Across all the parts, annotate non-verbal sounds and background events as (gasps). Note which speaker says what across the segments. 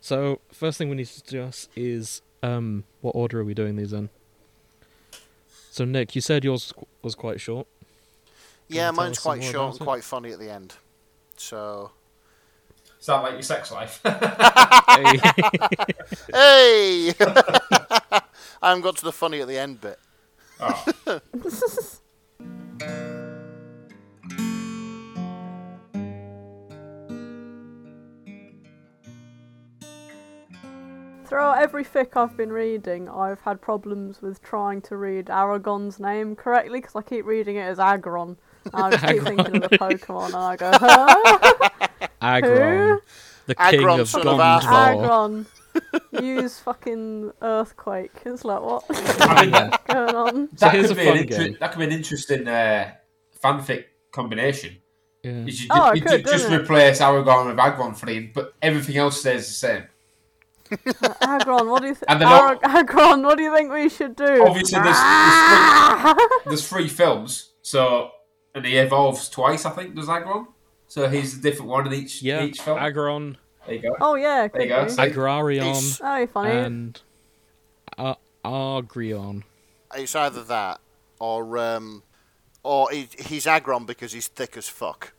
Speaker 1: So first thing we need to discuss is um, what order are we doing these in? So Nick, you said yours qu- was quite short.
Speaker 2: (laughs) Yeah,
Speaker 1: you tell
Speaker 2: mine's
Speaker 1: us some
Speaker 2: quite
Speaker 1: more
Speaker 2: short
Speaker 1: about
Speaker 2: and
Speaker 1: it?
Speaker 2: quite funny at the end. So,
Speaker 3: Is that like your sex life? (laughs)
Speaker 1: Hey.
Speaker 2: hey, (laughs) I haven't got to the funny at the end bit.
Speaker 3: oh,
Speaker 4: Throughout every fic I've been reading, I've had problems with trying to read Aragon's name correctly because I keep reading it as Agron. And I just keep thinking of the Pokemon and I go, huh?
Speaker 1: Agron, the king
Speaker 2: Agron,
Speaker 1: of
Speaker 2: son of Arthur.
Speaker 1: Gondor.
Speaker 4: Agron. Use fucking earthquake. It's like, what's
Speaker 3: I mean, that,
Speaker 4: going on?
Speaker 1: So
Speaker 3: that
Speaker 1: here's
Speaker 3: could
Speaker 1: a
Speaker 3: be an
Speaker 1: fun
Speaker 3: inter-
Speaker 1: game.
Speaker 3: that could be an interesting uh, fanfic combination.
Speaker 1: Yeah.
Speaker 3: You, should
Speaker 4: Oh,
Speaker 3: ju-
Speaker 4: it
Speaker 3: you
Speaker 4: could,
Speaker 3: ju- just
Speaker 4: doesn't it?
Speaker 3: replace Aragorn with Agron for him, but everything else stays the same.
Speaker 4: Agron, what do you think?
Speaker 3: And they're all-
Speaker 4: Agron, what do you think we should do?
Speaker 3: Obviously, there's, there's,
Speaker 4: (laughs)
Speaker 3: three, there's three films, so and he evolves twice. I think does Agron, so he's a different one in each
Speaker 1: Yeah,
Speaker 3: each film.
Speaker 1: Agron,
Speaker 3: there you go.
Speaker 4: Oh yeah,
Speaker 3: There
Speaker 4: could
Speaker 3: you go.
Speaker 4: be.
Speaker 3: So
Speaker 1: Agrarion,
Speaker 3: it's-
Speaker 4: Oh, you're funny.
Speaker 1: and Ar- Argrion.
Speaker 2: It's either that or um, or he, he's Agron because he's thick as fuck.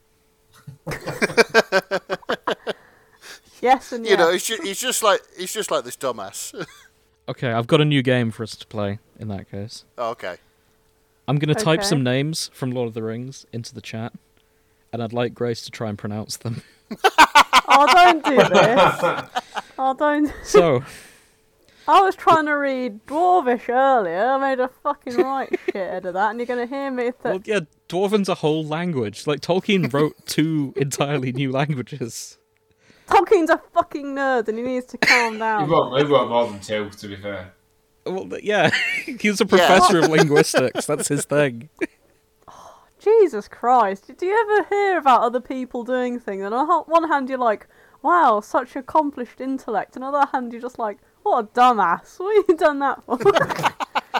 Speaker 4: yes and
Speaker 2: You know, he's
Speaker 4: yes.
Speaker 2: just, he's just like he's just like this dumbass. (laughs)
Speaker 1: Okay, I've got a new game for us to play. In that case,
Speaker 2: okay.
Speaker 1: I'm gonna type
Speaker 4: Okay.
Speaker 1: some names from Lord of the Rings into the chat, and I'd like Grace to try and pronounce them. (laughs)
Speaker 4: oh, don't do this.
Speaker 2: (laughs)
Speaker 4: Oh, don't.
Speaker 1: So,
Speaker 4: I was trying to read Dwarvish earlier. I made a fucking
Speaker 2: (laughs)
Speaker 4: right shit out of that, and you're gonna hear me. Th-
Speaker 1: well, yeah, Dwarven's a whole language. Like
Speaker 4: (laughs)
Speaker 1: Tolkien wrote two entirely new languages.
Speaker 4: Tolkien's a fucking nerd, and he needs to
Speaker 2: (laughs)
Speaker 4: calm
Speaker 3: He
Speaker 4: down.
Speaker 3: wrote, he wrote more than two, to be fair. (laughs)
Speaker 1: Well, th- yeah, (laughs) he's a professor of linguistics. That's his
Speaker 4: (laughs)
Speaker 1: thing.
Speaker 4: Jesus Christ! Do you ever hear about other people doing things? And on ho- one hand, you're like, "Wow, such accomplished intellect," and on the other hand, you're just like, "What a dumbass! What have you done that for?" (laughs)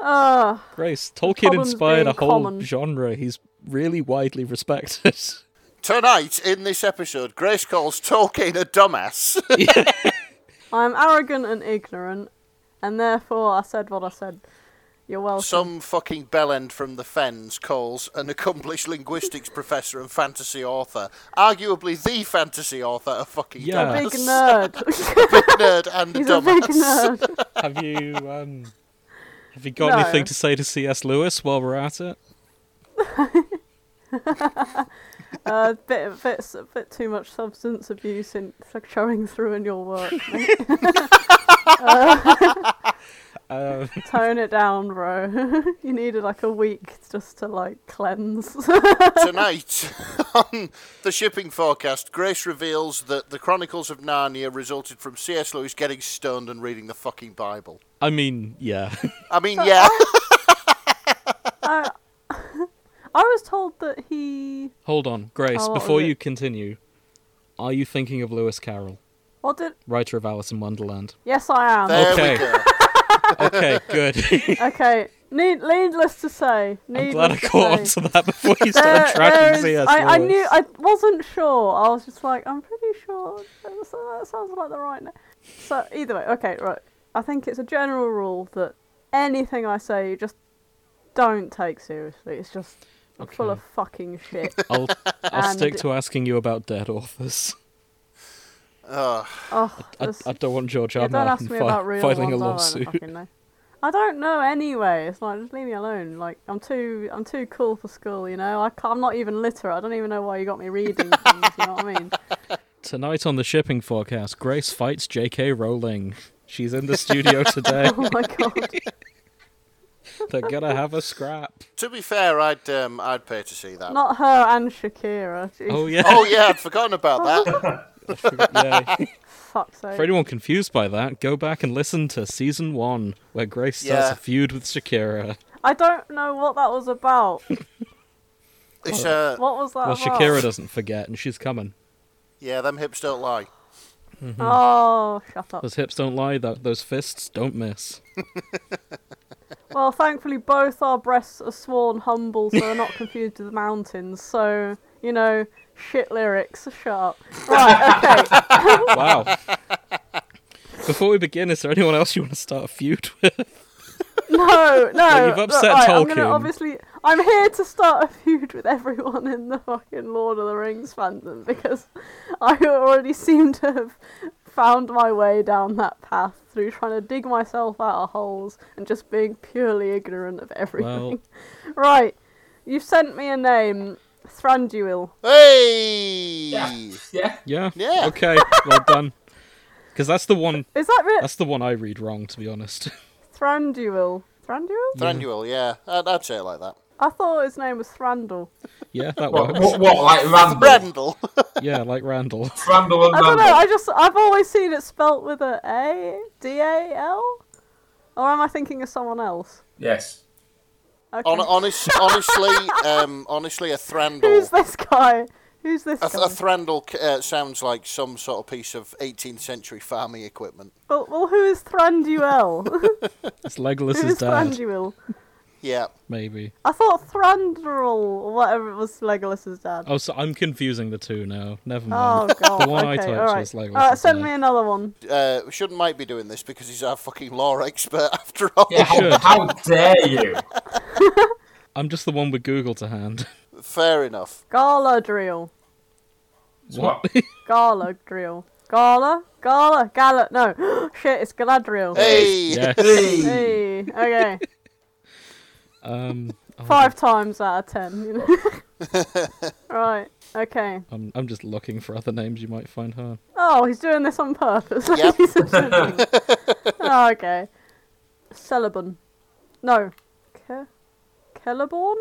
Speaker 4: uh,
Speaker 1: Grace, Tolkien
Speaker 4: problem's
Speaker 1: inspired a
Speaker 4: being
Speaker 1: whole
Speaker 4: common.
Speaker 1: genre. He's really widely respected. (laughs)
Speaker 2: Tonight in this episode, Grace calls Tolkien a dumbass. (laughs)
Speaker 4: I am arrogant and ignorant, and therefore I said what I said. You're welcome.
Speaker 2: Some fucking bellend from the Fens calls an accomplished linguistics professor and fantasy author, arguably the fantasy author, a fucking
Speaker 1: Yeah.
Speaker 4: a big
Speaker 2: dumbass. (laughs)
Speaker 4: nerd.
Speaker 2: big
Speaker 4: (laughs)
Speaker 2: nerd and
Speaker 4: He's
Speaker 2: a
Speaker 4: a big
Speaker 2: dumbass.
Speaker 4: nerd.
Speaker 1: have you um, have you got
Speaker 4: No.
Speaker 1: anything to say to C.S. Lewis while we're at it?
Speaker 4: A uh, bit, bit, bit too much substance abuse in showing through in your work. mate.
Speaker 1: Um,
Speaker 4: Tone it down, bro. (laughs) you needed like a week just to like cleanse. (laughs)
Speaker 2: (laughs) Tonight on the shipping forecast, Grace reveals that the Chronicles of Narnia resulted from C.S. Lewis getting stoned and reading the fucking Bible.
Speaker 1: I mean, yeah. (laughs)
Speaker 2: I mean, yeah,
Speaker 4: I was told that he.
Speaker 1: Hold on, Grace.
Speaker 4: Oh, what was
Speaker 1: before you
Speaker 4: it?
Speaker 1: continue, are you thinking of Lewis Carroll,
Speaker 4: What oh, did?
Speaker 1: writer of Alice in Wonderland?
Speaker 4: Yes, I am.
Speaker 2: there
Speaker 1: Okay.
Speaker 2: we go.
Speaker 1: Okay, good. (laughs)
Speaker 4: Okay. Need, needless to say.
Speaker 1: I'm
Speaker 4: Needless
Speaker 1: glad I
Speaker 4: to
Speaker 1: caught
Speaker 4: say.
Speaker 1: onto that (laughs) before you
Speaker 4: There-
Speaker 1: started tracking
Speaker 4: there's-
Speaker 1: C.S. Lewis.
Speaker 4: I, I knew I wasn't sure. I was just like, I'm pretty sure. That so- that sounds like the right name. So either way, okay, right. I think it's a general rule that anything I say, you just don't take seriously. It's just I'm full
Speaker 1: Okay.
Speaker 4: of fucking
Speaker 1: (laughs)
Speaker 4: shit.
Speaker 1: I'll, I'll stick
Speaker 4: And-
Speaker 1: to asking you about dead authors.
Speaker 2: Ugh.
Speaker 4: oh,
Speaker 1: I,
Speaker 4: there's-
Speaker 1: I don't want George R.
Speaker 4: yeah,
Speaker 1: R.
Speaker 4: don't ask
Speaker 1: Martin
Speaker 4: me
Speaker 1: fi-
Speaker 4: about real
Speaker 1: filing a
Speaker 4: ones, I don't
Speaker 1: lawsuit.
Speaker 4: fucking know. I don't know anyway. It's like just leave me alone. Like I'm too I'm too cool for school, you know. I can't, I'm not even literate. I don't even know why you got me reading things. you know what I mean? (laughs)
Speaker 1: Tonight on the shipping forecast, Grace fights J.K. Rowling. She's in the studio
Speaker 4: (laughs)
Speaker 1: today.
Speaker 4: Oh my god.
Speaker 1: They're gonna have a
Speaker 4: (laughs)
Speaker 1: scrap.
Speaker 2: To be fair, I'd um, I'd pay to see that.
Speaker 4: Not her and Shakira. Jeez,
Speaker 1: Oh yeah.
Speaker 2: Oh yeah, I'd forgotten about
Speaker 4: (laughs)
Speaker 2: that.
Speaker 4: Oh.
Speaker 1: (laughs) yeah.
Speaker 4: fuck's sake.
Speaker 1: For
Speaker 4: (laughs)
Speaker 1: anyone confused by that, go back and listen to season one, where Grace starts
Speaker 2: Yeah.
Speaker 1: a feud with Shakira.
Speaker 4: I don't know what that
Speaker 1: (laughs)
Speaker 4: was about.
Speaker 2: It's uh,
Speaker 4: What was that
Speaker 1: Well,
Speaker 4: about?
Speaker 1: Shakira doesn't forget, and she's coming.
Speaker 2: yeah, them hips don't lie.
Speaker 1: hmm.
Speaker 4: Oh, shut up.
Speaker 1: Those hips don't lie. Tho- those fists don't miss.
Speaker 4: Well, thankfully both our breasts are sworn humble, so
Speaker 1: (laughs)
Speaker 4: they're not confused with the mountains. So, you know, shit lyrics. Shut up. Right, okay.
Speaker 1: Wow. Before we begin, is there anyone else you want to start a feud with?
Speaker 4: No, no.
Speaker 1: (laughs) Well, you've upset
Speaker 4: right, I'm gonna
Speaker 1: Tolkien.
Speaker 4: obviously. I'm here to start a feud with everyone in the fucking Lord of the Rings fandom because I already seem to have found my way down that path through trying to dig myself out of holes and just being purely ignorant of everything. (laughs) Right, you've sent me a name, Thranduil.
Speaker 2: Hey!
Speaker 3: Yeah. Yeah.
Speaker 1: Yeah.
Speaker 2: Yeah.
Speaker 1: Okay. Well done. Because that's the one.
Speaker 4: Is that it?
Speaker 1: That's the one I read wrong, to be honest. (laughs)
Speaker 4: Thranduil. Thranduil?
Speaker 2: Thranduil, yeah. uh, I'd, I'd say it like that.
Speaker 4: I thought his name was Thrandal.
Speaker 1: yeah, that
Speaker 3: What,
Speaker 1: works.
Speaker 3: what, what, like Randall?
Speaker 2: Brandel.
Speaker 1: Yeah, like Randall.
Speaker 3: Randall and
Speaker 4: I don't know.
Speaker 3: Randall.
Speaker 4: I just I've always seen it spelt with a A D A L, or am I thinking of someone else?
Speaker 3: Yes.
Speaker 4: Okay.
Speaker 2: (laughs) Hon- honest, honestly, um, honestly, a
Speaker 4: Who's
Speaker 2: Thrandal.
Speaker 4: this guy? Who's this
Speaker 2: A,
Speaker 4: guy?
Speaker 2: a Thrandal uh, sounds like some sort of piece of 18th century farming equipment.
Speaker 4: well, well, who is
Speaker 2: (laughs)
Speaker 4: Thranduil? who
Speaker 1: It's Legolas's
Speaker 4: is
Speaker 1: dad,
Speaker 4: Thranduil?
Speaker 2: Yeah.
Speaker 1: maybe.
Speaker 4: I thought Thranduil or whatever it was Legolas's dad.
Speaker 1: Oh, so I'm confusing the two now. Never (laughs)
Speaker 4: Oh,
Speaker 1: mind.
Speaker 4: god.
Speaker 1: one I
Speaker 4: okay,
Speaker 1: typed
Speaker 4: all right.
Speaker 1: was Legolas's
Speaker 4: All right, send
Speaker 1: dad.
Speaker 4: me another one.
Speaker 2: Uh, shouldn't Mike be doing this because he's our fucking law (laughs) expert after all?
Speaker 3: Yeah, how,
Speaker 1: should.
Speaker 3: how dare you?
Speaker 1: I'm just the one with Google to hand. (laughs)
Speaker 2: Fair enough.
Speaker 4: Galadriel.
Speaker 3: What?
Speaker 4: Galadriel. Gala. Gala. Gala. No. (gasps) Shit. It's Galadriel.
Speaker 2: Hey!
Speaker 1: yes.
Speaker 4: Hey, Okay.
Speaker 1: Um, oh,
Speaker 4: Five times out of ten. You know?
Speaker 2: (laughs)
Speaker 4: right. Okay.
Speaker 1: I'm, I'm just looking for other names you might find hard.
Speaker 4: Oh, he's doing this on purpose. (laughs)
Speaker 2: Yep.
Speaker 4: ladies and gentlemen. oh, okay. Celebon. No. Ke- Kelleborn?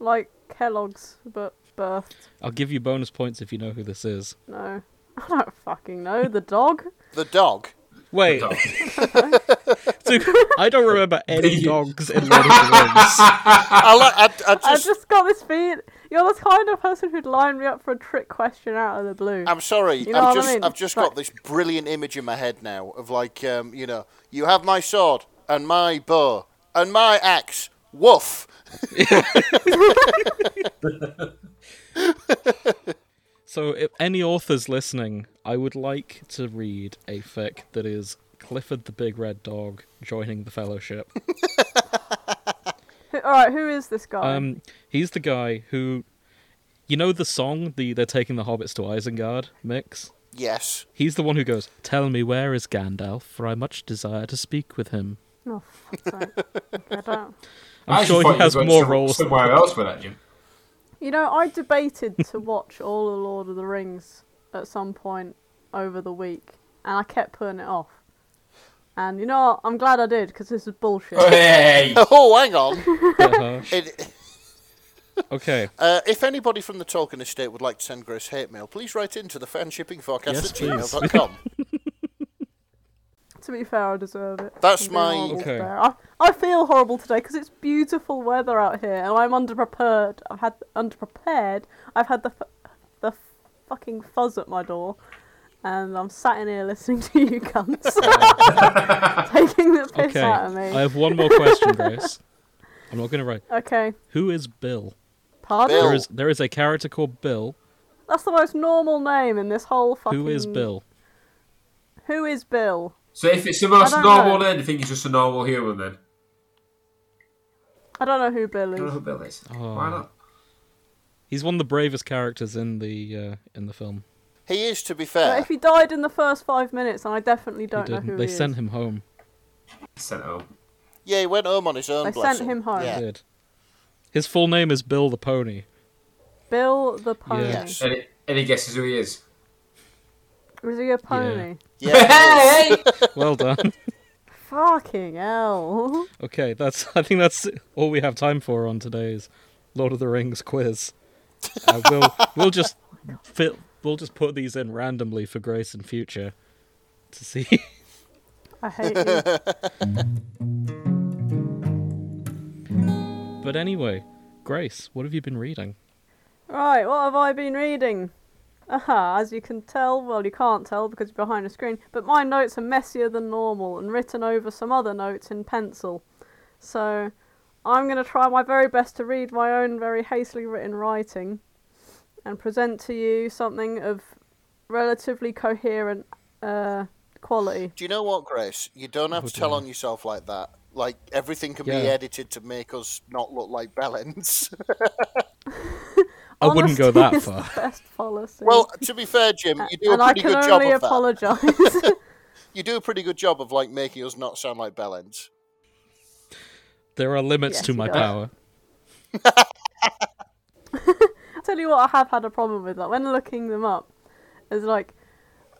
Speaker 4: Like Kellogg's, but birthed.
Speaker 1: I'll give you bonus points if you know who this is.
Speaker 4: No. (laughs) I don't fucking know. The dog?
Speaker 2: (laughs) The dog.
Speaker 1: Wait, so, I don't remember any
Speaker 3: Big.
Speaker 1: dogs in Lord of the Rings.
Speaker 2: I, li- I, I
Speaker 4: I
Speaker 2: just,
Speaker 4: just got this feed. You're the kind of person who'd line me up for a trick question out of the blue.
Speaker 2: I'm sorry.
Speaker 4: You know
Speaker 2: I've
Speaker 4: what I
Speaker 2: just,
Speaker 4: mean?
Speaker 2: I've just
Speaker 4: Like-
Speaker 2: got this brilliant image in my head now of like, um, you know, you have my sword and my bow and my axe. Woof.
Speaker 1: So, if any authors listening, I would like to read a fic that is Clifford the Big Red Dog joining the Fellowship.
Speaker 4: Who- Alright, who is this guy?
Speaker 1: Um, he's the guy who, you know, the song the they're taking the hobbits to Isengard mix.
Speaker 2: Yes. (laughs)
Speaker 1: He's the one who goes, "Tell me where is Gandalf, for I much desire to speak with him."
Speaker 4: oh, fuck's sake. Okay, I don't.
Speaker 1: I'm sure he has more roles. than-
Speaker 3: somewhere else with that, Jim.
Speaker 4: You know, I debated to watch all the Lord of the Rings at some point over the week, and I kept putting it off. And you know, what? I'm glad I did because this is bullshit.
Speaker 3: Hey!
Speaker 2: Oh, hang
Speaker 4: (laughs)
Speaker 2: on.
Speaker 1: Uh-huh.
Speaker 2: It,
Speaker 1: Okay,
Speaker 2: uh, if anybody from the Tolkien estate would like to send Grace hate mail, please write into the fanshippingforecast
Speaker 1: Yes,
Speaker 2: at
Speaker 1: please. (laughs)
Speaker 2: gmail.com.
Speaker 4: to be fair, I deserve it.
Speaker 2: That's
Speaker 4: I'm being
Speaker 2: my-
Speaker 4: horrible
Speaker 1: Okay.
Speaker 4: today. I, I feel horrible today because it's beautiful weather out here, and I'm underprepared. I've had underprepared. I've had the f- the fucking fuzz at my door, and I'm sat in here listening to
Speaker 1: (laughs)
Speaker 4: you cunts (laughs) taking the piss
Speaker 1: okay.
Speaker 4: out of me.
Speaker 1: I have one more question, Grace. I'm not going to write.
Speaker 4: Okay,
Speaker 1: Who is Bill?
Speaker 4: pardon.
Speaker 2: Bill.
Speaker 1: There is there is a character called Bill.
Speaker 4: That's the most normal name in this whole fucking.
Speaker 1: Who is Bill?
Speaker 4: Who is Bill?
Speaker 3: So if it's the most
Speaker 4: I don't
Speaker 3: normal
Speaker 4: know.
Speaker 3: name, you think he's just a normal human then?
Speaker 4: I don't know who Bill
Speaker 3: I don't know who
Speaker 4: is.
Speaker 3: Bill is.
Speaker 1: Oh.
Speaker 3: Why not?
Speaker 1: He's one of the bravest characters in the uh, in the film.
Speaker 2: He is, to be
Speaker 4: But
Speaker 2: fair.
Speaker 4: if he died in the first five minutes, and I definitely
Speaker 1: He
Speaker 4: don't know
Speaker 1: didn't.
Speaker 4: who
Speaker 1: They
Speaker 4: he
Speaker 1: sent
Speaker 4: is.
Speaker 1: him home.
Speaker 3: Sent home.
Speaker 2: Yeah, he went home on his own.
Speaker 4: They sent
Speaker 2: bless
Speaker 4: him home.
Speaker 1: They
Speaker 2: Yeah.
Speaker 1: Did. His full name is Bill the Pony.
Speaker 4: Bill the pony.
Speaker 2: Yes.
Speaker 3: Any, any guesses who he is?
Speaker 4: Was he a pony?
Speaker 1: (laughs)
Speaker 2: Yeah.
Speaker 1: Well done.
Speaker 4: Fucking hell. (laughs)
Speaker 1: Okay, that's. I think that's all we have time for on today's Lord of the Rings quiz. Uh, we'll we'll just fit, we'll just put these in randomly for Grace in future to see. (laughs)
Speaker 4: I hate you.
Speaker 1: but anyway, Grace, what have you been reading?
Speaker 4: right, what have I been reading? Aha, as you can tell, well, you can't tell because you're behind a screen, but my notes are messier than normal and written over some other notes in pencil. So I'm going to try my very best to read my own very hastily written writing and present to you something of relatively coherent uh, quality.
Speaker 2: Do you know what, Grace? You don't have
Speaker 1: Oh,
Speaker 2: to tell
Speaker 1: dear.
Speaker 2: on yourself like that. Like everything can be
Speaker 1: Yeah.
Speaker 2: edited to make us not look like
Speaker 4: (laughs)
Speaker 2: bellends.
Speaker 1: I wouldn't go
Speaker 4: Honesty
Speaker 1: that
Speaker 4: is the
Speaker 1: far.
Speaker 4: Best policy.
Speaker 2: (laughs) well, to be fair, Jim, you do
Speaker 4: and
Speaker 2: a
Speaker 4: I
Speaker 2: pretty
Speaker 4: can
Speaker 2: good job
Speaker 4: only
Speaker 2: of that.
Speaker 4: apologise.
Speaker 2: You do a pretty good job of like making us not sound like bellends.
Speaker 1: There are limits
Speaker 4: (laughs) Yes,
Speaker 1: to
Speaker 4: he
Speaker 1: my
Speaker 4: does.
Speaker 1: power.
Speaker 4: I tell you what, I have had a problem with that. When looking them up, it's like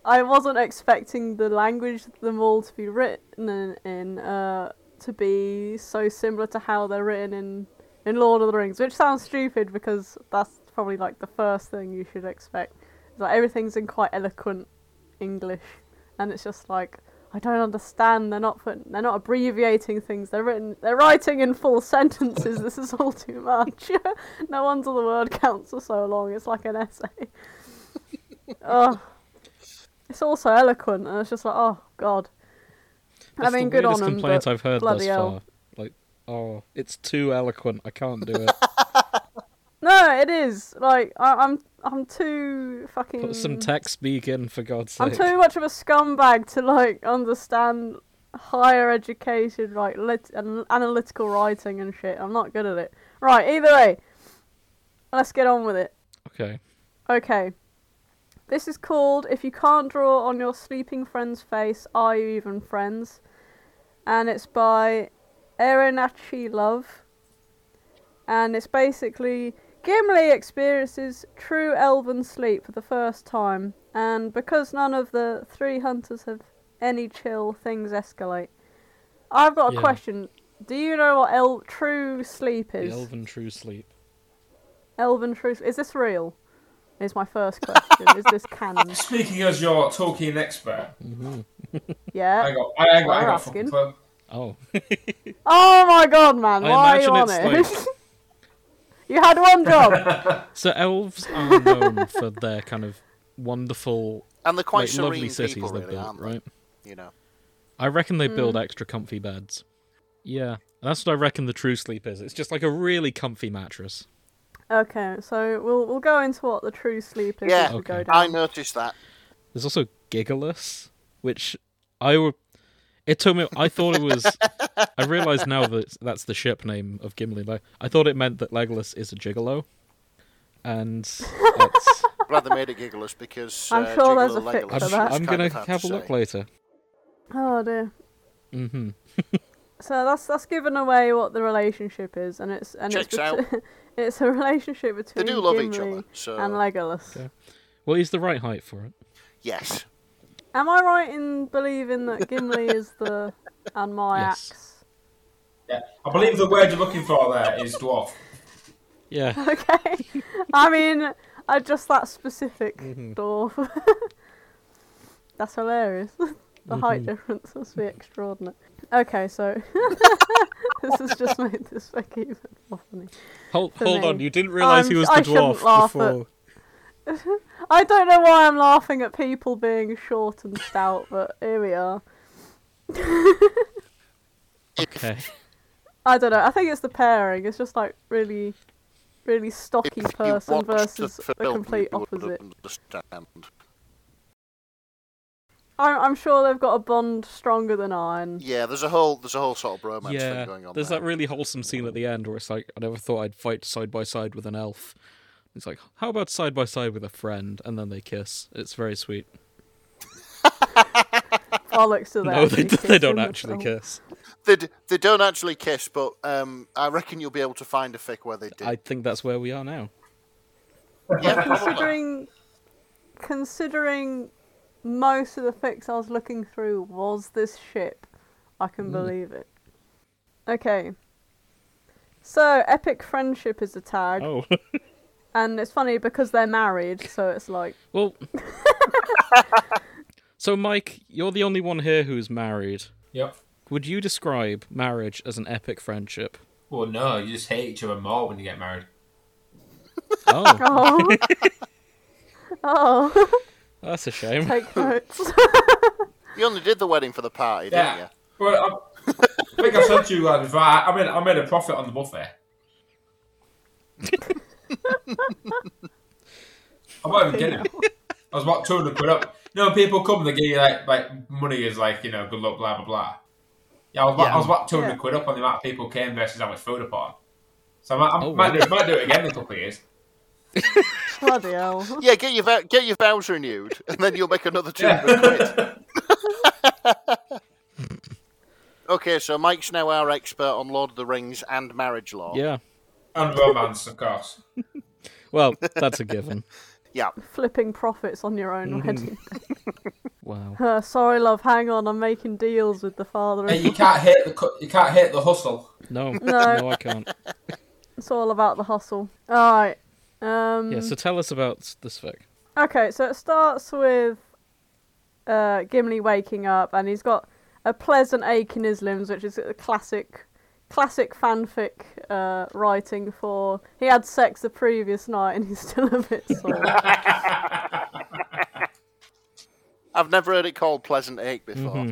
Speaker 4: I wasn't expecting the language them all to be written in, in uh, to be so similar to how they're written in in Lord of the Rings, which sounds stupid because that's probably like the first thing you should expect. It's like everything's in quite eloquent English, and it's just like. I don't understand. They're not put, they're not abbreviating things. They're written. They're writing in full sentences. (laughs) This is all too much. (laughs) no wonder the word counts are so long. It's like
Speaker 1: (laughs)
Speaker 4: an essay. oh, it's all so eloquent, and it's just like, oh god.
Speaker 1: That's
Speaker 4: I mean,
Speaker 1: the
Speaker 4: good on
Speaker 1: weirdest
Speaker 4: them,
Speaker 1: complaint
Speaker 4: but
Speaker 1: I've heard thus
Speaker 4: bloody hell.
Speaker 1: far. Like, oh, it's too eloquent. I can't do it.
Speaker 4: No, it is like I, I'm. I'm too fucking.
Speaker 1: Put some tech speak in, for God's
Speaker 4: Mm. I'm
Speaker 1: sake.
Speaker 4: too much of a scumbag to like understand higher education, like lit- and analytical writing and shit. I'm not good at it. Right, either way, let's get on with it.
Speaker 1: Okay.
Speaker 4: Okay, this is called "If You Can't Draw on Your Sleeping Friend's Face, Are You Even Friends?" and it's by Erenachi Love, and it's basically Gimli experiences true elven sleep for the first time, and because none of the three hunters have any chill, things escalate. I've got a
Speaker 1: Yeah.
Speaker 4: question. Do you know what el- true sleep
Speaker 1: The
Speaker 4: is?
Speaker 1: elven true sleep.
Speaker 4: Elven true is this real? Is my first question. is this
Speaker 2: (laughs)
Speaker 4: canon?
Speaker 3: Speaking as your Tolkien expert, I
Speaker 4: Yeah.
Speaker 3: got, I, I got, I
Speaker 4: Uh, We're
Speaker 3: got fucking
Speaker 4: asking.
Speaker 3: fun.
Speaker 1: Oh. (laughs)
Speaker 4: Oh my god, man!
Speaker 1: I
Speaker 4: Why are you on
Speaker 1: imagine
Speaker 4: it?
Speaker 1: it's
Speaker 4: (laughs) you had
Speaker 1: (laughs)
Speaker 4: one job.
Speaker 1: So elves are known
Speaker 4: (laughs)
Speaker 1: for their kind of wonderful,
Speaker 2: And they're quite
Speaker 1: like, lovely
Speaker 2: serene
Speaker 1: cities
Speaker 2: people,
Speaker 1: they
Speaker 2: really,
Speaker 1: built,
Speaker 2: aren't they?
Speaker 1: right?
Speaker 2: You know.
Speaker 1: I reckon they build
Speaker 4: Mm.
Speaker 1: extra comfy beds. Yeah, that's what I reckon the true sleep is. It's just like a really comfy mattress.
Speaker 4: okay, so we'll we'll go into what the true sleep is
Speaker 2: Yeah.
Speaker 4: as we go
Speaker 1: Okay.
Speaker 4: down.
Speaker 2: I noticed that.
Speaker 1: There's also giggleless, which I w- it took me. I thought it was. I realize now that it's- that's the ship name of Gimli. Like, I thought it meant that Legolas is a gigolo, and that's,
Speaker 2: Glad they made it giggleless because
Speaker 4: I'm
Speaker 2: uh,
Speaker 4: sure there's
Speaker 2: Gigolo
Speaker 4: a fix
Speaker 2: Legolas
Speaker 4: for
Speaker 1: I'm,
Speaker 2: is
Speaker 4: that.
Speaker 1: I'm
Speaker 2: kind
Speaker 1: gonna
Speaker 2: of hard to
Speaker 1: have a look
Speaker 2: say.
Speaker 1: later.
Speaker 4: Oh dear.
Speaker 1: hmm
Speaker 4: So that's that's given away what the relationship is, and it's and
Speaker 2: Checks
Speaker 4: it's
Speaker 2: out.
Speaker 4: bet- (laughs) it's a relationship
Speaker 2: They
Speaker 4: between
Speaker 2: do love
Speaker 4: Gimli
Speaker 2: each other, so
Speaker 4: and Legolas.
Speaker 1: Yeah. Well, he's the right height for it.
Speaker 2: yes,
Speaker 4: Am I right in believing that Gimli is
Speaker 2: (laughs)
Speaker 4: the and my
Speaker 1: Yes.
Speaker 4: axe?
Speaker 3: Yeah. I believe the word you're looking for there is dwarf.
Speaker 2: (laughs)
Speaker 1: Yeah,
Speaker 4: (laughs) Okay. I mean, I just that specific dwarf. (laughs) That's hilarious. (laughs) the height difference must be extraordinary. Okay, so (laughs) this has just made this fuck even more funny.
Speaker 1: hold
Speaker 4: For
Speaker 1: hold
Speaker 4: me.
Speaker 1: on. You didn't realize he
Speaker 2: Um,
Speaker 4: I'm-
Speaker 1: was the
Speaker 4: I shouldn't
Speaker 1: dwarf
Speaker 4: laugh at-
Speaker 1: before.
Speaker 4: I don't know why I'm laughing at people being short and stout, but here we are.
Speaker 1: Okay.
Speaker 4: I don't know. I think it's the pairing. It's just like really, really
Speaker 2: if
Speaker 4: stocky
Speaker 2: you
Speaker 4: person
Speaker 2: watched
Speaker 4: versus
Speaker 2: the
Speaker 4: the
Speaker 2: film,
Speaker 4: complete
Speaker 2: you would
Speaker 4: opposite.
Speaker 2: Understand.
Speaker 4: I'm, I'm sure they've got a bond stronger than iron.
Speaker 2: Yeah, there's a whole there's a whole sort of bromance
Speaker 1: yeah,
Speaker 2: thing going on.
Speaker 1: there's
Speaker 2: there.
Speaker 1: that really wholesome scene at the end where it's like, I never thought I'd fight side by side with an elf. It's like, how about side by side with a friend, and then they kiss. It's very sweet.
Speaker 4: Bollocks to that.
Speaker 1: no, (laughs) they, they don't actually
Speaker 4: Oh.
Speaker 1: kiss.
Speaker 2: They, d- they don't actually kiss, but um, I reckon you'll be able to find a fic where they did.
Speaker 1: I think that's where we are now.
Speaker 2: Yeah, probably.
Speaker 4: considering considering most of the fix I was looking through was this ship, I
Speaker 1: Hmm.
Speaker 4: can believe it. Okay. So epic friendship is the tag,
Speaker 1: Oh,
Speaker 4: and it's funny because they're married, so
Speaker 1: (laughs)
Speaker 4: it's like
Speaker 1: well. so, Mike, you're the only one here who's married.
Speaker 3: Yep.
Speaker 1: Would you describe marriage as an epic friendship?
Speaker 3: Well, no, you just hate each other more when you get married.
Speaker 1: Oh,
Speaker 4: oh, oh, (laughs)
Speaker 1: that's a shame.
Speaker 4: take notes.
Speaker 2: You only did the wedding for the party, didn't you?
Speaker 3: Yeah. Well, I, I think I said to you guys before, I, I, made, I made a profit on the buffet. I'm not even kidding. I was about 200 quid up. No, people come. They give you like like money is like you know good luck, blah blah blah. Yeah, I was, about,
Speaker 2: Yeah.
Speaker 3: I was about two hundred
Speaker 4: Yeah.
Speaker 3: quid up on the amount of people came versus how much food I put on. So I might, I
Speaker 1: Oh,
Speaker 3: might,
Speaker 1: wow.
Speaker 3: do, might do it again in a couple of years.
Speaker 4: Bloody hell.
Speaker 2: Yeah, get your Bow- get your Bowser nude, (laughs) and then you'll make another two
Speaker 3: Yeah.
Speaker 2: hundred quid. (laughs) okay, so Mike's now our expert on Lord of the Rings and marriage law.
Speaker 1: Yeah.
Speaker 3: And romance, of course.
Speaker 1: Well, that's a given.
Speaker 2: Yeah.
Speaker 4: Flipping profits on your own
Speaker 1: Hmm.
Speaker 4: wedding.
Speaker 1: Wow.
Speaker 4: Uh, sorry, love. Hang on. I'm making deals with the father.
Speaker 3: Hey, you can't hate the cu- you can't hate the hustle.
Speaker 1: No,
Speaker 4: No.
Speaker 1: no, I can't.
Speaker 4: It's all about the hustle. All right. Um,
Speaker 1: Yeah, so tell us about s- this fic.
Speaker 4: Okay, so it starts with uh, Gimli waking up, and he's got a pleasant ache in his limbs, which is a classic, classic fanfic uh, writing for. He had sex the previous night, and he's still a bit sore.
Speaker 2: I've never heard it called pleasant ache before.
Speaker 1: Mm-hmm.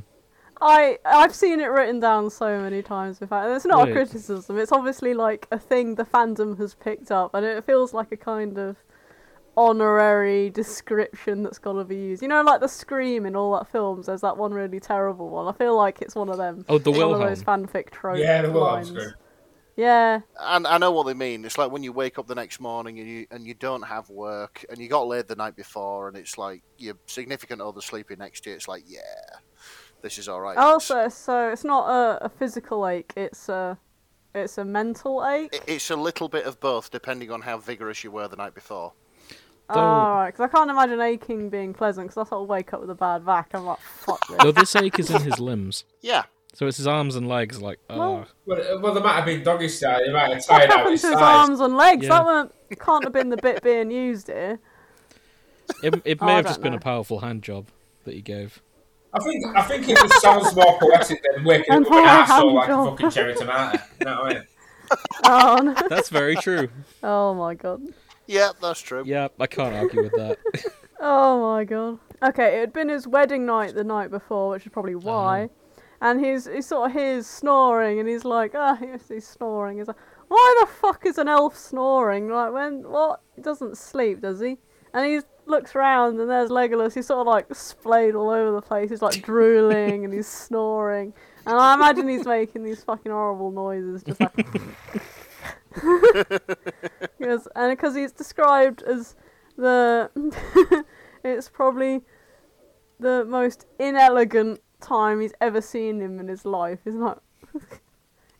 Speaker 4: I I've seen it written down so many times. In fact, and it's not
Speaker 1: Right.
Speaker 4: a criticism. It's obviously like a thing the fandom has picked up, and it feels like a kind of honorary description that's got to be used. You know, like the scream in all that films. There's that one really terrible one. I feel like it's one of them.
Speaker 1: Oh, the
Speaker 4: It's one of those
Speaker 1: Wilhelm.
Speaker 4: fanfic tropes.
Speaker 3: Yeah, the Wilhelm
Speaker 4: lines.
Speaker 3: scream.
Speaker 4: Yeah,
Speaker 2: And I know what they mean. It's like when you wake up the next morning and you and you don't have work and you got laid the night before and it's like your significant other sleeping next to you. It's like, yeah, this is all right.
Speaker 4: Also, Oh, so it's not a, a physical ache. It's a it's a mental ache.
Speaker 2: It- it's a little bit of both, depending on how vigorous you were the night before.
Speaker 1: Though-
Speaker 4: All right, because I can't imagine aching being pleasant. Because I sort of wake up with a bad back. I'm like, fuck this.
Speaker 1: No, this ache is in his limbs.
Speaker 2: Yeah,
Speaker 1: So it's his arms and legs, like, ah.
Speaker 4: Well-
Speaker 3: Well, uh, well, there might have been doggy style. You might have
Speaker 4: What
Speaker 3: tied out
Speaker 4: (laughs) happened
Speaker 3: his
Speaker 4: to his
Speaker 3: size.
Speaker 4: arms and legs?
Speaker 1: Yeah.
Speaker 4: That weren't, can't have been the bit being used here.
Speaker 1: It, it
Speaker 4: Oh,
Speaker 1: may
Speaker 4: I
Speaker 1: have
Speaker 4: don't
Speaker 1: just been
Speaker 4: know.
Speaker 1: a powerful hand job that he gave.
Speaker 3: I think I think it just sounds more poetic than waking up
Speaker 4: And
Speaker 3: with an
Speaker 4: for a
Speaker 3: asshole
Speaker 4: hand
Speaker 3: like a
Speaker 4: job.
Speaker 3: fucking cherry tomato. You know what I mean?
Speaker 4: (laughs) Oh, no.
Speaker 1: That's very true.
Speaker 4: (laughs) oh my god.
Speaker 2: yeah, that's true.
Speaker 1: Yeah, I can't argue with that. (laughs)
Speaker 4: Oh my god. Okay, it had been his wedding night the night before, which is probably why. And he's he sort of hears snoring, and he's like, ah, yes, he's snoring. He's like, why the fuck is an elf snoring? Like when what? He doesn't sleep, does he? And he looks round, and there's Legolas. He's sort of like splayed all over the place. He's like drooling, and he's snoring. And I imagine he's making these fucking horrible noises, just like. Yes, and because he's described as the (laughs) it's probably the most inelegant time he's ever seen him in his life. Isn't that? (laughs)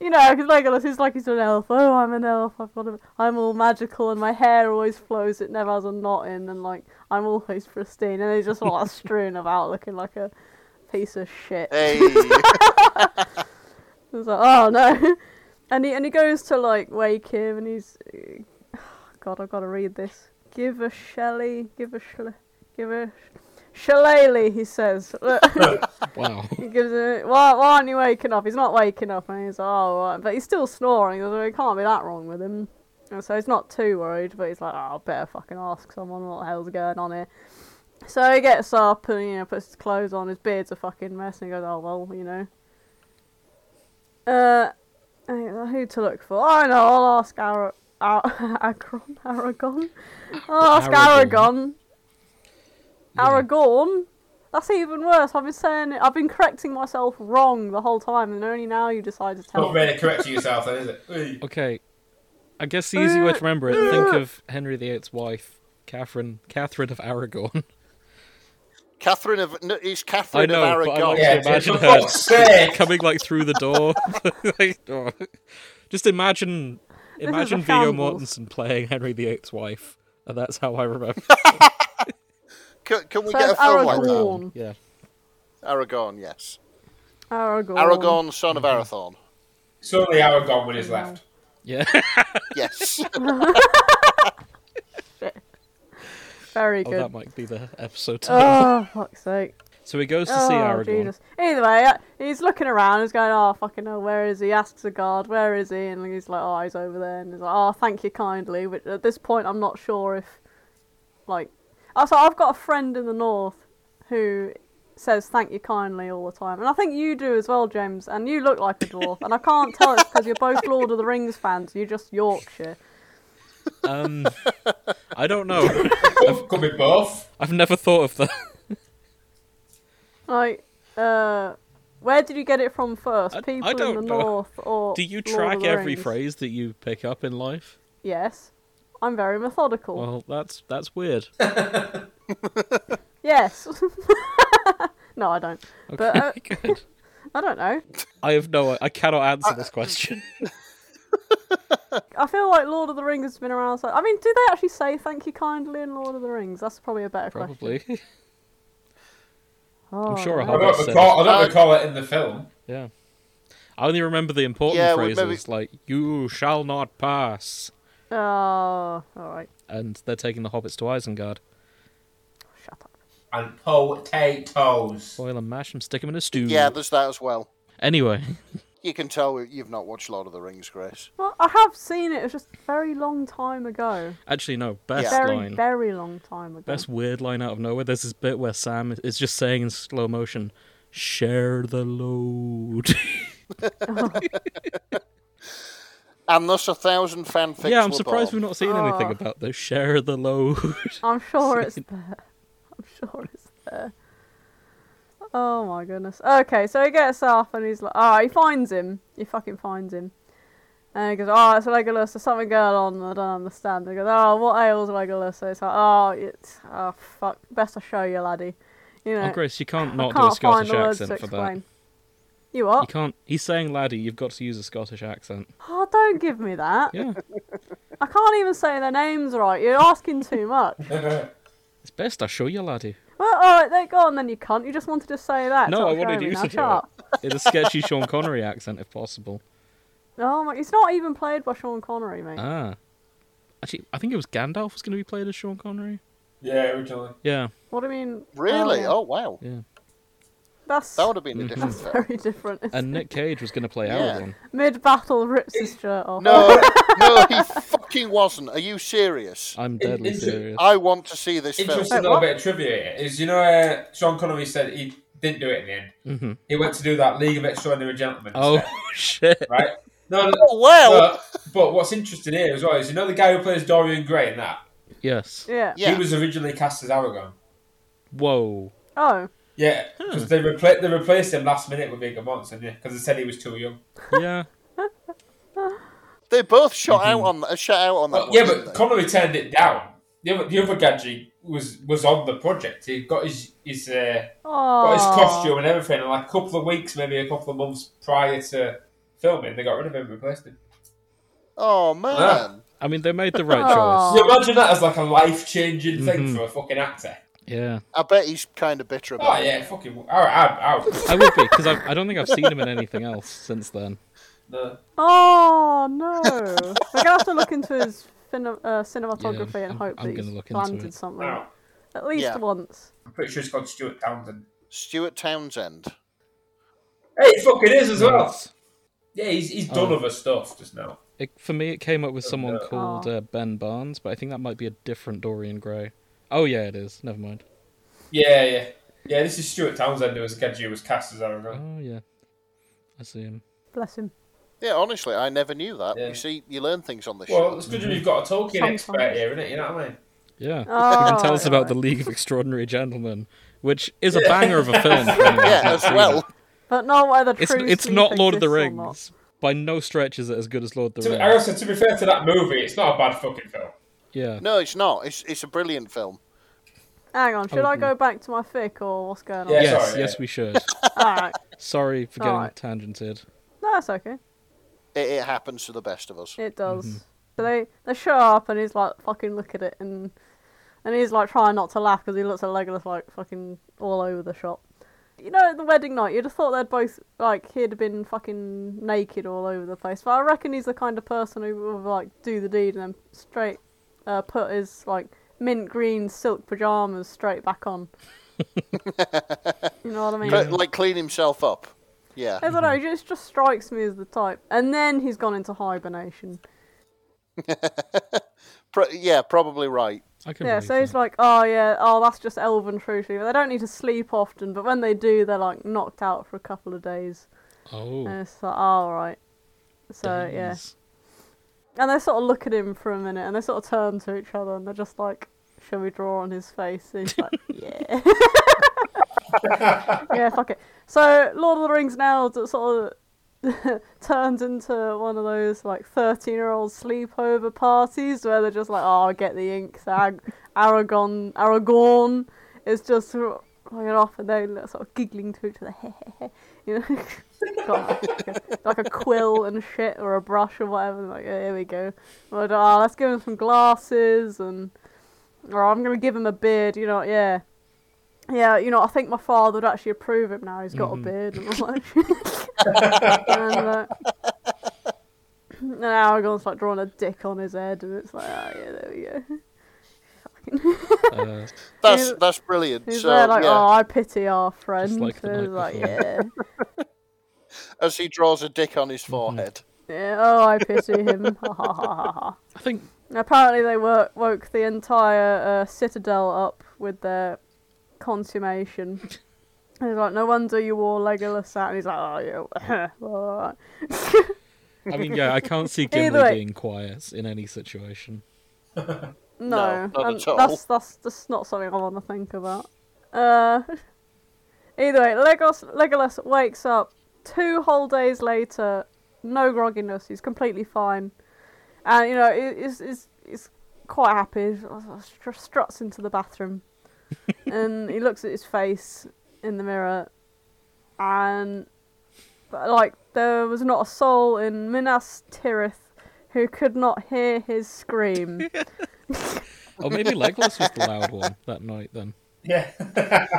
Speaker 4: you know, because Legolas is like he's an elf. Oh, I'm an elf. I've got a, I'm all magical, and my hair always flows. It never has a knot in, and like I'm always pristine. And he's just all like, strewn about, looking like a piece of shit.
Speaker 1: (laughs)
Speaker 2: Hey,
Speaker 4: It's like, oh no. (laughs) And he and he goes to like wake him, and he's, (sighs) God, I've got to read this. Give a Shelley, give a shale, give a shillelagh. He says, (laughs)
Speaker 1: Wow.
Speaker 4: he gives a, why, why aren't you waking up? He's not waking up, and he's like, oh, right. but he's still snoring. So it can't be that wrong with him. And so he's not too worried, but he's like, oh, I better fucking ask someone what the hell's going on here. So he gets up and you know puts his clothes on. His beard's a fucking mess, and he goes, oh well, you know. Uh, uh, who to look for? I know. I'll ask Ara- (laughs) Ar- Akron, Aragon. I'll ask
Speaker 1: Aragon.
Speaker 4: Aragon. Aragorn. That's even worse. I've been saying it. I've been correcting myself wrong the whole time, and only now you decide to tell
Speaker 3: Not
Speaker 4: me.
Speaker 3: really correcting yourself, then, is it? Hey.
Speaker 1: Okay. I guess the easy way to remember it, think of Henry VIII's wife, Catherine Catherine of Aragon.
Speaker 2: Catherine of no, it's Catherine
Speaker 1: I know,
Speaker 2: of
Speaker 1: but I
Speaker 2: Aragon.
Speaker 1: like
Speaker 3: Yeah,
Speaker 1: to imagine
Speaker 3: dude, for
Speaker 1: her
Speaker 3: fuck's sake.
Speaker 1: coming like through the door. (laughs) Like, oh. Just imagine imagine Viggo
Speaker 4: shambles.
Speaker 1: Mortensen playing Henry VIII's wife. And that's how I remember. Um,
Speaker 2: Can, can we
Speaker 4: So
Speaker 2: get a
Speaker 4: it's
Speaker 2: film like that?
Speaker 4: Aragorn.
Speaker 1: yeah.
Speaker 2: Aragon, yes.
Speaker 4: Aragorn.
Speaker 2: Aragon, son of
Speaker 1: Mm-hmm.
Speaker 2: Arathorn.
Speaker 3: So the hour gone with his left.
Speaker 1: Yeah. (laughs)
Speaker 2: Yes.
Speaker 4: Very
Speaker 1: oh,
Speaker 4: good.
Speaker 1: that might be the episode title.
Speaker 4: Oh, fuck's sake.
Speaker 1: so he goes to see Aragorn.
Speaker 4: Oh, Jesus. Either way, uh, he's looking around. He's going, oh, fucking hell, where is he? Asks the guard, where is he? And he's like, oh, he's over there. And he's like, oh, thank you kindly. Which at this point, I'm not sure if, like, also I've got a friend in the north who says thank you kindly all the time, and I think you do as well, James. And you look like a dwarf, and I can't tell it's because you're both Lord of the Rings fans. You're just Yorkshire.
Speaker 1: (laughs) Um, I don't know.
Speaker 4: (laughs)
Speaker 3: Could, could be both.
Speaker 1: I've never thought of that.
Speaker 4: Like, uh, where did you get it from first?
Speaker 1: I- I
Speaker 4: People
Speaker 1: don't
Speaker 4: in the
Speaker 1: know.
Speaker 4: north or
Speaker 1: Do you
Speaker 4: Lord of
Speaker 1: track
Speaker 4: the
Speaker 1: every
Speaker 4: Rings?
Speaker 1: phrase that you pick up in life?
Speaker 4: Yes, I'm very methodical.
Speaker 1: Well, that's that's weird.
Speaker 4: Yes. (laughs) no, I don't. But uh,
Speaker 1: (laughs) Good.
Speaker 4: I don't know.
Speaker 1: I have no. I cannot answer
Speaker 4: Uh,
Speaker 1: this
Speaker 4: (laughs)
Speaker 1: question. (laughs)
Speaker 4: I feel like Lord of the Rings has been around. So I mean, do they actually say "thank you kindly" in Lord of the Rings? That's probably a better question.
Speaker 1: Probably.
Speaker 4: Oh,
Speaker 1: I'm sure I
Speaker 4: no.
Speaker 3: I
Speaker 1: have.
Speaker 3: don't
Speaker 1: Hobbit
Speaker 3: recall. I
Speaker 2: Uh,
Speaker 3: don't recall it in the film.
Speaker 1: Yeah. I only remember the important
Speaker 2: Yeah, well,
Speaker 1: phrases
Speaker 2: maybe-
Speaker 1: like "You shall not pass,"
Speaker 4: Oh, all right.
Speaker 1: and they're taking the hobbits to Isengard.
Speaker 4: Shut up.
Speaker 3: And potatoes.
Speaker 1: Boil and mash them, stick them in a stew.
Speaker 2: Yeah, there's that as well.
Speaker 1: Anyway, (laughs)
Speaker 2: You can tell you've not watched Lord of the Rings, Grace.
Speaker 4: Well, I have seen it. It's just a very long time ago.
Speaker 1: actually, no. Best
Speaker 2: Yeah.
Speaker 4: Very,
Speaker 1: line.
Speaker 4: very long time ago.
Speaker 1: Best weird line out of nowhere. There's this bit where Sam is just saying in slow motion, "Share the load." (laughs)
Speaker 2: And thus a thousand fanfics.
Speaker 1: yeah, I'm
Speaker 2: were
Speaker 1: surprised
Speaker 2: born.
Speaker 1: we've not seen anything
Speaker 4: Ah.
Speaker 1: about this. Share the load. (laughs)
Speaker 4: I'm sure it's there. (laughs) I'm sure it's there. Oh my goodness. Okay, so he gets up and he's like, ah, he finds him. He fucking finds him. And he goes, oh, it's Legolas, there's something going on, I don't understand. And he goes, oh, what ails Legolas? And it's like, oh, it's, oh, fuck, best I show you, laddie. You know,
Speaker 1: Oh, Grace, you can't
Speaker 4: I
Speaker 1: not do a
Speaker 4: can't find
Speaker 1: Scottish
Speaker 4: the words to
Speaker 1: accent for
Speaker 4: explain.
Speaker 1: that.
Speaker 4: You
Speaker 1: You
Speaker 4: what?
Speaker 1: can't. He's saying laddie. You've got to use a Scottish accent.
Speaker 4: Oh, don't give me that. (laughs)
Speaker 1: Yeah,
Speaker 4: I can't even say their names right. You're asking too much.
Speaker 1: it's best I show you laddie.
Speaker 4: Well, all right, there, go on then, you cunt. You just wanted to say that.
Speaker 1: No,
Speaker 4: Stop
Speaker 1: I
Speaker 4: showing
Speaker 1: wanted
Speaker 4: me
Speaker 1: you
Speaker 4: now.
Speaker 1: to
Speaker 4: Shut
Speaker 1: do
Speaker 4: up.
Speaker 1: it. In a sketchy Sean Connery accent, if possible.
Speaker 4: Oh my, he's not even played by Sean Connery, mate.
Speaker 1: Ah, actually, I think it was Gandalf was going to be played as Sean Connery.
Speaker 3: (laughs) yeah, originally.
Speaker 1: Yeah,
Speaker 4: what do you mean?
Speaker 2: Really?
Speaker 4: yeah.
Speaker 2: Oh, wow.
Speaker 1: yeah.
Speaker 4: that's
Speaker 2: That would
Speaker 1: (laughs)
Speaker 2: have been a different
Speaker 4: (laughs) that's
Speaker 2: film.
Speaker 4: very different.
Speaker 1: And Nick Cage was going to play
Speaker 2: Yeah.
Speaker 1: Aragorn.
Speaker 4: Mid battle, rips his shirt off.
Speaker 2: No, no,
Speaker 1: (laughs)
Speaker 2: he fucking wasn't. Are you serious?
Speaker 1: I'm deadly
Speaker 3: it's a-
Speaker 1: serious.
Speaker 2: I want to see this film.
Speaker 3: Interesting
Speaker 4: Wait,
Speaker 3: little
Speaker 4: what?
Speaker 3: bit of trivia here is you know uh, Sean Connery said he didn't do it in the end.
Speaker 1: hmm
Speaker 3: He went to do that League of Extraordinary Gentlemen.
Speaker 1: Oh (laughs)
Speaker 3: instead,
Speaker 1: shit!
Speaker 3: right. No,
Speaker 2: (laughs)
Speaker 3: no.
Speaker 2: Oh, wow.
Speaker 3: But, but what's interesting here as well is you know the guy who plays Dorian Gray in that
Speaker 1: Yes.
Speaker 4: Yeah.
Speaker 2: Yeah.
Speaker 3: he was originally cast as Aragorn.
Speaker 1: Whoa.
Speaker 4: Oh.
Speaker 3: Yeah, because they, repla- they replaced him last minute with Viggo Mortensen because they said he was too young.
Speaker 1: Yeah.
Speaker 2: They both shot out on uh, shot out on that.
Speaker 3: But,
Speaker 2: one,
Speaker 3: Mm-hmm. yeah,
Speaker 2: didn't
Speaker 3: but
Speaker 2: they?
Speaker 3: Connery turned it down. The other, the other gadget was was on the project. He got his his uh, got his
Speaker 4: Oh.
Speaker 3: costume and everything. And like a couple of weeks, maybe a couple of months prior to filming, they got rid of him and replaced him.
Speaker 2: oh man,
Speaker 1: (laughs)
Speaker 3: Ah.
Speaker 1: I mean, they made the right
Speaker 4: Aw.
Speaker 1: choice.
Speaker 3: So imagine that as like a life changing thing
Speaker 1: Mhm.
Speaker 3: for a fucking actor.
Speaker 1: Yeah,
Speaker 2: I bet he's kind of bitter
Speaker 3: Oh
Speaker 2: about. it.
Speaker 3: yeah, fucking. All right, I'm out.
Speaker 1: I would be because I, I don't think I've seen him in anything else since then.
Speaker 3: No.
Speaker 4: Oh no. We're gonna have to look into his fin- uh, cinematography
Speaker 1: Yeah,
Speaker 4: and
Speaker 1: I'm-
Speaker 4: hope
Speaker 1: I'm
Speaker 4: that
Speaker 1: gonna
Speaker 4: he's
Speaker 1: look into
Speaker 4: planted
Speaker 1: it.
Speaker 4: something
Speaker 3: No.
Speaker 4: at least
Speaker 2: Yeah.
Speaker 4: once.
Speaker 3: I'm pretty sure it's called Stuart Townsend.
Speaker 2: Stuart Townsend.
Speaker 3: Hey, it fucking is as well. Yeah, he's, he's done
Speaker 1: Oh.
Speaker 3: other stuff just now.
Speaker 1: It, for me, it came up with someone
Speaker 3: no.
Speaker 1: called uh, Ben Barnes, but I think that might be a different Dorian Gray. Oh yeah, it is. Never mind.
Speaker 3: Yeah, yeah. Yeah, this is Stuart Townsend who was a kid who was cast as Aragorn.
Speaker 1: Oh yeah, I see him.
Speaker 4: Bless him.
Speaker 2: Yeah, honestly, I never knew that.
Speaker 3: Yeah.
Speaker 2: You see, you learn things on this
Speaker 3: Well, (laughs)
Speaker 2: show.
Speaker 3: it's good you've got a Tolkien expert
Speaker 4: Sometimes.
Speaker 3: here, isn't it? You know what I mean?
Speaker 1: Yeah,
Speaker 4: Oh,
Speaker 1: you can tell us
Speaker 4: yeah.
Speaker 1: about the League of Extraordinary Gentlemen, which is a banger of a film.
Speaker 4: (laughs)
Speaker 1: for anyone who's
Speaker 2: Yeah,
Speaker 1: not
Speaker 2: as
Speaker 1: seen it.
Speaker 2: well.
Speaker 4: But not whether
Speaker 1: It's
Speaker 4: true
Speaker 1: it's
Speaker 4: sleep
Speaker 1: not Lord of the
Speaker 4: exists or not.
Speaker 1: Rings. By no stretch is it as good as Lord of the
Speaker 3: To, I
Speaker 1: Rings.
Speaker 3: also, to be fair to that movie, it's not a bad fucking film.
Speaker 1: Yeah.
Speaker 2: No, it's not. It's it's a brilliant film.
Speaker 4: Hang on, should I
Speaker 1: Mhm.
Speaker 4: go back to my fic or what's going on?
Speaker 3: Yeah.
Speaker 1: yes,
Speaker 3: sorry,
Speaker 1: yes,
Speaker 3: yeah.
Speaker 1: we
Speaker 4: (laughs)
Speaker 1: should.
Speaker 4: Alright.
Speaker 1: Sorry for getting
Speaker 4: Alright.
Speaker 1: tangented.
Speaker 4: No, that's okay.
Speaker 2: It, it happens to the best of us.
Speaker 4: It does. So they they show up and he's like, fucking look at it, and and he's like trying not to laugh because he looks at Legolas like fucking all over the shop. You know, at the wedding night, you'd have thought they'd both like he'd have been fucking naked all over the place, but I reckon he's the kind of person who would like do the deed and then straight uh, put his like mint green silk pajamas straight back on. you know what I mean?
Speaker 2: But like clean himself up. Yeah.
Speaker 4: I don't know. It just, just strikes me as the type. And then he's gone into hibernation.
Speaker 2: Pro- yeah, probably right.
Speaker 1: I can
Speaker 4: Yeah,
Speaker 1: believe
Speaker 4: so he's
Speaker 1: that.
Speaker 4: like, oh yeah, oh that's just elven truth. They don't need to sleep often, but when they do, they're like knocked out for a couple of days.
Speaker 1: oh,
Speaker 4: And it's like, oh, all right. So yeah,
Speaker 1: days.
Speaker 4: (laughs) and they sort of look at him for a minute, and they sort of turn to each other, and they're just like, shall we draw on his face? And he's like, yeah. yeah, fuck it. So Lord of the Rings now d- sort of (laughs) turns into one of those like thirteen-year-old sleepover parties where they're just like, "Oh, get the ink, Ag- Aragon, Aragorn." It's just sort of going off, and they sort of giggling to each other, (laughs) you know, got like, a, like a quill and shit or a brush or whatever. and Like, "Yeah, here we go. Like, oh, let's give him some glasses, and or I'm gonna give him a beard. You know, yeah. Yeah, you know, I think my father would actually approve him now. He's got
Speaker 1: Mm-hmm.
Speaker 4: a beard and all
Speaker 1: (laughs)
Speaker 4: that shit. and, uh, and Aragorn's like drawing a dick on his head, and it's like, oh yeah, there we go.
Speaker 1: Uh,
Speaker 2: That's
Speaker 4: He's-
Speaker 2: that's brilliant.
Speaker 4: He's
Speaker 2: So
Speaker 4: there like,
Speaker 2: yeah,
Speaker 4: oh, I pity our friend.
Speaker 1: like the
Speaker 4: and he's
Speaker 1: night
Speaker 4: like,
Speaker 1: before.
Speaker 4: yeah,
Speaker 2: as he draws a dick on his forehead.
Speaker 4: yeah, oh, I pity him. Ha ha ha ha ha.
Speaker 1: I think
Speaker 4: Apparently, they wo- woke the entire uh, citadel up with their consummation. And he's like, no wonder you wore Legolas out. And he's like, oh, yeah. (laughs) all right."
Speaker 1: I mean, yeah, I can't
Speaker 4: (laughs)
Speaker 1: see
Speaker 4: Either
Speaker 1: Gimli
Speaker 4: way.
Speaker 1: being quiet in any situation.
Speaker 4: No,
Speaker 2: not
Speaker 4: and
Speaker 2: at all.
Speaker 4: That's, that's that's not something I want to think about. Uh, (laughs) either way, Legos, Legolas wakes up two whole days later, no grogginess. He's completely fine, and you know he- he's he's, he's quite happy. He str- struts into
Speaker 2: (laughs)
Speaker 4: the bathroom, and he looks at his face in the mirror, and but, like there was not a soul in Minas Tirith who could not hear his scream.
Speaker 1: Or maybe Legolas was the loud one that night
Speaker 4: (laughs)
Speaker 1: then.
Speaker 3: yeah.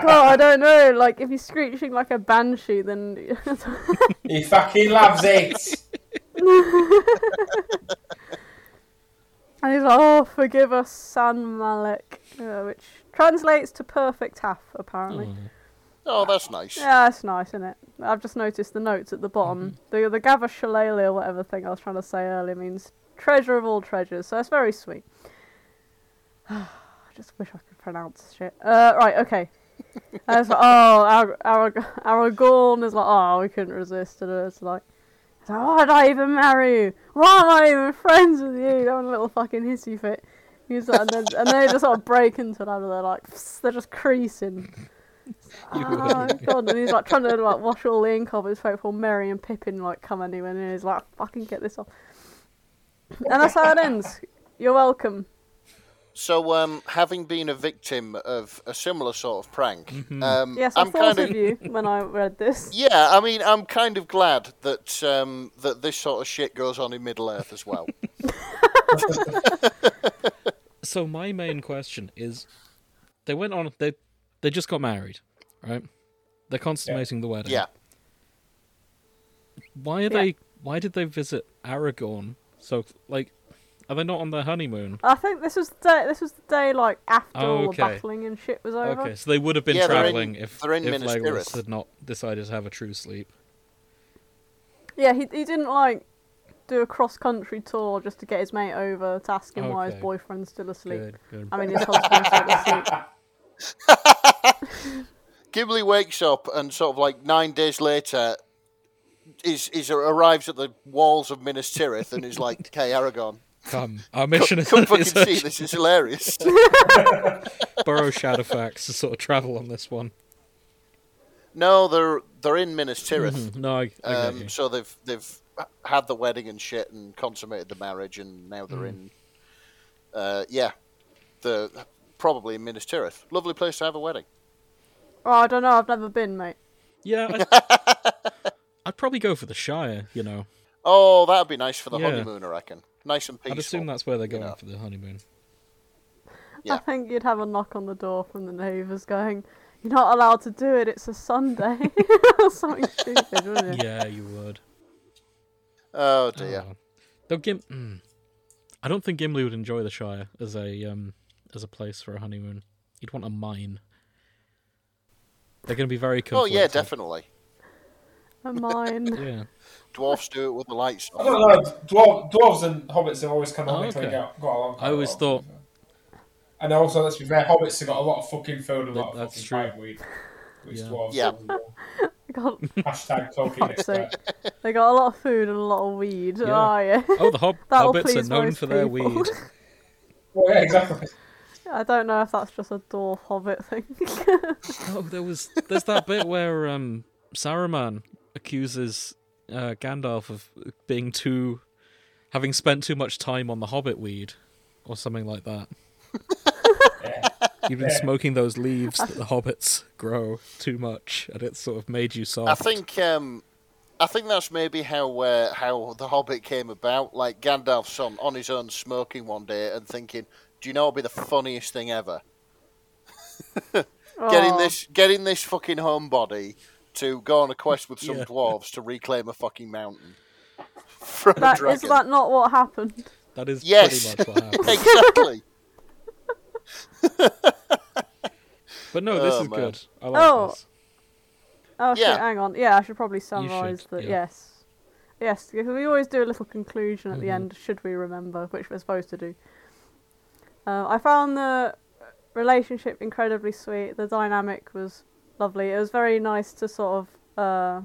Speaker 4: Well, I don't know. Like, if you're screeching like a banshee, then
Speaker 3: (laughs)
Speaker 4: (laughs)
Speaker 3: He fucking loves it.
Speaker 4: and he's like, "Oh, forgive us, San Malik," uh, which translates to "perfect half." Apparently,
Speaker 1: Uh, Hmm.
Speaker 2: Oh, that's nice.
Speaker 4: yeah, that's nice, isn't it? I've just noticed the notes at the bottom. The the Gava Shillelagh or whatever thing I was trying to say earlier means treasure of all treasures, so it's very sweet. (sighs) I just wish I could pronounce shit. Uh, right, okay. I was like, oh, Ar- Arag- Aragorn is like, oh, we couldn't resist it. It's like, it's like, why did I even marry you? Why am I even friends with you? That one little fucking hissy fit. He was like, and, then, and they just sort of break into that, and they're like, they're just creasing.
Speaker 1: You
Speaker 4: Oh god! And he's like trying to like wash all the ink off his face while Merry and Pippin like come anywhere near. He's like, "Fucking get this off." And that's how it ends. You're welcome.
Speaker 2: So, um, having been a victim of a similar sort of prank, um,
Speaker 4: Yes, I
Speaker 2: I'm
Speaker 4: thought
Speaker 2: kind of
Speaker 4: of you when I
Speaker 2: (laughs)
Speaker 4: read this.
Speaker 2: yeah. I mean, I'm kind of glad that um, that this sort of shit goes on in Middle Earth as well.
Speaker 1: So my main question is, they went on. They they just got married, right? They're consummating the wedding.
Speaker 2: yeah,
Speaker 1: Why are they? Why did they visit Aragorn? So like, are they not on their honeymoon?
Speaker 4: I think this was the day, this was the day like after all the
Speaker 1: Okay.
Speaker 4: battling and shit was over.
Speaker 1: Okay, so they would have been
Speaker 2: Yeah, they're in-
Speaker 1: traveling if,
Speaker 2: they're in
Speaker 1: if
Speaker 2: Minas
Speaker 1: Legolas
Speaker 2: Tirith.
Speaker 1: had not decided to have a true sleep.
Speaker 4: Yeah, he he didn't like do a cross country tour just to get his mate over to ask him why his
Speaker 1: Okay.
Speaker 4: boyfriend's still asleep.
Speaker 1: Good, good.
Speaker 4: I mean, his husband's still asleep.
Speaker 2: Gimli wakes up and sort of like nine days later. Is, is arrives at the walls of Minas Tirith and is like, "Okay, Aragon, (laughs)
Speaker 1: Come, our mission is,
Speaker 2: come
Speaker 1: (laughs)
Speaker 2: fucking
Speaker 1: is
Speaker 2: see this is
Speaker 1: (laughs)
Speaker 2: hilarious."
Speaker 1: borrow Shadowfax to sort of travel on this
Speaker 2: (laughs)
Speaker 1: one.
Speaker 2: no, they're they're in Minas Tirith.
Speaker 1: Mm-hmm. No, I, I get you.
Speaker 2: Um, so they've they've had the wedding and shit and consummated the marriage and now
Speaker 1: Mm.
Speaker 2: they're in, uh, yeah, the probably in Minas Tirith. Lovely place to have a wedding.
Speaker 4: Oh, I don't know. I've never been, mate.
Speaker 1: Yeah, I,
Speaker 2: (laughs)
Speaker 1: I'd probably go for the Shire. You know,
Speaker 2: Oh, that'd be nice for the
Speaker 1: Yeah.
Speaker 2: honeymoon, I reckon. Nice and peaceful.
Speaker 1: I'd assume that's where they're
Speaker 2: you
Speaker 1: going
Speaker 2: know.
Speaker 1: for the honeymoon.
Speaker 4: I
Speaker 2: Yeah.
Speaker 4: think you'd have a knock on the door from the neighbours going, "You're not allowed to do it. It's a Sunday." (laughs) or something stupid, wouldn't it?
Speaker 1: Yeah, you would.
Speaker 2: Oh dear.
Speaker 1: Oh. Though Gim, mm. I don't think Gimli would enjoy the Shire as a um as a place for a honeymoon. He'd want a mine. They're going to be very.
Speaker 2: Oh, yeah,
Speaker 1: conflicted.
Speaker 2: definitely.
Speaker 4: A mine.
Speaker 1: Yeah.
Speaker 2: Dwarfs do it with the lights
Speaker 3: I
Speaker 2: on.
Speaker 3: don't know. Dwarf, dwarves and hobbits have always kind of
Speaker 1: Oh,
Speaker 3: literally
Speaker 1: okay.
Speaker 3: got, got along.
Speaker 1: I always
Speaker 3: quite well,
Speaker 1: thought
Speaker 3: to be fair. And also, let's be fair, hobbits have got a lot of fucking food and a
Speaker 1: That-
Speaker 3: lot of
Speaker 1: that's
Speaker 3: fucking
Speaker 1: true.
Speaker 3: pipe weed. Which
Speaker 1: Yeah.
Speaker 3: dwarves
Speaker 2: Yeah.
Speaker 3: don't do.
Speaker 4: God,
Speaker 3: Hashtag Tolkien
Speaker 4: fuck's sake.
Speaker 3: expert.
Speaker 4: They got a lot of food and a lot of weed.
Speaker 1: Yeah.
Speaker 4: Oh yeah.
Speaker 1: Oh, the hob-
Speaker 4: That'll
Speaker 1: hobbits
Speaker 4: please
Speaker 1: are known
Speaker 4: most
Speaker 1: for their
Speaker 4: people.
Speaker 1: weed.
Speaker 3: Well, yeah, exactly.
Speaker 4: (laughs) I don't know if that's just a dwarf hobbit thing.
Speaker 1: Oh, there was there's that bit where um Saruman accuses uh, Gandalf of being too having spent too much time on the hobbit weed or something like (laughs) that. You've been smoking those leaves that the hobbits grow too much and it's sort of made you soft.
Speaker 2: I think um, I think that's maybe how uh, how the Hobbit came about. Like Gandalf's son on his own smoking one day and thinking, "Do you know what'd be the funniest thing ever? Getting
Speaker 4: (laughs) Oh,
Speaker 2: this getting this fucking homebody to go on a quest with some
Speaker 1: Yeah.
Speaker 2: dwarves to reclaim a fucking mountain from a
Speaker 4: That, is
Speaker 2: dragon."
Speaker 4: that not what happened?
Speaker 1: that is
Speaker 2: Yes.
Speaker 1: pretty much what happened.
Speaker 2: (laughs)
Speaker 4: (laughs)
Speaker 2: exactly.
Speaker 1: But no, this
Speaker 2: (laughs) Oh,
Speaker 1: is
Speaker 2: man.
Speaker 1: good. I like
Speaker 4: Oh.
Speaker 1: this.
Speaker 4: Oh shit,
Speaker 2: Yeah.
Speaker 4: hang on. Yeah, I should probably summarise
Speaker 1: should,
Speaker 4: that.
Speaker 1: yeah.
Speaker 4: Yes, yes, because we always do a little conclusion
Speaker 1: Mm-hmm.
Speaker 4: at the end. Should we remember, which we're supposed to do? Um, I found the relationship incredibly sweet. The dynamic was lovely. It was very nice to sort of uh,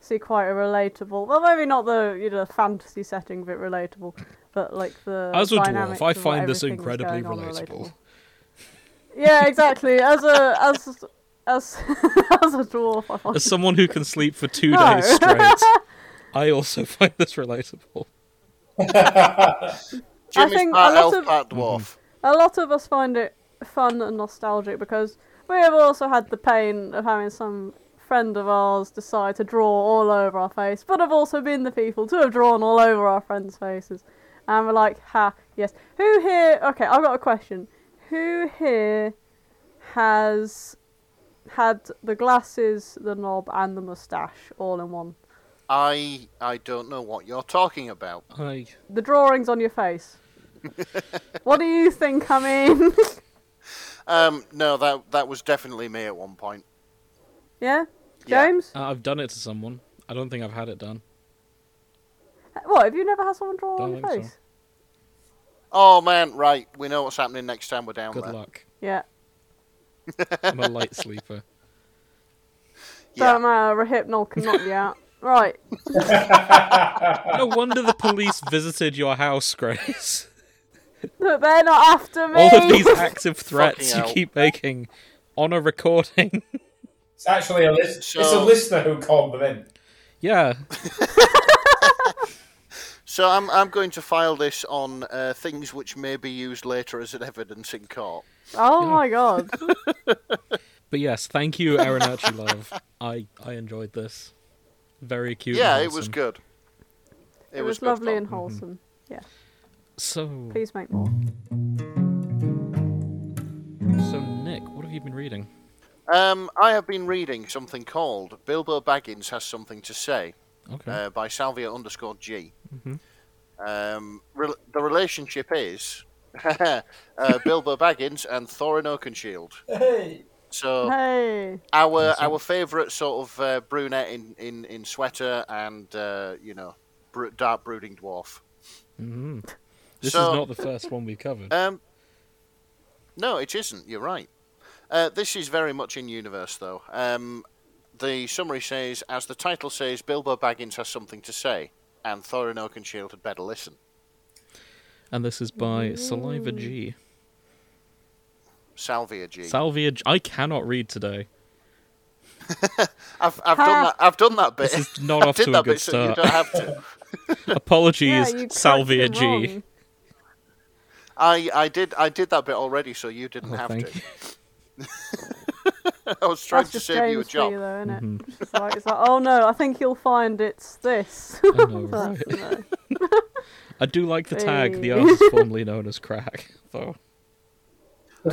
Speaker 4: see quite a relatable. Well, maybe not the you know fantasy setting bit relatable, but like the
Speaker 1: As a
Speaker 4: dynamics
Speaker 1: dwarf, I
Speaker 4: of what
Speaker 1: find this
Speaker 4: everything was
Speaker 1: incredibly
Speaker 4: going on
Speaker 1: relatable.
Speaker 4: Yeah, exactly. As a as (laughs) as as a dwarf, I find
Speaker 1: As someone who can sleep for two
Speaker 4: No.
Speaker 1: days
Speaker 4: (laughs)
Speaker 1: straight, I also (laughs) find this relatable.
Speaker 2: Jimmy's
Speaker 4: think a
Speaker 2: part
Speaker 4: lot
Speaker 2: elf,
Speaker 4: of-
Speaker 2: part dwarf.
Speaker 4: a lot of us find it fun and nostalgic because we have also had the pain of having some friend of ours decide to draw all over our face, but have also been the people to have drawn all over our friends' faces. And we're like, ha, yes. Who here, okay, I've got a question. Who here has had the glasses, the knob, and the moustache all in one?
Speaker 2: I I don't know what you're talking about.
Speaker 1: I
Speaker 4: The drawings on your face. what do you think I mean? (laughs)
Speaker 2: Um, no, that that was definitely me at one point.
Speaker 4: yeah?
Speaker 2: Yeah.
Speaker 4: James?
Speaker 1: uh, I've done it to someone. I don't think I've had it done.
Speaker 4: What, have you never had someone draw on
Speaker 1: Don't
Speaker 4: your
Speaker 1: think
Speaker 4: face?
Speaker 1: so.
Speaker 2: Oh man, right. We know what's happening next time we're down
Speaker 1: Good
Speaker 2: there.
Speaker 1: luck.
Speaker 4: Yeah.
Speaker 1: I'm
Speaker 2: (laughs)
Speaker 1: a light sleeper.
Speaker 2: Yeah.
Speaker 4: Don't matter, a hypnol can knock you out. (laughs) Right.
Speaker 1: No wonder the police visited your house,
Speaker 4: (laughs)
Speaker 1: Grace.
Speaker 4: Look, they're not after me.
Speaker 1: All of these active threats you
Speaker 2: hell.
Speaker 1: keep making on a recording. (laughs)
Speaker 5: It's actually a list. It's a
Speaker 2: So-
Speaker 5: listener who called them in.
Speaker 1: yeah,
Speaker 2: So I'm I'm going to file this on uh, things which may be used later as evidence in court.
Speaker 4: oh my god.
Speaker 2: (laughs)
Speaker 1: but yes, thank you, Erin Archie Love. I I enjoyed this. Very cute.
Speaker 2: yeah,
Speaker 1: and
Speaker 2: it was
Speaker 1: wholesome.
Speaker 2: good.
Speaker 4: It, was,
Speaker 2: good
Speaker 4: lovely
Speaker 2: fun. Mm-hmm.
Speaker 4: and wholesome. Yeah.
Speaker 1: So
Speaker 4: Please make more.
Speaker 1: so Nick, what have you been reading?
Speaker 2: Um, I have been reading something called Bilbo Baggins Has Something to Say
Speaker 1: Okay.
Speaker 2: uh, by Salvia underscore G.
Speaker 1: Mhm.
Speaker 2: Um, re- the relationship is (laughs) uh, Bilbo Baggins and Thorin Oakenshield.
Speaker 5: Hey.
Speaker 2: So
Speaker 4: Uh-huh. Hey.
Speaker 2: our our favourite sort of uh, brunette in, in, in sweater and uh, you know br- dark brooding dwarf.
Speaker 1: hmm This
Speaker 2: So-
Speaker 1: is not the first one we've covered.
Speaker 2: Um, no, it isn't. You're right. Uh, this is very much in universe, though. Um, the summary says, as the title says, Bilbo Baggins has something to say, and Thorin Oakenshield had better listen.
Speaker 1: and this is by Saliva G.
Speaker 2: Salvia G.
Speaker 1: Salvia G. I cannot read today.
Speaker 2: have I've done that. (laughs) I've done that bit.
Speaker 1: This is not
Speaker 2: I
Speaker 1: off
Speaker 2: did
Speaker 1: to a
Speaker 2: that
Speaker 1: good
Speaker 2: bit, so you
Speaker 1: start.
Speaker 2: don't have to.
Speaker 1: Apologies,
Speaker 4: yeah, you
Speaker 1: Salvia
Speaker 4: corrected
Speaker 1: G.
Speaker 4: wrong.
Speaker 2: I, I did I did that bit already, so you didn't
Speaker 1: Oh,
Speaker 2: have
Speaker 1: thank
Speaker 2: to.
Speaker 1: you.
Speaker 2: (laughs) I was trying
Speaker 4: That's
Speaker 2: to
Speaker 4: just
Speaker 2: save you a
Speaker 4: James for
Speaker 2: job. Mm-hmm.
Speaker 4: you, though, isn't it? It's, like, it's like, oh no, I think you'll find it's this. (laughs)
Speaker 2: Oh,
Speaker 1: I know,
Speaker 4: But,
Speaker 1: right?
Speaker 4: no.
Speaker 1: (laughs) I do like the tag, the
Speaker 4: Hey.
Speaker 1: artist formerly known as Crack, (laughs) though.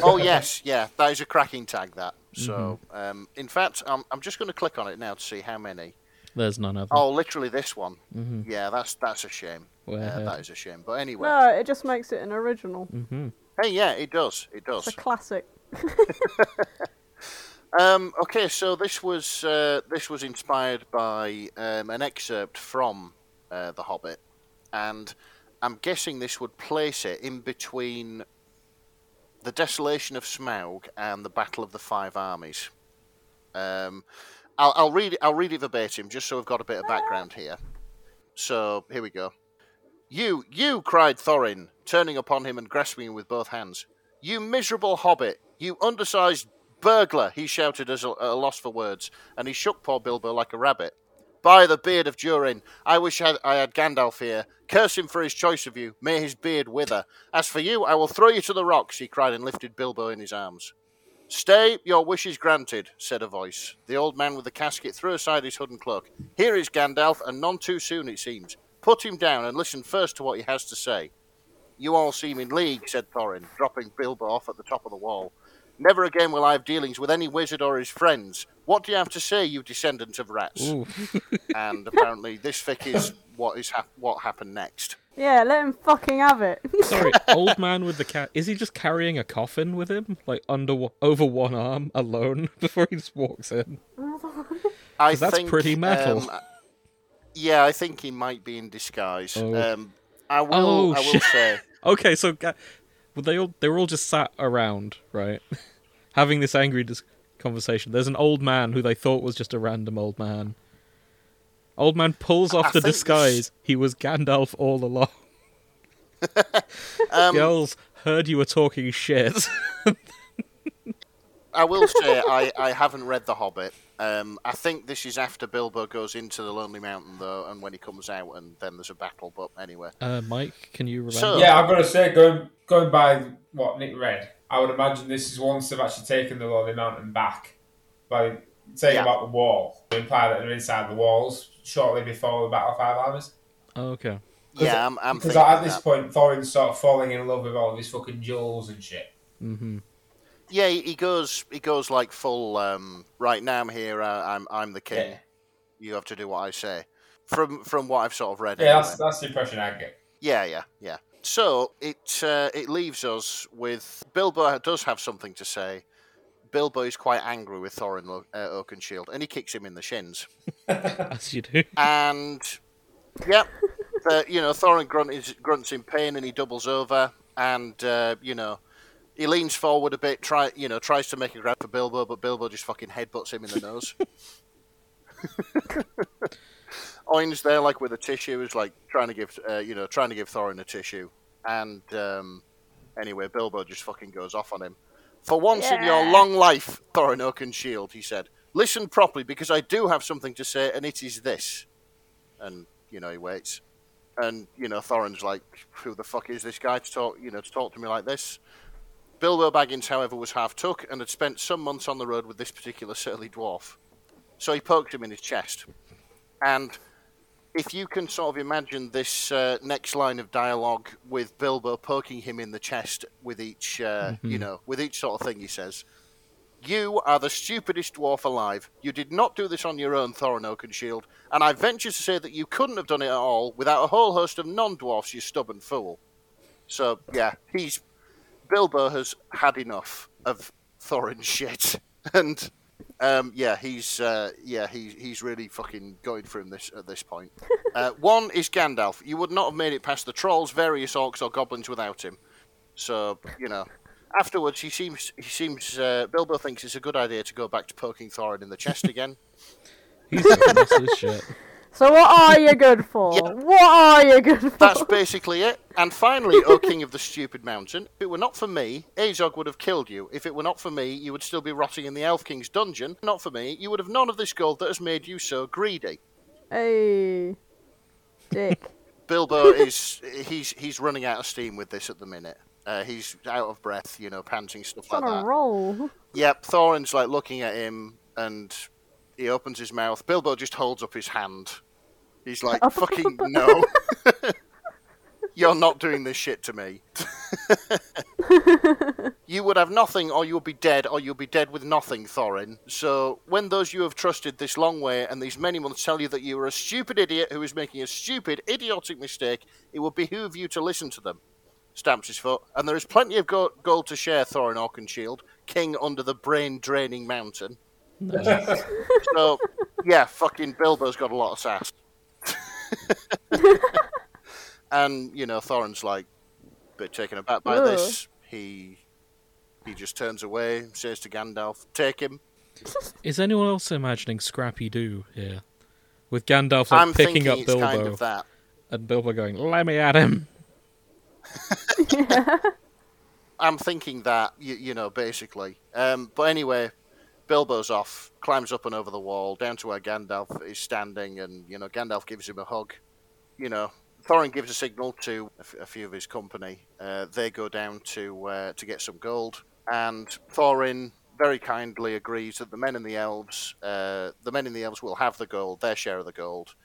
Speaker 2: oh yes, yeah, that is a cracking tag. That. So,
Speaker 1: Mm-hmm.
Speaker 2: um, in fact, I'm, I'm just going to click on it now to see how many.
Speaker 1: There's none other.
Speaker 2: Oh, literally this one.
Speaker 1: Mhm.
Speaker 2: Yeah, that's that's a shame.
Speaker 1: Way
Speaker 2: Yeah,
Speaker 1: ahead.
Speaker 2: that is a shame. But anyway,
Speaker 4: no, it just makes it an original.
Speaker 2: Mm.
Speaker 1: hmm
Speaker 2: hey, yeah, it does. It
Speaker 4: It's a
Speaker 2: does.
Speaker 4: classic.
Speaker 2: Um, okay, so this was uh, this was inspired by um, an excerpt from uh, The Hobbit, and I'm guessing this would place it in between the desolation of Smaug and the Battle of the Five Armies. Um, I'll, I'll read I'll read it verbatim just so we've got a bit of background here. So here we go. You, you! cried Thorin, turning upon him and grasping him with both hands. You miserable hobbit! You undersized burglar! He shouted as a, at a loss for words, and he shook poor Bilbo like a rabbit. By the beard of Durin, I wish I, I had Gandalf here. Curse him for his choice of you. May his beard wither. As for you, I will throw you to the rocks, he cried and lifted Bilbo in his arms. Stay, your wish is granted, said a voice. The old man with the casket threw aside his hood and cloak. Here is Gandalf, and none too soon, it seems. Put him down and listen first to what he has to say. You all seem in league, said Thorin, dropping Bilbo off at the top of the wall. Never again will I have dealings with any wizard or his friends. What do you have to say, you descendant of rats?
Speaker 1: Ooh.
Speaker 2: and apparently this fic is what is hap- what happened next.
Speaker 4: Yeah, let him fucking have it. (laughs)
Speaker 1: Sorry, old man with the cat. Is he just carrying a coffin with him, like under o- over one arm, alone, (laughs) before he just walks in?
Speaker 2: I
Speaker 1: 'Cause that's
Speaker 2: think,
Speaker 1: pretty metal.
Speaker 2: um, yeah, I think he might be in disguise.
Speaker 1: Oh.
Speaker 2: Um, I will.
Speaker 1: Oh,
Speaker 2: I will
Speaker 1: shit.
Speaker 2: say.
Speaker 1: Okay, so ga- well, they all they were all just sat around, right, (laughs) having this angry dis- conversation. There's an old man who they thought was just a random old man. Old man pulls off
Speaker 2: I
Speaker 1: the
Speaker 2: think this-
Speaker 1: disguise. He was Gandalf all along.
Speaker 2: (laughs) Um,
Speaker 1: Girls heard you were talking shit. (laughs)
Speaker 2: I will say I, I haven't read The Hobbit. Um, I think this is after Bilbo goes into the Lonely Mountain though, and when he comes out, and then there's a battle. But anyway,
Speaker 1: uh, Mike, can you remember?
Speaker 2: So-
Speaker 5: Yeah, I'm gonna say going going by what Nick read, I would imagine this is once they've actually taken the Lonely Mountain back by taking
Speaker 2: Yeah.
Speaker 5: them out the wall. They imply that they're inside the walls shortly before the Battle of Five Armies.
Speaker 1: Oh, okay.
Speaker 2: yeah, I'm, I'm
Speaker 5: Because
Speaker 2: thinking
Speaker 5: at this
Speaker 2: that.
Speaker 5: point, Thorin's sort of falling in love with all of his fucking jewels and shit.
Speaker 1: Mm-hmm.
Speaker 2: Yeah, he he goes he goes like full. Um, right now I'm here. I, I'm I'm the king.
Speaker 5: Yeah,
Speaker 2: You have to do what I say. From from what I've sort of read.
Speaker 5: yeah,
Speaker 2: anyway.
Speaker 5: that's that's the impression I get.
Speaker 2: Yeah, yeah, yeah. So it uh, it leaves us with Bilbo does have something to say. Bilbo is quite angry with Thorin Lo- uh, Oakenshield, and he kicks him in the shins.
Speaker 1: As you do. (laughs)
Speaker 2: And yep, the, you know Thorin grunt is, grunts in pain, and he doubles over, and uh, you know he leans forward a bit, try you know tries to make a grab for Bilbo, but Bilbo just fucking headbutts him in the nose. Oin's there, like with a tissue, is like trying to give uh, you know trying to give Thorin a tissue, and um, anyway, Bilbo just fucking goes off on him. For once in your
Speaker 4: Yeah.
Speaker 2: long life, Thorin Oakenshield, he said, listen properly because I do have something to say, and it is this. And you know he waits, and you know Thorin's like, who the fuck is this guy to talk you know to talk to me like this? Bilbo Baggins, however, was half took and had spent some months on the road with this particular surly dwarf. So he poked him in his chest. And if you can sort of imagine this uh, next line of dialogue with Bilbo poking him in the chest with each, uh, you know, with each sort of thing he says, you are the stupidest dwarf alive. You did not do this on your own, Thorin Oakenshield, and I venture to say that you couldn't have done it at all without a whole host of non-dwarfs, you stubborn fool. So yeah, he's Bilbo has had enough of Thorin shit, (laughs) and um, yeah, he's uh, yeah he's he's really fucking going for him this at this point. uh, one is Gandalf. You would not have made it past the trolls, various orcs, or goblins without him. So you know. Afterwards, he seems he seems uh, Bilbo thinks it's a good idea to go back to poking Thorin in the chest again.
Speaker 1: He's lost his shit.
Speaker 4: so what are you good for?
Speaker 2: Yeah.
Speaker 4: What are you good for?
Speaker 2: That's basically it. And finally, O King of the Stupid Mountain, if it were not for me, Azog would have killed you. If it were not for me, you would still be rotting in the Elf King's dungeon. Not for me, you would have none of this gold that has made you so greedy.
Speaker 4: hey, dick.
Speaker 2: Bilbo is he's he's running out of steam with this at the minute. Uh, he's out of breath, you know, panting stuff
Speaker 4: It's
Speaker 2: like
Speaker 4: on
Speaker 2: that.
Speaker 4: a roll.
Speaker 2: Yep, Thorin's like looking at him and he opens his mouth. Bilbo just holds up his hand. He's like, fucking no. (laughs) You're not doing this shit to me. you would have nothing, or you'll be dead, or you'll be dead with nothing, Thorin. So, when those you have trusted this long way and these many months tell you that you are a stupid idiot who is making a stupid, idiotic mistake, it would behoove you to listen to them stamps his foot, and there is plenty of go- gold to share, Thorin Oakenshield, king under the brain draining mountain. so, yeah, fucking Bilbo's got a lot of sass. and, you know, Thorin's like a bit taken aback by
Speaker 4: Ugh.
Speaker 2: this. He he just turns away, says to Gandalf, take him.
Speaker 1: Is anyone else imagining Scrappy Doo here? With Gandalf like,
Speaker 2: I'm
Speaker 1: picking
Speaker 2: thinking
Speaker 1: up
Speaker 2: it's
Speaker 1: Bilbo
Speaker 2: kind of that.
Speaker 1: and Bilbo going, "Let me at him."
Speaker 2: I'm thinking that you, you know basically. Um, but anyway, Bilbo's off, climbs up and over the wall, down to where Gandalf is standing, and you know Gandalf gives him a hug. You know, Thorin gives a signal to a, f- a few of his company. Uh, they go down to uh, to get some gold, and Thorin very kindly agrees that the men and the elves, uh, the men in the elves will have the gold, their share of the gold,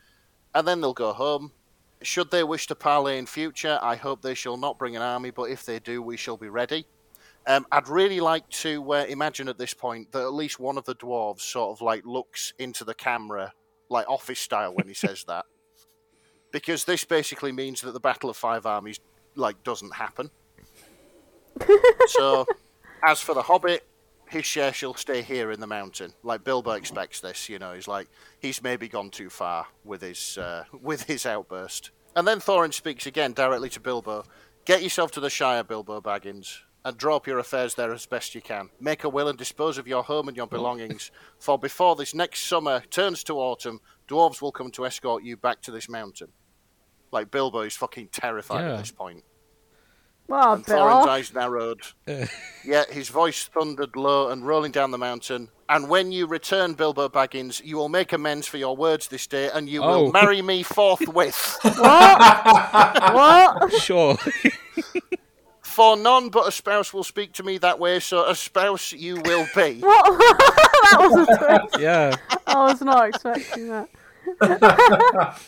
Speaker 2: and then they'll go home. Should they wish to parley in future, I hope they shall not bring an army, but if they do, we shall be ready. Um, I'd really like to uh, imagine at this point that at least one of the dwarves sort of like looks into the camera, like office style, when he says that, because this basically means that the Battle of Five Armies like doesn't happen. so, as for the Hobbit, his share shall stay here in the mountain. Like Bilbo expects this, you know. He's like he's maybe gone too far with his uh, with his outburst. And then Thorin speaks again directly to Bilbo. Get yourself to the Shire, Bilbo Baggins, and draw up your affairs there as best you can. Make a will and dispose of your home and your belongings, for before this next summer turns to autumn, dwarves will come to escort you back to this mountain. Like Bilbo is fucking terrified
Speaker 1: Yeah.
Speaker 2: at this point.
Speaker 4: Well,
Speaker 2: And Thorin's
Speaker 4: Bill.
Speaker 2: eyes narrowed.
Speaker 1: Yeah.
Speaker 2: yeah, his voice thundered low and rolling down the mountain. And when you return, Bilbo Baggins, you will make amends for your words this day, and you
Speaker 1: Oh.
Speaker 2: will marry me forthwith.
Speaker 4: What?
Speaker 1: (laughs)
Speaker 4: what?
Speaker 2: (laughs)
Speaker 1: Sure.
Speaker 2: for none but a spouse will speak to me that way, so a spouse you will be.
Speaker 4: What? (laughs) that was a twist.
Speaker 1: yeah.
Speaker 4: I was not expecting that.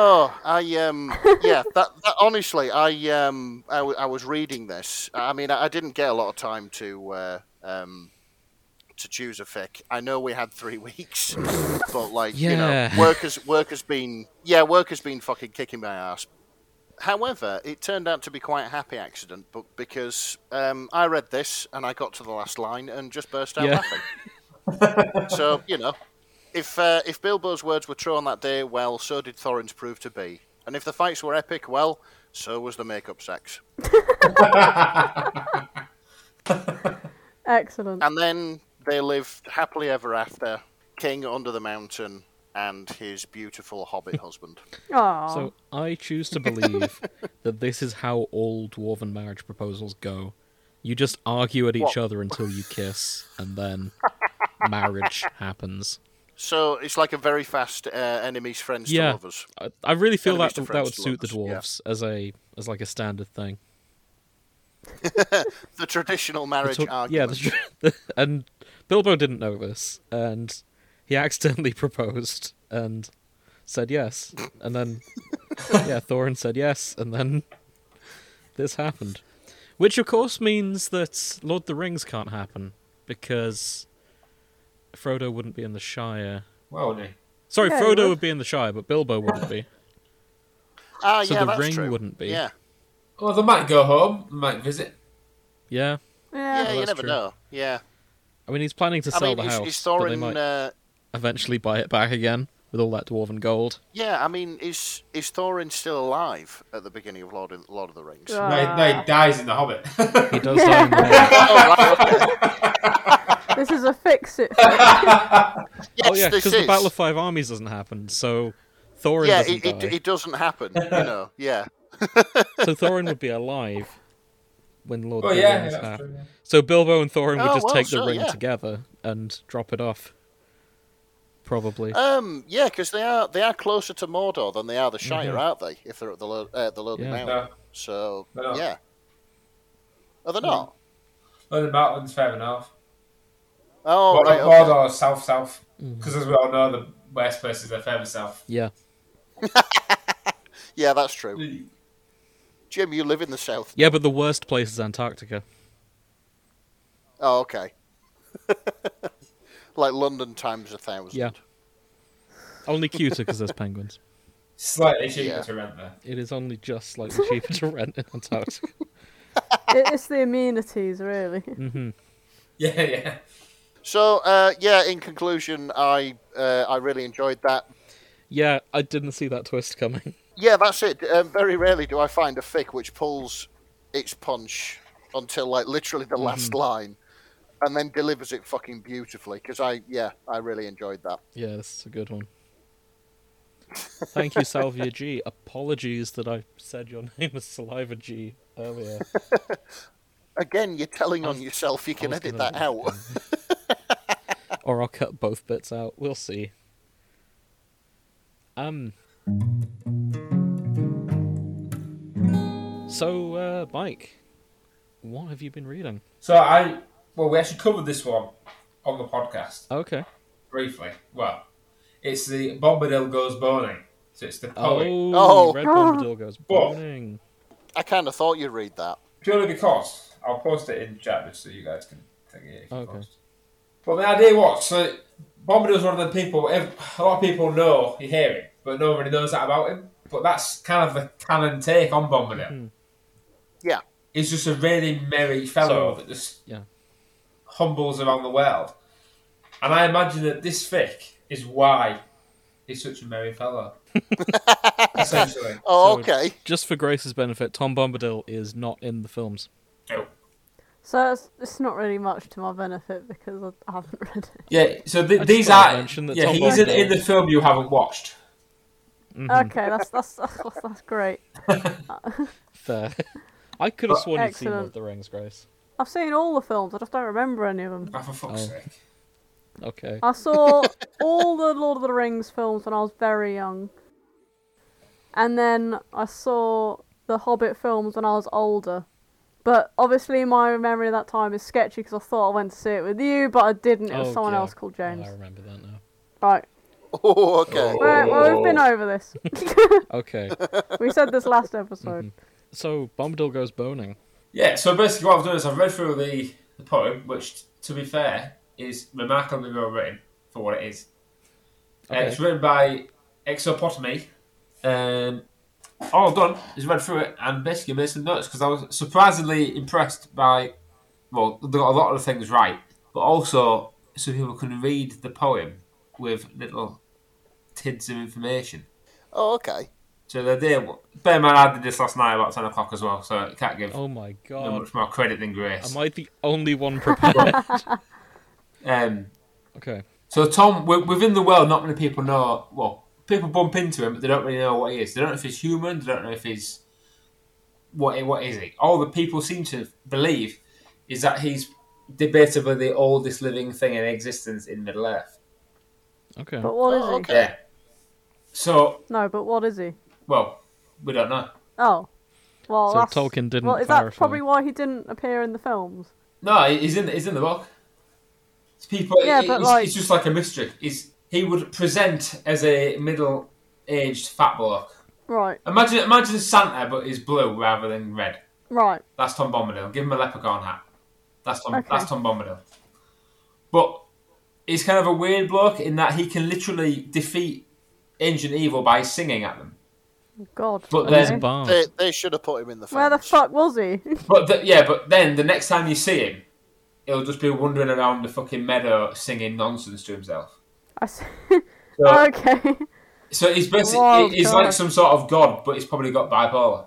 Speaker 2: Oh, I um, yeah. That, that honestly, I um, I, w- I was reading this. I mean, I, I didn't get a lot of time to uh, um, to choose a fic. I know we had three (laughs) weeks, but like you know,
Speaker 1: Yeah.
Speaker 2: work has work has been yeah, work has been fucking kicking my ass. However, it turned out to be quite a happy accident, but because um, I read this and I got to the last line and just burst out
Speaker 1: Yeah. (laughs)
Speaker 2: laughing. so you know, if uh, if Bilbo's words were true on that day, well, so did Thorin's prove to be. And if the fights were epic, well, so was the makeup sex.
Speaker 4: Excellent.
Speaker 2: And then they lived happily ever after, king under the mountain and his
Speaker 1: (laughs)
Speaker 2: beautiful hobbit husband.
Speaker 4: Aww.
Speaker 1: So I choose to
Speaker 2: (laughs)
Speaker 1: believe that this is how all dwarven marriage proposals go. You just argue at each
Speaker 2: What?
Speaker 1: other until you kiss, and
Speaker 2: (laughs)
Speaker 1: then marriage happens.
Speaker 2: So it's like a very fast uh, enemies, friends
Speaker 1: Yeah.
Speaker 2: to lovers.
Speaker 1: I, I really feel
Speaker 2: Enemies
Speaker 1: that that
Speaker 2: to friends
Speaker 1: would
Speaker 2: to
Speaker 1: suit the
Speaker 2: lovers,
Speaker 1: dwarves
Speaker 2: yeah.
Speaker 1: as a as like a standard thing.
Speaker 2: The traditional marriage
Speaker 1: Talk- yeah,
Speaker 2: argument.
Speaker 1: (laughs) the, tr- and Bilbo didn't know this, and he accidentally (laughs) proposed and said yes, and
Speaker 2: (laughs)
Speaker 1: then yeah, Thorin said yes, and then this happened, which of course means that Lord of the Rings can't happen because Frodo wouldn't be in the Shire.
Speaker 5: Well, no.
Speaker 1: Sorry,
Speaker 4: Yeah, he
Speaker 1: Frodo
Speaker 4: would.
Speaker 1: would be in the Shire, but Bilbo wouldn't be.
Speaker 2: ah,
Speaker 1: so
Speaker 2: yeah,
Speaker 1: the
Speaker 2: that's
Speaker 1: ring
Speaker 2: true.
Speaker 1: wouldn't be.
Speaker 2: Yeah,
Speaker 5: Well, they might go home. They might visit.
Speaker 1: Yeah,
Speaker 4: yeah.
Speaker 2: yeah,
Speaker 1: Well,
Speaker 2: you
Speaker 1: that's
Speaker 2: never
Speaker 1: true.
Speaker 2: know. Yeah,
Speaker 1: I mean he's planning to
Speaker 2: I
Speaker 1: sell
Speaker 2: mean,
Speaker 1: the
Speaker 2: is,
Speaker 1: house,
Speaker 2: is
Speaker 1: but they
Speaker 2: Thorin
Speaker 1: might
Speaker 2: uh,
Speaker 1: eventually buy it back again with all that dwarven gold.
Speaker 2: Yeah, I mean, is is Thorin still alive at the beginning of Lord of, Lord of the Rings?
Speaker 4: Yeah.
Speaker 5: No, he- no,
Speaker 2: Ah.
Speaker 5: he dies in The Hobbit. (laughs)
Speaker 1: He does die in the house.
Speaker 2: (laughs) Oh, right,
Speaker 1: (laughs)
Speaker 2: okay.
Speaker 4: This is a fix it. fix.
Speaker 2: Yes,
Speaker 1: oh yeah,
Speaker 2: this
Speaker 1: because
Speaker 2: is.
Speaker 1: the Battle of Five Armies doesn't happen, so Thorin
Speaker 2: yeah,
Speaker 1: doesn't
Speaker 2: it, it,
Speaker 1: die.
Speaker 2: it doesn't happen. You know, yeah,
Speaker 1: So Thorin would be alive when Lord
Speaker 5: oh,
Speaker 1: of the
Speaker 5: yeah, yeah,
Speaker 1: Rings
Speaker 5: that's
Speaker 1: happen.
Speaker 5: true. yeah.
Speaker 1: So Bilbo and Thorin would
Speaker 2: Oh,
Speaker 1: just
Speaker 2: well,
Speaker 1: take the
Speaker 2: sure,
Speaker 1: ring
Speaker 2: yeah.
Speaker 1: together and drop it off. Probably.
Speaker 2: um, yeah, because they are they are closer to Mordor than they are the Shire,
Speaker 1: Mhm.
Speaker 2: aren't they? If they're at the lo- uh, the Lonely
Speaker 1: Yeah.
Speaker 2: Mountain,
Speaker 5: No,
Speaker 2: so
Speaker 5: They're not.
Speaker 2: yeah, are they not?
Speaker 5: London Mountain's fair enough.
Speaker 2: Oh,
Speaker 5: But
Speaker 2: right,
Speaker 5: like
Speaker 2: okay.
Speaker 5: Mordor, south, south. Because as we all know, the worst place is their furthest south.
Speaker 1: Yeah.
Speaker 2: yeah, that's true. Jim, you live in the south.
Speaker 1: Yeah, but the worst place is Antarctica.
Speaker 2: Oh, okay. (laughs) like London times a thousand.
Speaker 1: Yeah. Only cuter because there's penguins.
Speaker 5: Slightly cheaper
Speaker 2: Yeah.
Speaker 5: to rent
Speaker 3: (laughs)
Speaker 5: there.
Speaker 1: It is only just
Speaker 2: (laughs)
Speaker 1: slightly cheaper to rent in Antarctica.
Speaker 4: It- It's the amenities, really.
Speaker 1: hmm
Speaker 5: Yeah, yeah.
Speaker 2: So uh, yeah, in conclusion, I uh, I really enjoyed that.
Speaker 1: Yeah, I didn't see that twist coming.
Speaker 2: Yeah, that's it. Um, very rarely do I find a fic which pulls its punch until like literally the last
Speaker 1: Mm-hmm.
Speaker 2: line, and then delivers it fucking beautifully. Because I yeah, I really enjoyed that.
Speaker 1: Yeah, this is a good one. Thank you, Salvia G. Apologies that I said your (laughs) name was Saliva G earlier.
Speaker 2: Again, you're telling
Speaker 1: I was-
Speaker 2: on yourself you can
Speaker 1: was
Speaker 2: edit
Speaker 1: gonna
Speaker 2: that out.
Speaker 1: or I'll cut both bits out. We'll see. Um. So, uh, Mike, what have you been reading?
Speaker 3: So I, well, we actually covered this one on the podcast
Speaker 1: Okay.
Speaker 3: briefly. Well, it's the Bombadil goes boning. So it's the poet.
Speaker 1: Oh,
Speaker 2: Oh.
Speaker 1: Red Bombadil goes
Speaker 3: What?
Speaker 1: burning.
Speaker 2: (laughs) I kind of thought you'd read
Speaker 1: (laughs)
Speaker 2: that.
Speaker 3: Purely because I'll post it in chat just so you guys can think it. if you
Speaker 1: Okay.
Speaker 3: post. But the idea was so Bombadil's one of the people ev a lot of people know you hear him, but nobody knows that about him. But that's kind of the canon take on Bombadil.
Speaker 1: Hmm.
Speaker 2: Yeah.
Speaker 3: He's just a really merry fellow
Speaker 1: So-
Speaker 3: that just
Speaker 1: yeah.
Speaker 3: humbles around the world. And I imagine that this fic is why he's such a merry fellow. Essentially.
Speaker 2: Oh,
Speaker 1: So-
Speaker 2: okay. (laughs)
Speaker 1: Just for Grace's benefit, Tom Bombadil is not in the films.
Speaker 4: So it's, it's not really much to my benefit because I haven't read it.
Speaker 3: Yeah, so th-
Speaker 1: I just
Speaker 3: these
Speaker 1: thought I'd
Speaker 3: are.
Speaker 1: mention that
Speaker 3: Yeah,
Speaker 1: Tom
Speaker 3: he's in,
Speaker 1: Bombadil-
Speaker 3: in the film you haven't watched.
Speaker 4: Okay, that's that's that's, that's great.
Speaker 1: Fair. (laughs) I could have sworn you'd seen Lord
Speaker 4: Excellent.
Speaker 1: of the Rings, Grace.
Speaker 4: I've seen all the films. I just don't remember any of them.
Speaker 3: Oh, for fuck's
Speaker 1: Oh.
Speaker 3: sake.
Speaker 1: Okay. (laughs)
Speaker 4: I saw all the Lord of the Rings films when I was very young. And then I saw the Hobbit films when I was older. But obviously, my memory of that time is sketchy because I thought I went to see it with you, but I didn't. It was
Speaker 1: Oh,
Speaker 4: someone
Speaker 1: yeah.
Speaker 4: else called
Speaker 1: Oh,
Speaker 4: James.
Speaker 1: I remember that now.
Speaker 4: Right.
Speaker 2: Oh, okay.
Speaker 3: Oh.
Speaker 4: Right, well, we've been over this. (laughs)
Speaker 1: Okay. (laughs)
Speaker 4: we said this last episode.
Speaker 1: Mm-hmm. So, Bombadil goes boning.
Speaker 3: Yeah, so basically what I've done is I've read through the, the poem, which, to be fair, is remarkably well written for what it is. Uh,
Speaker 1: Okay.
Speaker 3: it's written by Exopotami. Um, all I've done is read through it and basically made some notes because I was surprisingly impressed by, well, they got a lot of the things right, but also so people can read the poem with little tints of information.
Speaker 2: Oh, okay.
Speaker 3: So they did. Bear in mind, I did this last night about 10 o'clock as well, so you can't give
Speaker 1: Oh my
Speaker 3: them
Speaker 1: god.
Speaker 3: much more credit than Grace.
Speaker 1: Am I the only one
Speaker 4: (laughs)
Speaker 1: prepared?
Speaker 3: Um,
Speaker 1: okay.
Speaker 3: So Tom, wi- within the world, not many people know. Well, people bump into him, but they don't really know what he is. They don't know if he's human. They don't know if he's what. What is he? All the people seem to believe is that he's debatably the oldest living thing in existence in Middle Earth.
Speaker 1: Okay.
Speaker 4: But what is
Speaker 2: Oh,
Speaker 4: he?
Speaker 2: okay.
Speaker 3: Yeah. So,
Speaker 4: No, but what is he?
Speaker 3: well, we don't know.
Speaker 4: Oh. Well,
Speaker 1: So
Speaker 4: that's...
Speaker 1: Tolkien didn't
Speaker 4: Well, is that
Speaker 1: clarify.
Speaker 4: probably why he didn't appear in the films?
Speaker 3: No, he- he's in. The, he's in the book. It's people.
Speaker 4: Yeah,
Speaker 3: it-
Speaker 4: but,
Speaker 3: it's,
Speaker 4: like-
Speaker 3: it's just like a mystery. He's, he would present as a middle-aged fat bloke.
Speaker 4: Right,
Speaker 3: Imagine, imagine Santa, but he's blue rather than red.
Speaker 4: right.
Speaker 3: That's Tom Bombadil. Give him a leprechaun hat. That's Tom.
Speaker 4: Okay.
Speaker 3: That's Tom Bombadil. But he's kind of a weird bloke in that he can literally defeat ancient evil by singing at them.
Speaker 4: God.
Speaker 3: But
Speaker 1: And he's a
Speaker 3: then-
Speaker 1: bard.
Speaker 2: They, they should have put him in the
Speaker 4: Where the
Speaker 2: films.
Speaker 4: fuck was he?
Speaker 3: But th yeah, but then the next time you see him, he'll just be wandering around the fucking meadow singing nonsense to himself.
Speaker 4: I see.
Speaker 3: So,
Speaker 4: (laughs) okay.
Speaker 3: so he's basically
Speaker 4: Wow,
Speaker 3: he's
Speaker 4: God.
Speaker 3: like some sort of god, but he's probably
Speaker 2: (laughs)
Speaker 3: got bipolar.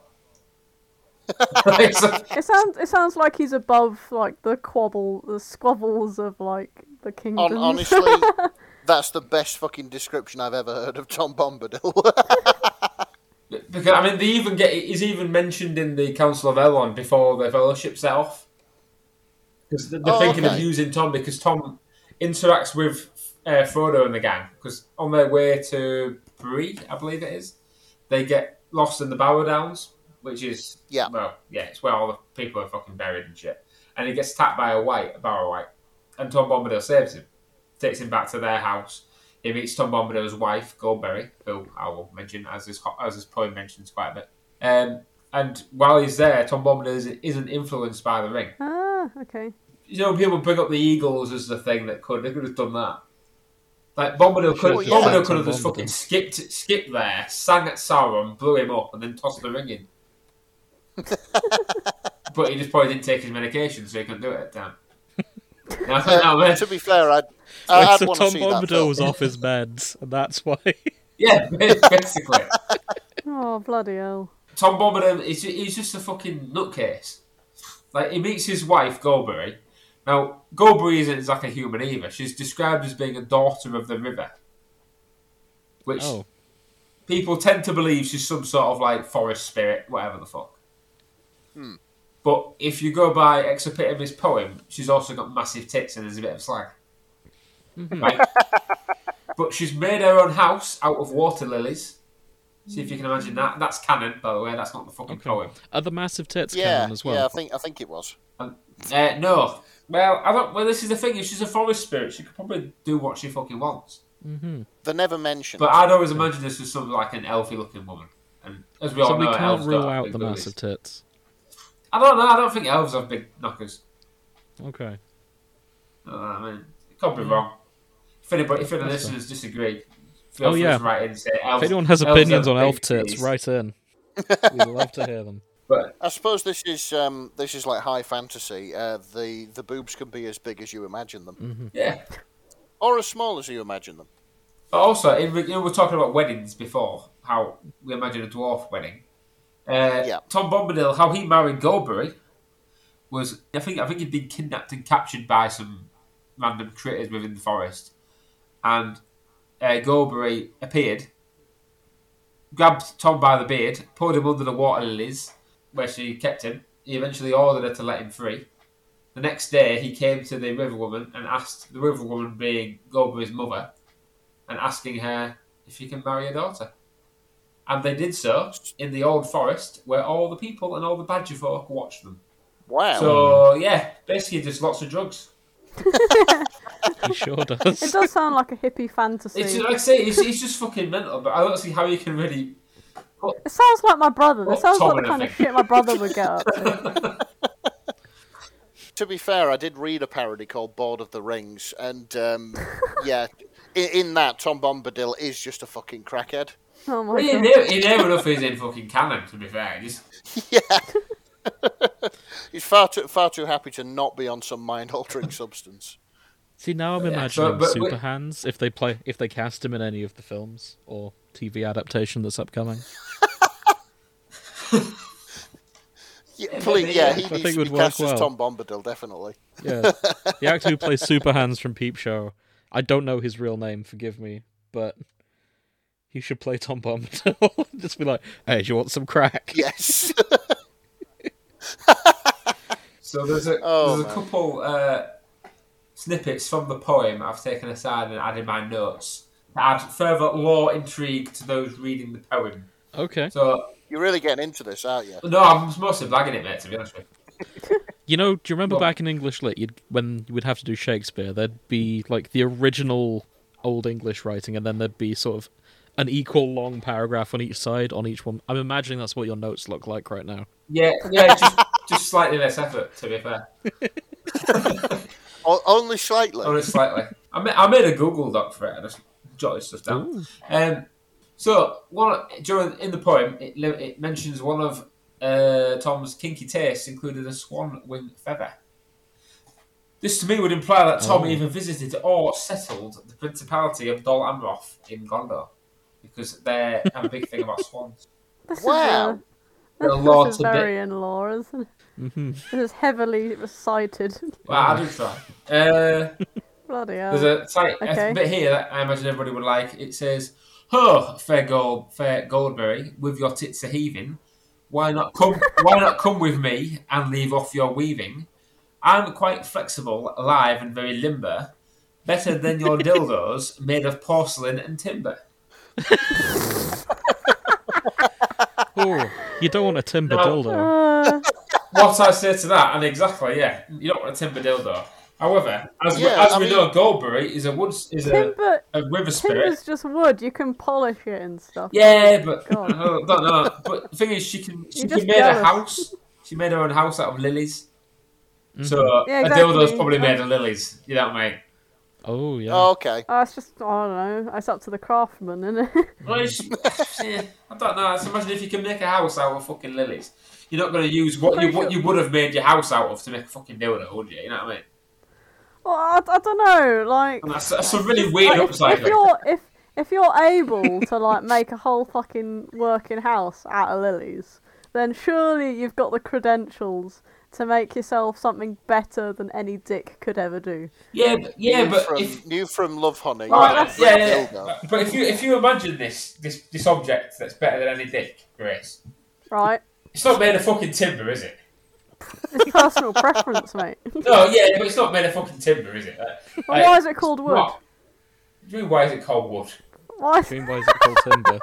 Speaker 3: It's like-
Speaker 4: It sounds it sounds like he's above like the quabble the squabbles of like the kingdoms.
Speaker 2: Hon- honestly, that's the best fucking description I've ever heard of Tom Bombadil. (laughs)
Speaker 3: Because I mean, they even get he's even mentioned in the Council of Elrond before the Fellowship set off. Because they're
Speaker 2: Oh,
Speaker 3: thinking of
Speaker 2: okay.
Speaker 3: using Tom because Tom interacts with uh, Frodo and the gang. Because on their way to Bree, I believe it is, they get lost in the Bower Downs, which is
Speaker 2: Yeah.
Speaker 3: well, yeah, it's where all the people are fucking buried and shit. And he gets attacked by a white, a Bower White, and Tom Bombadil saves him, takes him back to their house. He meets Tom Bombadil's wife, Goldberry, who I will mention as this as this poem mentions quite a bit. Um, and while he's there, Tom Bombadil is, isn't influenced by the ring.
Speaker 4: (laughs) Ah, okay.
Speaker 3: You know, people bring up the Eagles as the thing that could. They could have done that. Like Bombadil could,
Speaker 2: Sure, yeah.
Speaker 3: Bombadil could have
Speaker 1: Tom
Speaker 3: just
Speaker 1: Bombadil.
Speaker 3: fucking skipped, skipped there, sang at Sauron, blew him up, and then tossed the ring
Speaker 1: (laughs)
Speaker 3: in. but he just probably didn't take his medication, so he couldn't do it at
Speaker 1: (laughs)
Speaker 3: the time. Now, now,
Speaker 1: Uh,
Speaker 3: man,
Speaker 2: to be fair, I'd, I- I'd
Speaker 1: so
Speaker 2: want
Speaker 1: Tom
Speaker 2: to see that.
Speaker 1: Bombadil
Speaker 2: film.
Speaker 1: was off his meds, and that's why. (laughs)
Speaker 3: yeah, (laughs) basically.
Speaker 4: Oh bloody hell.
Speaker 3: Tom Bombadil, he's, he's just a fucking nutcase. Like, he meets his wife, Goldberry. Now, Goldberry isn't exactly human either. She's described as being a daughter of the river. Which
Speaker 1: oh,
Speaker 3: people tend to believe she's some sort of like forest spirit, whatever the fuck. But if you go by Exopitomi's poem, she's also got massive tits and there's a bit of slag.
Speaker 1: Mm-hmm.
Speaker 3: Right? (laughs) but she's made her own house out of water lilies. See if you can imagine that. That's canon, by the way. That's not the fucking
Speaker 1: Okay.
Speaker 3: poem.
Speaker 1: Are the massive tits
Speaker 2: Yeah,
Speaker 1: canon as well?
Speaker 2: yeah. I think I think it was.
Speaker 3: Um, uh, no. Well, I don't. Well, this is the thing. If she's a forest spirit, she could probably do what she fucking wants.
Speaker 1: Mm-hmm.
Speaker 2: They're never mentioned.
Speaker 3: But I'd always imagine this was something like an elfy-looking woman. And as we all
Speaker 1: so we
Speaker 3: know,
Speaker 1: can't
Speaker 3: elves
Speaker 1: rule
Speaker 3: don't have
Speaker 1: out
Speaker 3: big
Speaker 1: the
Speaker 3: boobies.
Speaker 1: massive tits.
Speaker 3: I don't know. I don't think elves have big knockers.
Speaker 1: Okay.
Speaker 3: Uh, I mean, it could be wrong. If anybody, if any
Speaker 1: Mm. That's
Speaker 3: listeners disagree, feel
Speaker 1: Oh,
Speaker 3: free
Speaker 1: yeah.
Speaker 3: to write in and say elves.
Speaker 1: If anyone has
Speaker 3: elves
Speaker 1: opinions
Speaker 3: have
Speaker 1: on elf
Speaker 3: big
Speaker 1: tits,
Speaker 3: titties.
Speaker 1: write in. We'd love to hear them.
Speaker 3: But
Speaker 2: I suppose this is um, this is like high fantasy. Uh, the the boobs can be as big as you imagine them,
Speaker 1: Mm. Hmm.
Speaker 3: yeah.
Speaker 2: or as small as you imagine them.
Speaker 3: But also, in, you know, we were talking about weddings before, how we imagine a dwarf wedding. Uh,
Speaker 2: Yeah.
Speaker 3: Tom Bombadil, how he married Goldberry was, I think, I think he'd been kidnapped and captured by some random critters within the forest, and uh, Goldberry appeared, grabbed Tom by the beard, pulled him under the water lilies, where she kept him. He eventually ordered her to let him free. The next day, he came to the river woman and asked the river woman, being Goldberry's mother, and asking her if she can marry her daughter. And they did so in the old forest where all the people and all the badger folk watched them.
Speaker 2: Wow.
Speaker 3: So, yeah, basically just lots of drugs.
Speaker 1: He
Speaker 4: (laughs)
Speaker 1: sure
Speaker 4: It
Speaker 1: does.
Speaker 4: does sound like a hippie fantasy.
Speaker 3: It's just, like I say, it's, it's just fucking mental, but I don't see how you can really.
Speaker 4: It sounds like my brother.
Speaker 3: Well,
Speaker 4: It sounds like
Speaker 3: Tom
Speaker 4: the
Speaker 3: and
Speaker 4: kind
Speaker 3: I
Speaker 4: of
Speaker 3: think.
Speaker 4: shit my brother would get up to.
Speaker 3: (laughs)
Speaker 2: to be fair, I did read a parody called "Board of the Rings," and
Speaker 1: (laughs)
Speaker 2: um, yeah, in, in that Tom Bombadil is just a fucking crackhead.
Speaker 4: Oh my
Speaker 3: He
Speaker 4: god.
Speaker 3: near, he near enough is in fucking canon, to be fair. Just,
Speaker 2: He's far too far too happy to not be on some mind-altering (laughs) substance.
Speaker 1: See, now I'm
Speaker 3: Yeah,
Speaker 1: imagining
Speaker 3: but- but we-
Speaker 1: Super Hands if they play if they cast him in any of the films or TV adaptation that's upcoming.
Speaker 2: Yeah, please, yeah, he
Speaker 1: I
Speaker 2: needs
Speaker 1: think it
Speaker 2: to
Speaker 1: would
Speaker 2: be cast
Speaker 1: work
Speaker 2: as
Speaker 1: well.
Speaker 2: Tom Bombadil, definitely.
Speaker 1: Yeah, the actor who plays Super Hands from Peep Show. I don't know his real name. Forgive me, but he should play Tom Bombadil. (laughs) Just be like, "Hey, do you want some crack?" (laughs)
Speaker 2: Yes.
Speaker 3: so there's a,
Speaker 2: Oh,
Speaker 3: there's a
Speaker 2: man.
Speaker 3: couple uh, snippets from the poem I've taken aside and added my notes to add further lore intrigue to those reading the poem.
Speaker 1: Okay.
Speaker 3: So
Speaker 2: You're really getting into this, aren't you?
Speaker 3: No, I'm mostly blagging it, mate. To be honest with you.
Speaker 1: You know, do you remember
Speaker 3: Go on.
Speaker 1: back in English lit, you'd, when you would have to do Shakespeare, there'd be like the original Old English writing, and then there'd be sort of an equal long paragraph on each side on each one. I'm imagining that's what your notes look like right now.
Speaker 3: Yeah, yeah, just, just slightly less effort. To be fair,
Speaker 2: O- only slightly.
Speaker 1: Oh,
Speaker 3: only slightly. I made, I made a Google doc for it. I just jotted stuff down. Um, so one during in the poem, it, li- it mentions one of uh, Tom's kinky tastes included a swan wing feather. This to me would imply that Tom
Speaker 1: Oh.
Speaker 3: either visited or settled the principality of Dol Amroth in Gondor, because they have a big thing about swans.
Speaker 4: This
Speaker 2: Wow.
Speaker 4: is, uh,
Speaker 3: They're
Speaker 4: this
Speaker 3: law
Speaker 4: is
Speaker 3: to bit.
Speaker 4: very in law, isn't it?
Speaker 1: Mm-hmm.
Speaker 4: This is heavily recited. (laughs)
Speaker 3: Well, I do try. Uh,
Speaker 4: Bloody
Speaker 3: There's
Speaker 4: hell.
Speaker 3: a, slight
Speaker 4: Oh, Okay.
Speaker 3: a bit here that I imagine everybody would like. It says, "Oh, fair gold, fair Goldberry, with your tits a heaving, why not come? why not come with me and leave off your weaving? I'm quite flexible, alive, and very limber, better than your dildos made of porcelain and timber."
Speaker 1: Oh, you don't want a timber
Speaker 3: No.
Speaker 1: dildo.
Speaker 4: Uh,
Speaker 3: What I say to that, and exactly, yeah, you don't want a timber dildo. However, as we,
Speaker 2: Yeah,
Speaker 3: as
Speaker 2: I
Speaker 3: we
Speaker 2: mean-
Speaker 3: know, Goldberry is a wood (laughs) is a,
Speaker 4: timber,
Speaker 3: a river spirit.
Speaker 4: timber's just wood. You can polish it and stuff.
Speaker 3: Yeah, but (laughs)
Speaker 4: God.
Speaker 3: I don't know. But the thing is, she can. She,
Speaker 4: just
Speaker 3: she made a
Speaker 4: jealous.
Speaker 3: house. She made her own house out of lilies. So
Speaker 4: Yeah,
Speaker 3: a dildo's
Speaker 4: exactly.
Speaker 3: probably made of lilies. You know what I mean?
Speaker 1: Oh yeah.
Speaker 2: Oh, okay.
Speaker 4: Oh, it's just, I don't know. It's up to the craftsman, isn't it? (laughs)
Speaker 3: Well, (laughs) it's- yeah, I don't know. Just imagine if you can make a house out of fucking lilies. You're not going to use what you
Speaker 4: Pretty
Speaker 3: what
Speaker 4: sure-
Speaker 3: you would have made your house out of to make a fucking dildo, would you? You know what I mean?
Speaker 4: well, I, I don't know. Like,
Speaker 3: And that's, that's a really weird
Speaker 4: Like, if-
Speaker 3: upside.
Speaker 4: if,
Speaker 3: down.
Speaker 4: you're if if you're able to like make a whole fucking working house out of lilies, then surely you've got the credentials to make yourself something better than any dick could ever do.
Speaker 3: Yeah, but, yeah,
Speaker 2: new
Speaker 3: but
Speaker 2: from,
Speaker 3: if,
Speaker 2: new from Love Honey.
Speaker 3: All right,
Speaker 2: Like,
Speaker 3: yeah,
Speaker 2: Rick
Speaker 3: yeah, yeah.
Speaker 2: Gilder.
Speaker 3: But if you if you imagine this this this object that's better than any dick, Grace,
Speaker 4: Right?
Speaker 3: it's not made of fucking timber, is it?
Speaker 4: It's personal preference, mate.
Speaker 3: No, yeah, but it's not made of fucking timber, is it? Uh,
Speaker 4: Well, why is it called wood?
Speaker 3: What? What do you mean, why is it called wood?
Speaker 4: Why? is-
Speaker 1: Dream why is it called Timber?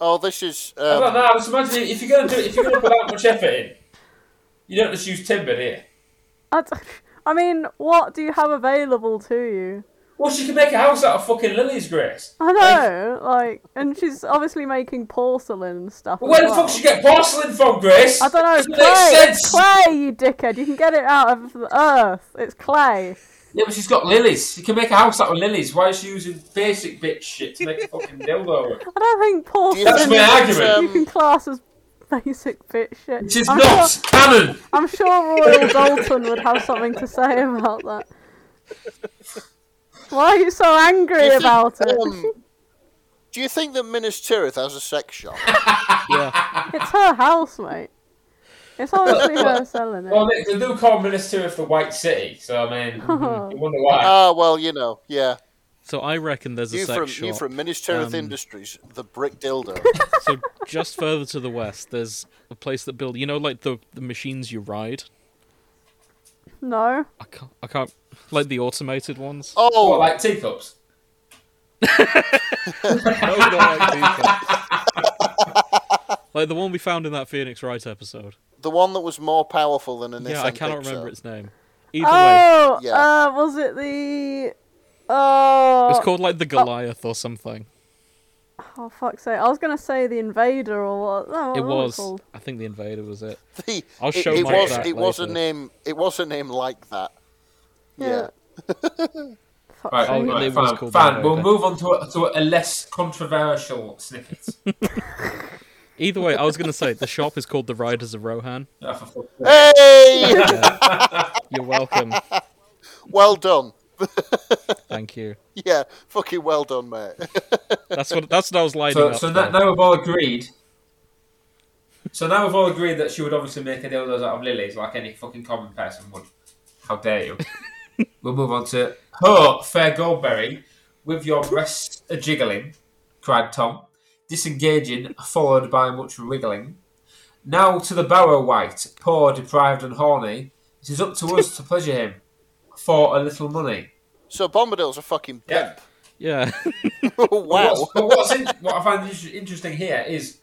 Speaker 2: Oh, this is.
Speaker 3: I don't know.
Speaker 2: Um,
Speaker 3: I was imagining if you're gonna do if you're gonna put that much effort in, you don't just use timber, do you?
Speaker 4: (laughs) I, d- I mean, what do you have available to you?
Speaker 3: Well, she can make a house out of fucking lilies, Grace.
Speaker 4: I know, like, and she's obviously making porcelain and stuff.
Speaker 3: But where
Speaker 4: as
Speaker 3: the
Speaker 4: well.
Speaker 3: fuck she get porcelain from, Grace?
Speaker 4: I don't
Speaker 3: Doesn't
Speaker 4: know,
Speaker 3: make
Speaker 4: clay,
Speaker 3: sense.
Speaker 4: clay, you dickhead. You can get it out of the earth. It's clay.
Speaker 3: Yeah, but she's got lilies. She can make a house out of lilies. Why is she using basic bitch shit to make a fucking dildo?
Speaker 4: (laughs)
Speaker 3: with?
Speaker 4: I don't think porcelain.
Speaker 3: That's my
Speaker 2: think
Speaker 3: argument.
Speaker 4: you can class as basic bitch shit.
Speaker 3: Which is
Speaker 4: I'm
Speaker 3: not
Speaker 4: Sure,
Speaker 3: canon.
Speaker 4: I'm sure Royal Dalton would have something to say about that. Why are you so angry
Speaker 2: think,
Speaker 4: about it?
Speaker 2: um, do you think that Minas Tirith has a sex shop?
Speaker 1: Yeah.
Speaker 4: It's her house, mate.
Speaker 3: (laughs)
Speaker 4: It's obviously her selling
Speaker 3: Well,
Speaker 4: it.
Speaker 3: they, they do call Minister of the White City, so I
Speaker 4: (laughs)
Speaker 3: mean, you wonder why.
Speaker 2: Ah, well, you know, yeah.
Speaker 1: So I reckon there's a
Speaker 2: You
Speaker 1: sex
Speaker 2: from
Speaker 1: shop.
Speaker 2: you from Minas Tirith
Speaker 1: um,
Speaker 2: Industries, the brick
Speaker 3: (laughs)
Speaker 2: dildo.
Speaker 1: (laughs) So just further to the west, there's a place that build. You know, like the, the machines you ride.
Speaker 4: No.
Speaker 1: I can't. I can't. Like the automated ones.
Speaker 2: Oh,
Speaker 3: What, like teacups?
Speaker 1: No, not (laughs) like Deacon. like the one we found in that Phoenix Wright episode.
Speaker 2: the one that was more powerful than an.
Speaker 1: yeah, I cannot remember its name. Either way,
Speaker 4: Oh,
Speaker 2: Yeah.
Speaker 4: uh, was it the? Oh,
Speaker 1: it's called like the Goliath or something.
Speaker 4: oh fuck's sake! I was gonna say the Invader or what? No, what
Speaker 1: It was.
Speaker 4: called?
Speaker 1: I think the Invader was it.
Speaker 2: (laughs) The,
Speaker 1: I'll
Speaker 2: it,
Speaker 1: show
Speaker 2: it
Speaker 1: Mike
Speaker 2: was
Speaker 1: that
Speaker 2: it was a
Speaker 1: later.
Speaker 2: name it was a name like that. Yeah. (laughs)
Speaker 4: Fuck's
Speaker 3: Right,
Speaker 1: Oh,
Speaker 4: sake.
Speaker 1: they
Speaker 3: right
Speaker 1: was
Speaker 3: fine,
Speaker 1: called
Speaker 3: fine.
Speaker 1: that,
Speaker 3: We'll
Speaker 1: okay.
Speaker 3: move on to a, to a less
Speaker 1: (laughs)
Speaker 3: controversial snippet.
Speaker 1: Either way, I was going to say the shop is called the Riders of Rohan.
Speaker 3: Ah, for fuck's sake. (laughs)
Speaker 2: Hey,
Speaker 1: You're welcome.
Speaker 2: well done.
Speaker 1: Thank you.
Speaker 2: (laughs) Yeah, fucking well done, mate. (laughs)
Speaker 1: That's what. That's what I was lining
Speaker 3: So,
Speaker 1: up.
Speaker 3: so
Speaker 1: for.
Speaker 3: that, now we've all agreed. So now we've all agreed that she would obviously make a dildos out of lilies, like any fucking common person would. How dare you? we'll move on to her fair Goldberry with your breasts a jiggling, cried Tom, disengaging, followed by much wriggling. Now to the barrow white, poor, deprived, and horny. It is up to us to pleasure him for a little money.
Speaker 2: So Bombadil's a fucking
Speaker 3: Yeah.
Speaker 2: pimp.
Speaker 1: Yeah. (laughs)
Speaker 2: (laughs) wow.
Speaker 3: What's, but what's in, what I find inter- interesting here is,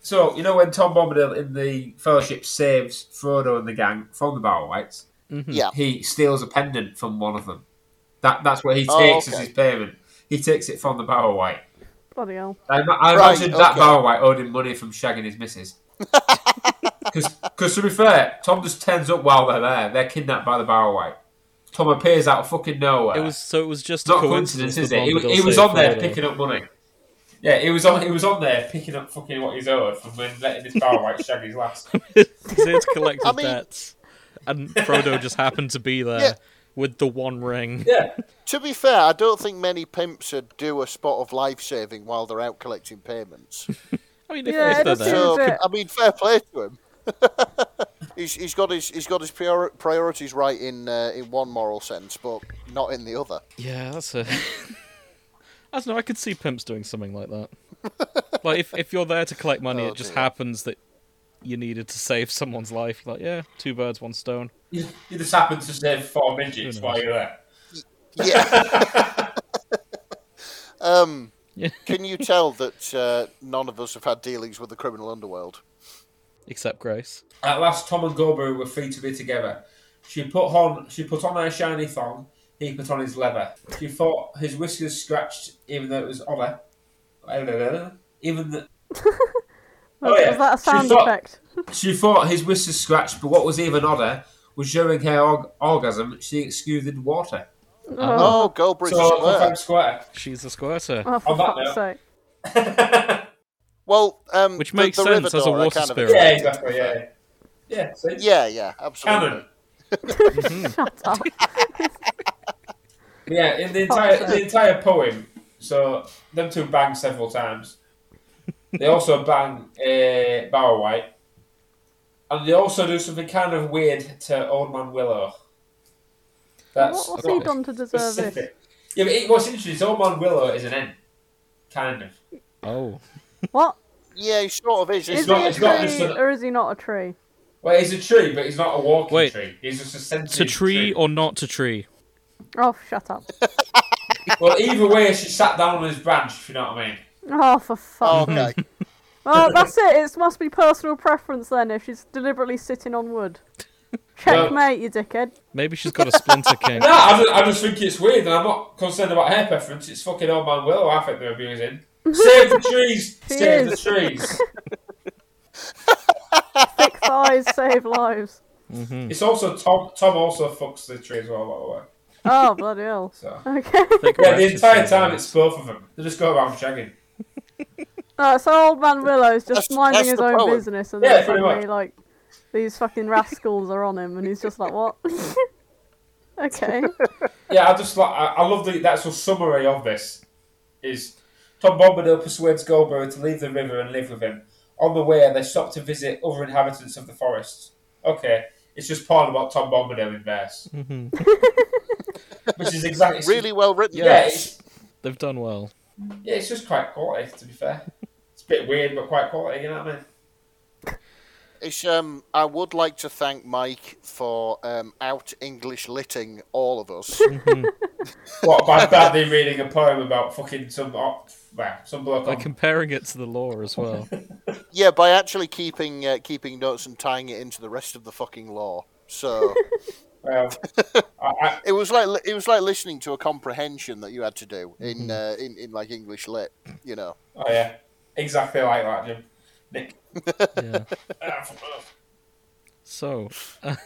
Speaker 3: so you know when Tom Bombadil in the Fellowship saves Frodo and the gang from the Barrow Whites,
Speaker 2: Yeah.
Speaker 3: he steals a pendant from one of them. That that's what he takes
Speaker 2: Oh,
Speaker 3: as
Speaker 2: okay.
Speaker 3: his payment. He takes it from the Barrow White.
Speaker 4: Bloody hell!
Speaker 3: I, ima- I
Speaker 2: Right,
Speaker 3: imagine that
Speaker 2: okay.
Speaker 3: Barrow White owed him money from shagging his missus.
Speaker 2: (laughs)
Speaker 3: Because to be fair, Tom just turns up while they're there. They're kidnapped by the Barrow White. Tom appears out of fucking nowhere
Speaker 1: It was. So it was just
Speaker 3: not
Speaker 1: a coincidence.
Speaker 3: coincidence, is
Speaker 1: that
Speaker 3: it? He,
Speaker 1: Bombadil
Speaker 3: he was
Speaker 1: saved
Speaker 3: on there
Speaker 1: Frodo. (laughs)
Speaker 3: picking up money. Yeah, he was on. He was on there picking up fucking what he's owed from when letting this barrel white shag
Speaker 1: (laughs)
Speaker 3: his last.
Speaker 1: He's here to collect his
Speaker 2: mean-
Speaker 1: debts, and Frodo just happened to be there
Speaker 2: Yeah.
Speaker 1: with the one ring.
Speaker 3: Yeah,
Speaker 2: To be fair, I don't think many pimps would do a spot of life saving while they're out collecting payments.
Speaker 1: I mean, if,
Speaker 4: Yeah,
Speaker 1: if
Speaker 4: it
Speaker 1: they're
Speaker 4: does
Speaker 1: there,
Speaker 4: seem-
Speaker 2: So
Speaker 4: Who's it?
Speaker 2: I mean, fair play to him. (laughs) he's, he's got his he's got his prior, priorities right in uh, in one moral sense, but not in the other.
Speaker 1: yeah, that's a. (laughs) I don't know. I could see pimps doing something like that. (laughs) like if if you're there to collect money,
Speaker 2: Oh,
Speaker 1: it just
Speaker 2: dear.
Speaker 1: happens that you needed to save (laughs) someone's life. You're like, yeah, two birds, one stone.
Speaker 3: you, you just happened to save four midgets
Speaker 1: Who knows?
Speaker 3: while you're there.
Speaker 2: Yeah. (laughs) um,
Speaker 1: Yeah.
Speaker 2: can you tell that uh, none of us have had dealings with the criminal underworld?
Speaker 1: Except Grace.
Speaker 3: At last, Tom and Goldberry were free to be together. She put on she put on her shiny thong. He put on his leather. She thought his whiskers scratched, even though it was on her. Even the, Oh, yeah.
Speaker 4: Was that a
Speaker 3: She
Speaker 4: sound
Speaker 3: thought-
Speaker 4: effect?
Speaker 3: She thought his whiskers scratched, but what was even odder was during her org- orgasm, she exuded water.
Speaker 1: Uh-huh.
Speaker 2: Oh, Goldberry's a
Speaker 3: So,
Speaker 2: square.
Speaker 3: confirm square. (laughs)
Speaker 1: She's a squirter,
Speaker 4: Oh, for
Speaker 3: On that
Speaker 4: fuck's sake!
Speaker 2: Well, um,
Speaker 1: which
Speaker 2: the-
Speaker 1: makes
Speaker 2: the
Speaker 1: sense as a
Speaker 2: Rivendor, I
Speaker 1: water
Speaker 2: kind of
Speaker 1: spirit.
Speaker 3: yeah,
Speaker 2: expected.
Speaker 3: exactly, yeah. Yeah, see?
Speaker 2: Yeah, yeah, absolutely.
Speaker 3: Canon.
Speaker 4: Shut
Speaker 1: (laughs)
Speaker 4: up.
Speaker 3: Yeah,
Speaker 4: Oh,
Speaker 3: in the entire the entire poem, so them two bang several times. They also bang uh, Barrow White, And they also do something kind of weird to Old Man Willow. That's
Speaker 4: what, what's
Speaker 3: not
Speaker 4: he done to deserve this?
Speaker 3: specific. Yeah, but it, what's interesting is Old Man Willow is an end. Kind of.
Speaker 1: Oh,
Speaker 4: What?
Speaker 2: Yeah, he sort of is.
Speaker 4: Is
Speaker 2: It's
Speaker 4: he
Speaker 3: not-
Speaker 4: a
Speaker 3: it's not
Speaker 4: tree
Speaker 3: just a-
Speaker 4: or is he not a tree?
Speaker 3: Well, he's a tree, but he's not a walking
Speaker 1: Wait.
Speaker 3: tree. He's just a sentient
Speaker 1: to tree or not to tree?
Speaker 4: Oh, shut up.
Speaker 3: Well, either way, she sat down on his branch, if you know what I mean.
Speaker 4: Oh, for
Speaker 2: Oh,
Speaker 1: (laughs)
Speaker 4: fuck.
Speaker 2: okay. (laughs)
Speaker 4: Oh, that's it. It must be personal preference then if she's deliberately sitting
Speaker 1: (laughs)
Speaker 4: on wood. Checkmate, you dickhead.
Speaker 1: Maybe she's got a splinter
Speaker 3: (laughs)
Speaker 1: king.
Speaker 3: No, I just, I just think it's weird, and I'm not concerned about her preference. It's fucking Old Man Willow I think they're abusing. Save the trees!
Speaker 4: She
Speaker 3: Save
Speaker 4: is.
Speaker 3: the trees!
Speaker 4: Thick thighs save lives.
Speaker 1: Mm-hmm.
Speaker 3: It's also Tom. Tom also fucks the tree as well, by the way.
Speaker 4: Oh, bloody hell.
Speaker 3: So
Speaker 2: (laughs)
Speaker 4: Okay.
Speaker 1: Thick
Speaker 3: yeah, the
Speaker 1: branches
Speaker 3: entire
Speaker 1: save
Speaker 3: time
Speaker 1: lives.
Speaker 3: it's both of them. They just go around shagging.
Speaker 4: Oh, so old man Willow's just
Speaker 2: That's-
Speaker 4: minding
Speaker 2: that's
Speaker 4: his
Speaker 2: the
Speaker 4: own
Speaker 2: poem.
Speaker 4: business, and
Speaker 3: Yeah,
Speaker 4: then
Speaker 3: pretty much.
Speaker 4: suddenly, like, these fucking rascals are on him, and he's just like, "What?" (laughs)
Speaker 3: (laughs)
Speaker 4: okay.
Speaker 3: Yeah, I just like I, I love the, the actual summary of this. Is Tom Bombadil persuades Goldberry to leave the river and live with him. On the way, they stop to visit other inhabitants of the forest. Okay, it's just part about Tom Bombadil in verse,
Speaker 1: Mm-hmm.
Speaker 3: which is exactly
Speaker 2: (laughs) Really well written.
Speaker 3: Yeah, it's,
Speaker 1: They've done well.
Speaker 3: yeah, it's just quite quality. To be fair, it's a bit weird, but quite quality. You know what I mean?
Speaker 2: It's, um, I would like to thank Mike for um, out English litting all
Speaker 1: (laughs)
Speaker 2: of us.
Speaker 1: Mm-hmm.
Speaker 3: What by badly reading a poem about fucking some op- well, some bloke
Speaker 1: By
Speaker 3: on
Speaker 1: comparing it to the law as well.
Speaker 2: yeah, by actually keeping uh, keeping notes and tying it into the rest of the fucking law.
Speaker 1: (laughs)
Speaker 2: So
Speaker 3: Well, I, I,
Speaker 2: it was like it was like listening to a comprehension that you had to do
Speaker 1: Mm-hmm.
Speaker 2: in uh, in, in like English lit. You know,
Speaker 3: oh yeah, exactly like that, Jim. Nick.
Speaker 1: Yeah.
Speaker 3: Ah, fuck off.
Speaker 1: So, uh,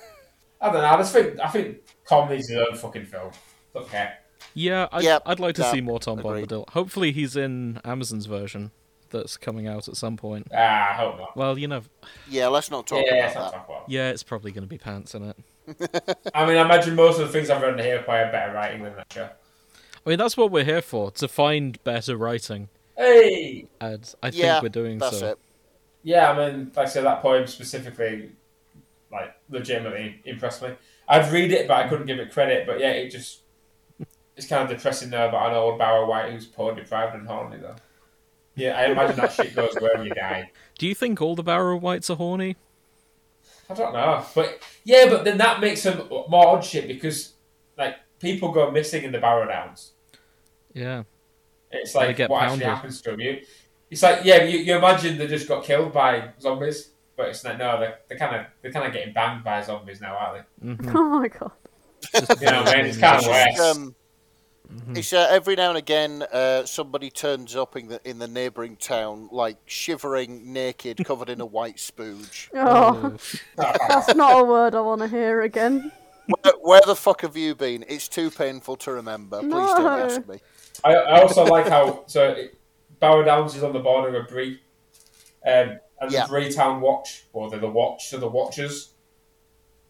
Speaker 3: I don't know. I just think I think comedy's his own fucking film. Don't care.
Speaker 1: yeah, I'd,
Speaker 2: Yep,
Speaker 1: I'd like to
Speaker 2: yeah,
Speaker 1: see more Tom
Speaker 2: agreed.
Speaker 1: Bombadil. Hopefully, he's in Amazon's version that's coming out at some point.
Speaker 3: Ah, I hope not.
Speaker 1: Well, you know,
Speaker 2: yeah. Let's not talk
Speaker 3: yeah,
Speaker 2: about
Speaker 3: it's not
Speaker 2: that.
Speaker 3: talk about.
Speaker 1: yeah, it's probably going to be pants in it.
Speaker 3: it. I mean, I imagine most of the things I've read here require better writing than that show.
Speaker 1: I mean, that's what we're here for to find better writing,
Speaker 3: Hey,
Speaker 1: and I
Speaker 2: yeah,
Speaker 1: think we're doing
Speaker 2: that's
Speaker 1: so.
Speaker 2: it.
Speaker 3: yeah. I mean, like I said, that poem specifically, like, legitimately impressed me. I'd read it, but I couldn't give it credit. But yeah, it just. It's kind of depressing though about an old Barrow White who's poor, deprived, and horny though. Yeah, I imagine that shit goes wherever you die.
Speaker 1: Do you think all the Barrow Whites are horny?
Speaker 3: I don't know, but yeah, but then that makes them more odd shit because like people go missing in the Barrow Downs.
Speaker 1: Yeah.
Speaker 3: It's
Speaker 1: They
Speaker 3: like
Speaker 1: get
Speaker 3: what
Speaker 1: pounded.
Speaker 3: actually happens to them. You, it's like yeah, you, you imagine they just got killed by zombies, but it's like no, they they kind of they're kind of getting banged by zombies now, aren't
Speaker 4: (laughs)
Speaker 1: Mhm.
Speaker 4: Oh my god.
Speaker 1: Just- Mm-hmm.
Speaker 3: they? You know, what I mean, it's kind of
Speaker 2: It's,
Speaker 3: worse.
Speaker 2: um,
Speaker 1: Hmm.
Speaker 2: it's uh, every now and again uh, somebody turns up in the in the neighbouring town, like shivering, naked, covered in a white spooge. Uh,
Speaker 4: Oh, that's not a word I want to hear again.
Speaker 2: Where, where the fuck have you been? It's too painful to remember. Please don't
Speaker 4: No.
Speaker 2: ask me.
Speaker 3: I, I also like how so it, Barrow Downs is on the border of Bree, um, and
Speaker 2: Yeah.
Speaker 3: the Bree Town Watch, or they're the Watch, so the Watchers.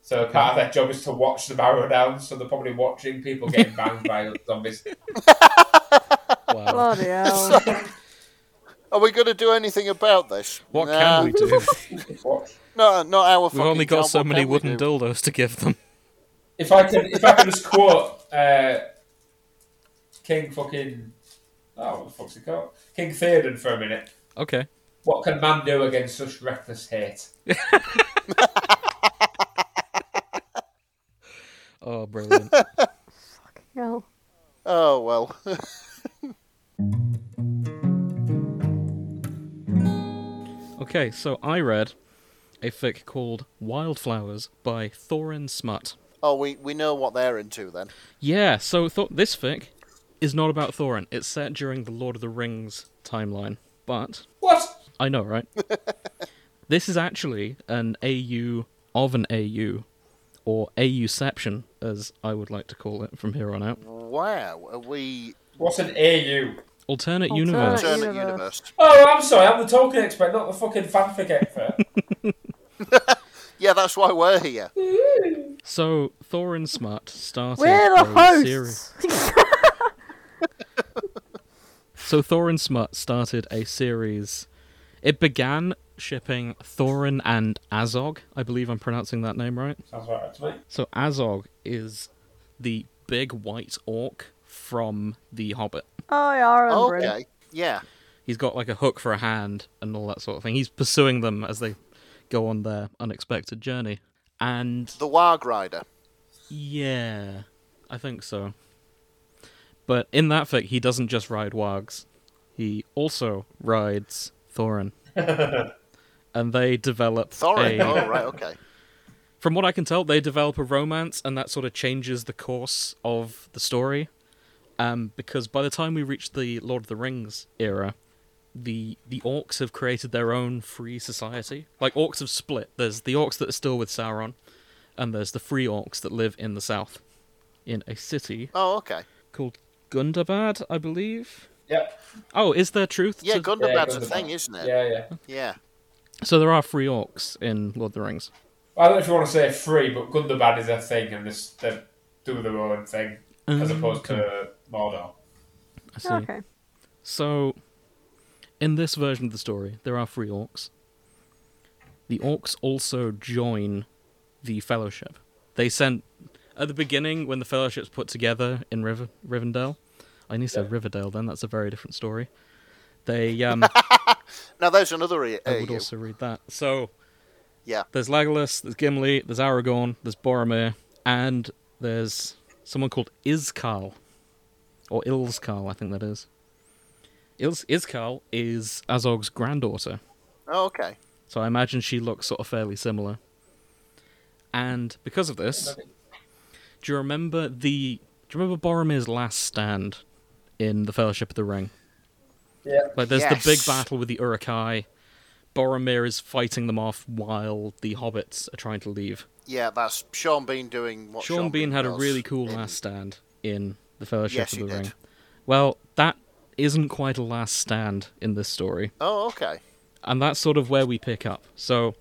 Speaker 3: So part of their job is to watch the Barrow Downs, so they're probably watching people getting banged by zombies.
Speaker 4: (laughs)
Speaker 1: wow.
Speaker 2: (laughs)
Speaker 4: Bloody hell.
Speaker 2: Are we going to do anything about this?
Speaker 1: What
Speaker 2: Nah.
Speaker 1: can we do?
Speaker 3: Watch.
Speaker 2: No, not our
Speaker 1: We've only got so many wooden
Speaker 2: doors.
Speaker 1: dildos to give them.
Speaker 3: If I can, if I can just quote uh, King fucking oh what the fuck's he called King Theoden for a minute.
Speaker 1: Okay.
Speaker 3: What can man do against such reckless hate?
Speaker 1: Oh, brilliant.
Speaker 4: Hell.
Speaker 2: Oh, well. (laughs)
Speaker 1: Okay, so I read a fic called Wildflowers by Thorin Smut.
Speaker 2: oh, we, we know what they're into then.
Speaker 1: Yeah, so th- this fic is not about Thorin. It's set during the Lord of the Rings timeline. But
Speaker 3: What?
Speaker 1: I know, right? this is actually an AU of an AU, or AUception, as I would like to call it from here on out.
Speaker 2: Wow. Are we.
Speaker 3: What's an AU?
Speaker 1: Alternate,
Speaker 4: Alternate
Speaker 1: universe.
Speaker 4: Alternate
Speaker 2: Alternate
Speaker 4: universe.
Speaker 2: universe.
Speaker 3: Oh, I'm sorry. I'm the Tolkien expert, not the fucking
Speaker 1: (laughs)
Speaker 3: fanfic expert.
Speaker 2: Yeah, that's why we're here.
Speaker 1: So Thorin Smut started
Speaker 4: We're the
Speaker 1: a series.
Speaker 4: hosts. (laughs)
Speaker 1: So Thorin Smut started a series. It began shipping Thorin and Azog. I believe I'm pronouncing that name right.
Speaker 3: Sounds right to me.
Speaker 1: So Azog is the big white orc from The Hobbit.
Speaker 4: Oh yeah, I remember him.
Speaker 2: Okay. Yeah.
Speaker 1: He's got like a hook for a hand and all that sort of thing. He's pursuing them as they go on their unexpected journey. And
Speaker 2: The Warg Rider.
Speaker 1: yeah, I think so. But in that fic, he doesn't just ride wargs; he also rides Thorin. and they develop
Speaker 2: Thorin.
Speaker 1: a-
Speaker 2: Oh, right. Okay.
Speaker 1: from what I can tell, they develop a romance, and that sort of changes the course of the story. Um, because by the time we reach the Lord of the Rings era, the the orcs have created their own free society. Like orcs have split. There's the orcs that are still with Sauron, and there's the free orcs that live in the south, in a city
Speaker 2: Oh, okay.
Speaker 1: called Gundabad, I believe.
Speaker 3: Yep.
Speaker 1: Oh, is there truth?
Speaker 2: Yeah,
Speaker 1: to-
Speaker 2: Gundabad's a
Speaker 3: Gundabad.
Speaker 2: thing, isn't it?
Speaker 3: Yeah, yeah.
Speaker 2: Yeah.
Speaker 1: so there are free orcs in Lord of the Rings.
Speaker 3: I don't know if you want to say free, but Gundabad is their thing, and this, they do their own thing
Speaker 1: Mm-hmm.
Speaker 3: as opposed to Mordor.
Speaker 1: I see.
Speaker 4: Okay.
Speaker 1: So, in this version of the story, there are three orcs. The orcs also join the Fellowship. They sent at the beginning when the Fellowship's put together in River, Rivendell. I need to say Riverdale. Then that's a very different story. They um,
Speaker 2: Now there's another. E-
Speaker 1: I would
Speaker 2: EU.
Speaker 1: also read that. So
Speaker 2: Yeah.
Speaker 1: there's Legolas, there's Gimli, there's Aragorn, there's Boromir, and there's someone called Iskarl. Or Ilskarl, I think that is. Ils- Iskarl is Azog's granddaughter,
Speaker 2: Oh, okay.
Speaker 1: so I imagine she looks sort of fairly similar. And because of this, do you remember the do you remember Boromir's last stand in the Fellowship of the Ring?
Speaker 3: Yeah.
Speaker 1: Like there's
Speaker 2: Yes.
Speaker 1: the big battle with the Urukai. Boromir is fighting them off while the hobbits are trying to leave.
Speaker 2: Yeah, that's Sean Bean doing what
Speaker 1: Sean, Bean, had a
Speaker 2: does
Speaker 1: really cool
Speaker 2: in-
Speaker 1: last stand in the Fellowship
Speaker 2: Yes,
Speaker 1: of
Speaker 2: he
Speaker 1: the
Speaker 2: did.
Speaker 1: Ring. Well, that isn't quite a last stand in this story.
Speaker 2: Oh, okay.
Speaker 1: And that's sort of where we pick up. So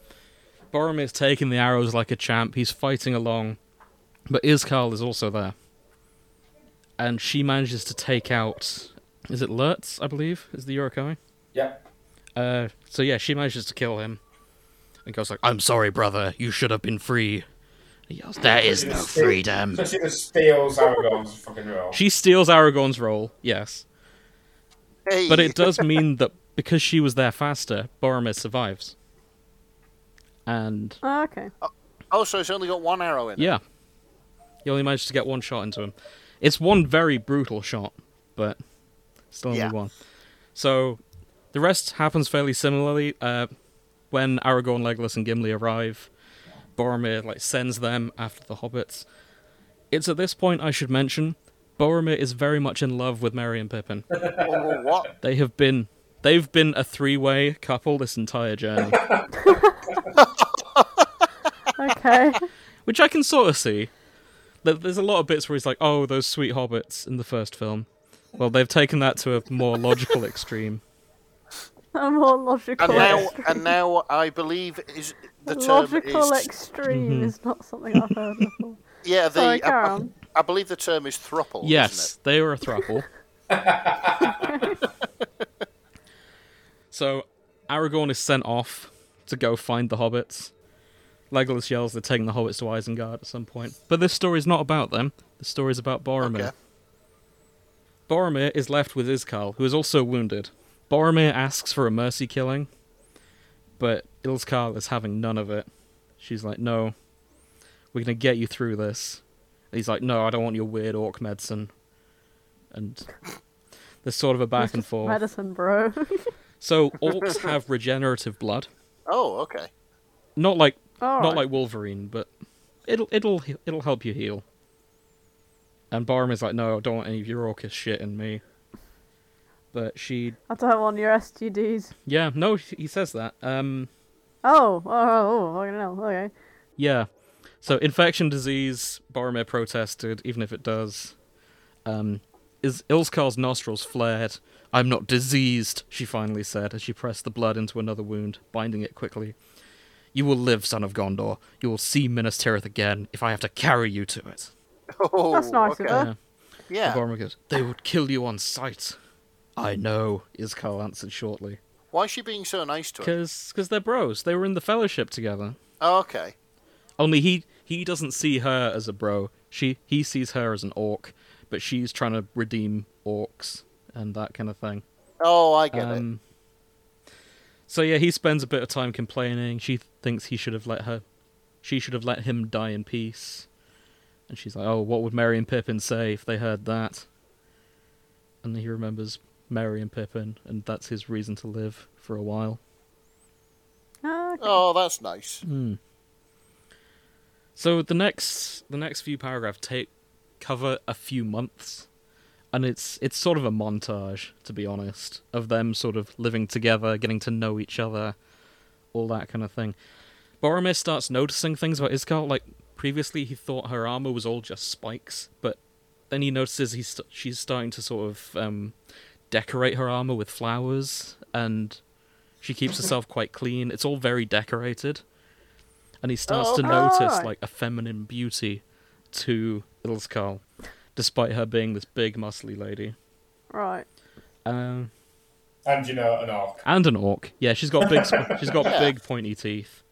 Speaker 1: Boromir's taking the arrows like a champ. He's fighting along. But Iskarl is also there. And she manages to take out. Is it Lurtz, I believe? Is the Urukai?
Speaker 3: Yeah.
Speaker 1: Uh, so yeah, she manages to kill him. And goes like, I'm sorry, brother. You should have been free. He yells, There is no freedom.
Speaker 3: So she just steals Aragorn's fucking role.
Speaker 1: She steals Aragorn's role, yes.
Speaker 2: Hey.
Speaker 1: But it does mean that because she was there faster, Boromir survives. And
Speaker 4: Okay.
Speaker 2: Oh, so it's only got one arrow in it.
Speaker 1: yeah, he only managed to get one shot into him. It's one very brutal shot, but still only
Speaker 2: Yeah.
Speaker 1: one. So the rest happens fairly similarly. Uh, when Aragorn, Legolas, and Gimli arrive, Boromir like sends them after the hobbits. It's at this point I should mention Boromir is very much in love with Merry and Pippin.
Speaker 2: Whoa, whoa, what?
Speaker 1: They have been they've been a three-way couple this entire journey,
Speaker 4: Okay. (laughs)
Speaker 1: which I can sort of see. There- There's a lot of bits where he's like, "Oh, those sweet hobbits" in the first film. Well, they've taken that to a more logical extreme.
Speaker 4: A more logical. (laughs)
Speaker 2: And now,
Speaker 4: extreme.
Speaker 2: and now, I believe is the term
Speaker 4: logical
Speaker 2: is
Speaker 4: extreme is not something I've heard before.
Speaker 2: yeah. (laughs) The
Speaker 4: Sorry,
Speaker 2: I-
Speaker 4: carry
Speaker 2: I,
Speaker 4: on.
Speaker 2: I believe the term is thruple.
Speaker 1: Yes, they were a throuple. so, Aragorn is sent off to go find the hobbits. Legolas yells they're taking the hobbits to Isengard at some point. But this story's not about them. The story's about Boromir.
Speaker 2: Okay.
Speaker 1: Boromir is left with Iskal, who is also wounded. Boromir asks for a mercy killing, but Ilskal is having none of it. She's like, "No, we're gonna get you through this." And he's like, "No, I don't want your weird orc medicine." And there's sort of a back
Speaker 4: (laughs)
Speaker 1: and forth.
Speaker 4: Medicine, bro. (laughs)
Speaker 1: So orcs have regenerative blood,
Speaker 2: Isn't it? Oh, okay. (laughs)
Speaker 1: not like
Speaker 4: All
Speaker 1: not
Speaker 4: right.
Speaker 1: like Wolverine, but it'll it'll he- it'll help you heal. And Boromir's like, "No, I don't want any of your orcish shit in me." But she
Speaker 4: I don't want your STDs.
Speaker 1: Yeah, no, he he says that. Um,
Speaker 4: Oh, oh, oh, oh, fucking hell. Okay.
Speaker 1: yeah. So infection disease, Boromir protested, even if it does. Um, is Ilskar's nostrils flared? I'm not diseased, she finally said as she pressed the blood into another wound, binding it quickly. You will live, son of Gondor. You will see Minas Tirith again if I have to carry you to it.
Speaker 2: Oh,
Speaker 4: That's nice
Speaker 2: okay.
Speaker 4: of her.
Speaker 2: Yeah.
Speaker 1: Boromir goes, They would kill you on sight. I know, Iskar answered shortly.
Speaker 2: Why is she being so nice to him?
Speaker 1: because because they're bros. They were in the fellowship together.
Speaker 2: Oh, okay.
Speaker 1: Only he he doesn't see her as a bro. She he sees her as an orc, but she's trying to redeem orcs and that kind of thing.
Speaker 2: Oh, I get it.
Speaker 1: Um, so yeah, he spends a bit of time complaining. She thinks he should have let her, she should have let him die in peace. And she's like, "Oh, what would Mary and Pippin say if they heard that?" And he remembers Mary and Pippin, and that's his reason to live for a while.
Speaker 4: Okay.
Speaker 2: Oh, that's nice.
Speaker 1: So the next the next few paragraphs take cover a few months, and it's it's sort of a montage, to be honest, of them sort of living together, getting to know each other, all that kind of thing. Boromir starts noticing things about Iskar, like previously he thought her armor was all just spikes, but then he notices he's st- she's starting to sort of um, decorate her armor with flowers, and she keeps herself quite clean. It's all very decorated, and he starts to
Speaker 2: Oh,
Speaker 1: notice
Speaker 4: alright.
Speaker 1: like a feminine beauty to Ilskal, despite her being this big muscly lady.
Speaker 4: Right.
Speaker 1: Um,
Speaker 5: And you know, an orc.
Speaker 1: and an orc. Yeah, she's got
Speaker 4: (laughs)
Speaker 1: big. sp- she's got big pointy teeth.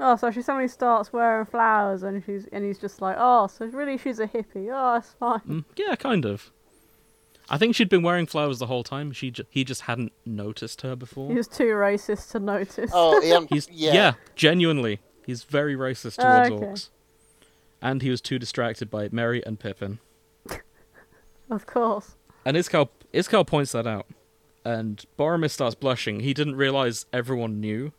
Speaker 4: Oh, so she suddenly starts wearing flowers, and she's and he's just like, oh, so really she's a hippie. Oh, it's fine.
Speaker 1: Mm, yeah, kind of. I think she'd been wearing flowers the whole time. She ju- he just hadn't noticed her
Speaker 4: He
Speaker 1: before.
Speaker 4: was too racist to notice.
Speaker 2: Oh, Ian,
Speaker 1: He's yeah,
Speaker 2: yeah.
Speaker 1: genuinely, he's very racist
Speaker 4: Oh,
Speaker 1: towards
Speaker 4: okay.
Speaker 1: orcs, and he was too distracted by Merry and Pippin.
Speaker 4: Of course.
Speaker 1: And Iskal Iskal points that out, and Boromir starts blushing. He didn't realize everyone knew.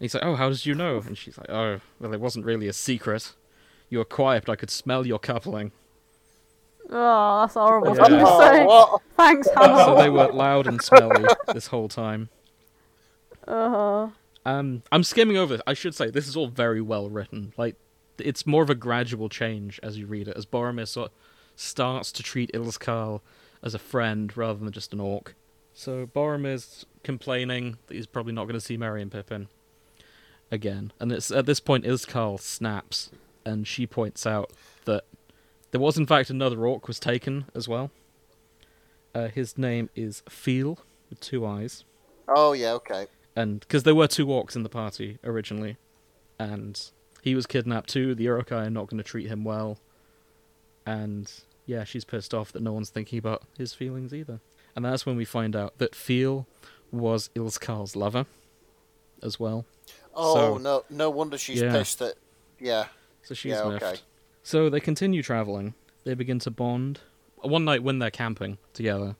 Speaker 1: And he's like, "Oh, how did you know?" And she's like, "Oh, well, it wasn't really a secret. You were quiet, but I could smell your coupling."
Speaker 4: Oh, that's horrible.
Speaker 1: Yeah.
Speaker 4: I'm just
Speaker 2: Oh,
Speaker 4: saying.
Speaker 2: what?
Speaker 4: Thanks,
Speaker 1: so
Speaker 4: Hannah.
Speaker 1: they were loud and smelly this whole time.
Speaker 4: Uh-huh.
Speaker 1: Um, I'm skimming over this. I should say this is all very well written. Like, it's more of a gradual change as you read it, as Boromir sort starts to treat Ilskal as a friend rather than just an orc. So Boromir's complaining that he's probably not going to see Merry and Pippin again, and it's at this point Ilskal snaps, and she points out that there was in fact another orc was taken as well. Uh, his name is Feel with two eyes
Speaker 2: Oh, yeah, okay.
Speaker 1: and because there were two orcs in the party originally, and he was kidnapped too. The Urukai are not going to treat him well, and yeah, she's pissed off that no one's thinking about his feelings either. And that's when we find out that Feel was Ilskar's lover, as well.
Speaker 2: Oh,
Speaker 1: So-
Speaker 2: no no wonder she's
Speaker 1: Yeah.
Speaker 2: pissed that. Yeah. (laughs)
Speaker 1: So she's
Speaker 2: Yeah,
Speaker 1: left.
Speaker 2: okay.
Speaker 1: So they continue traveling. They begin to bond. One night when they're camping together,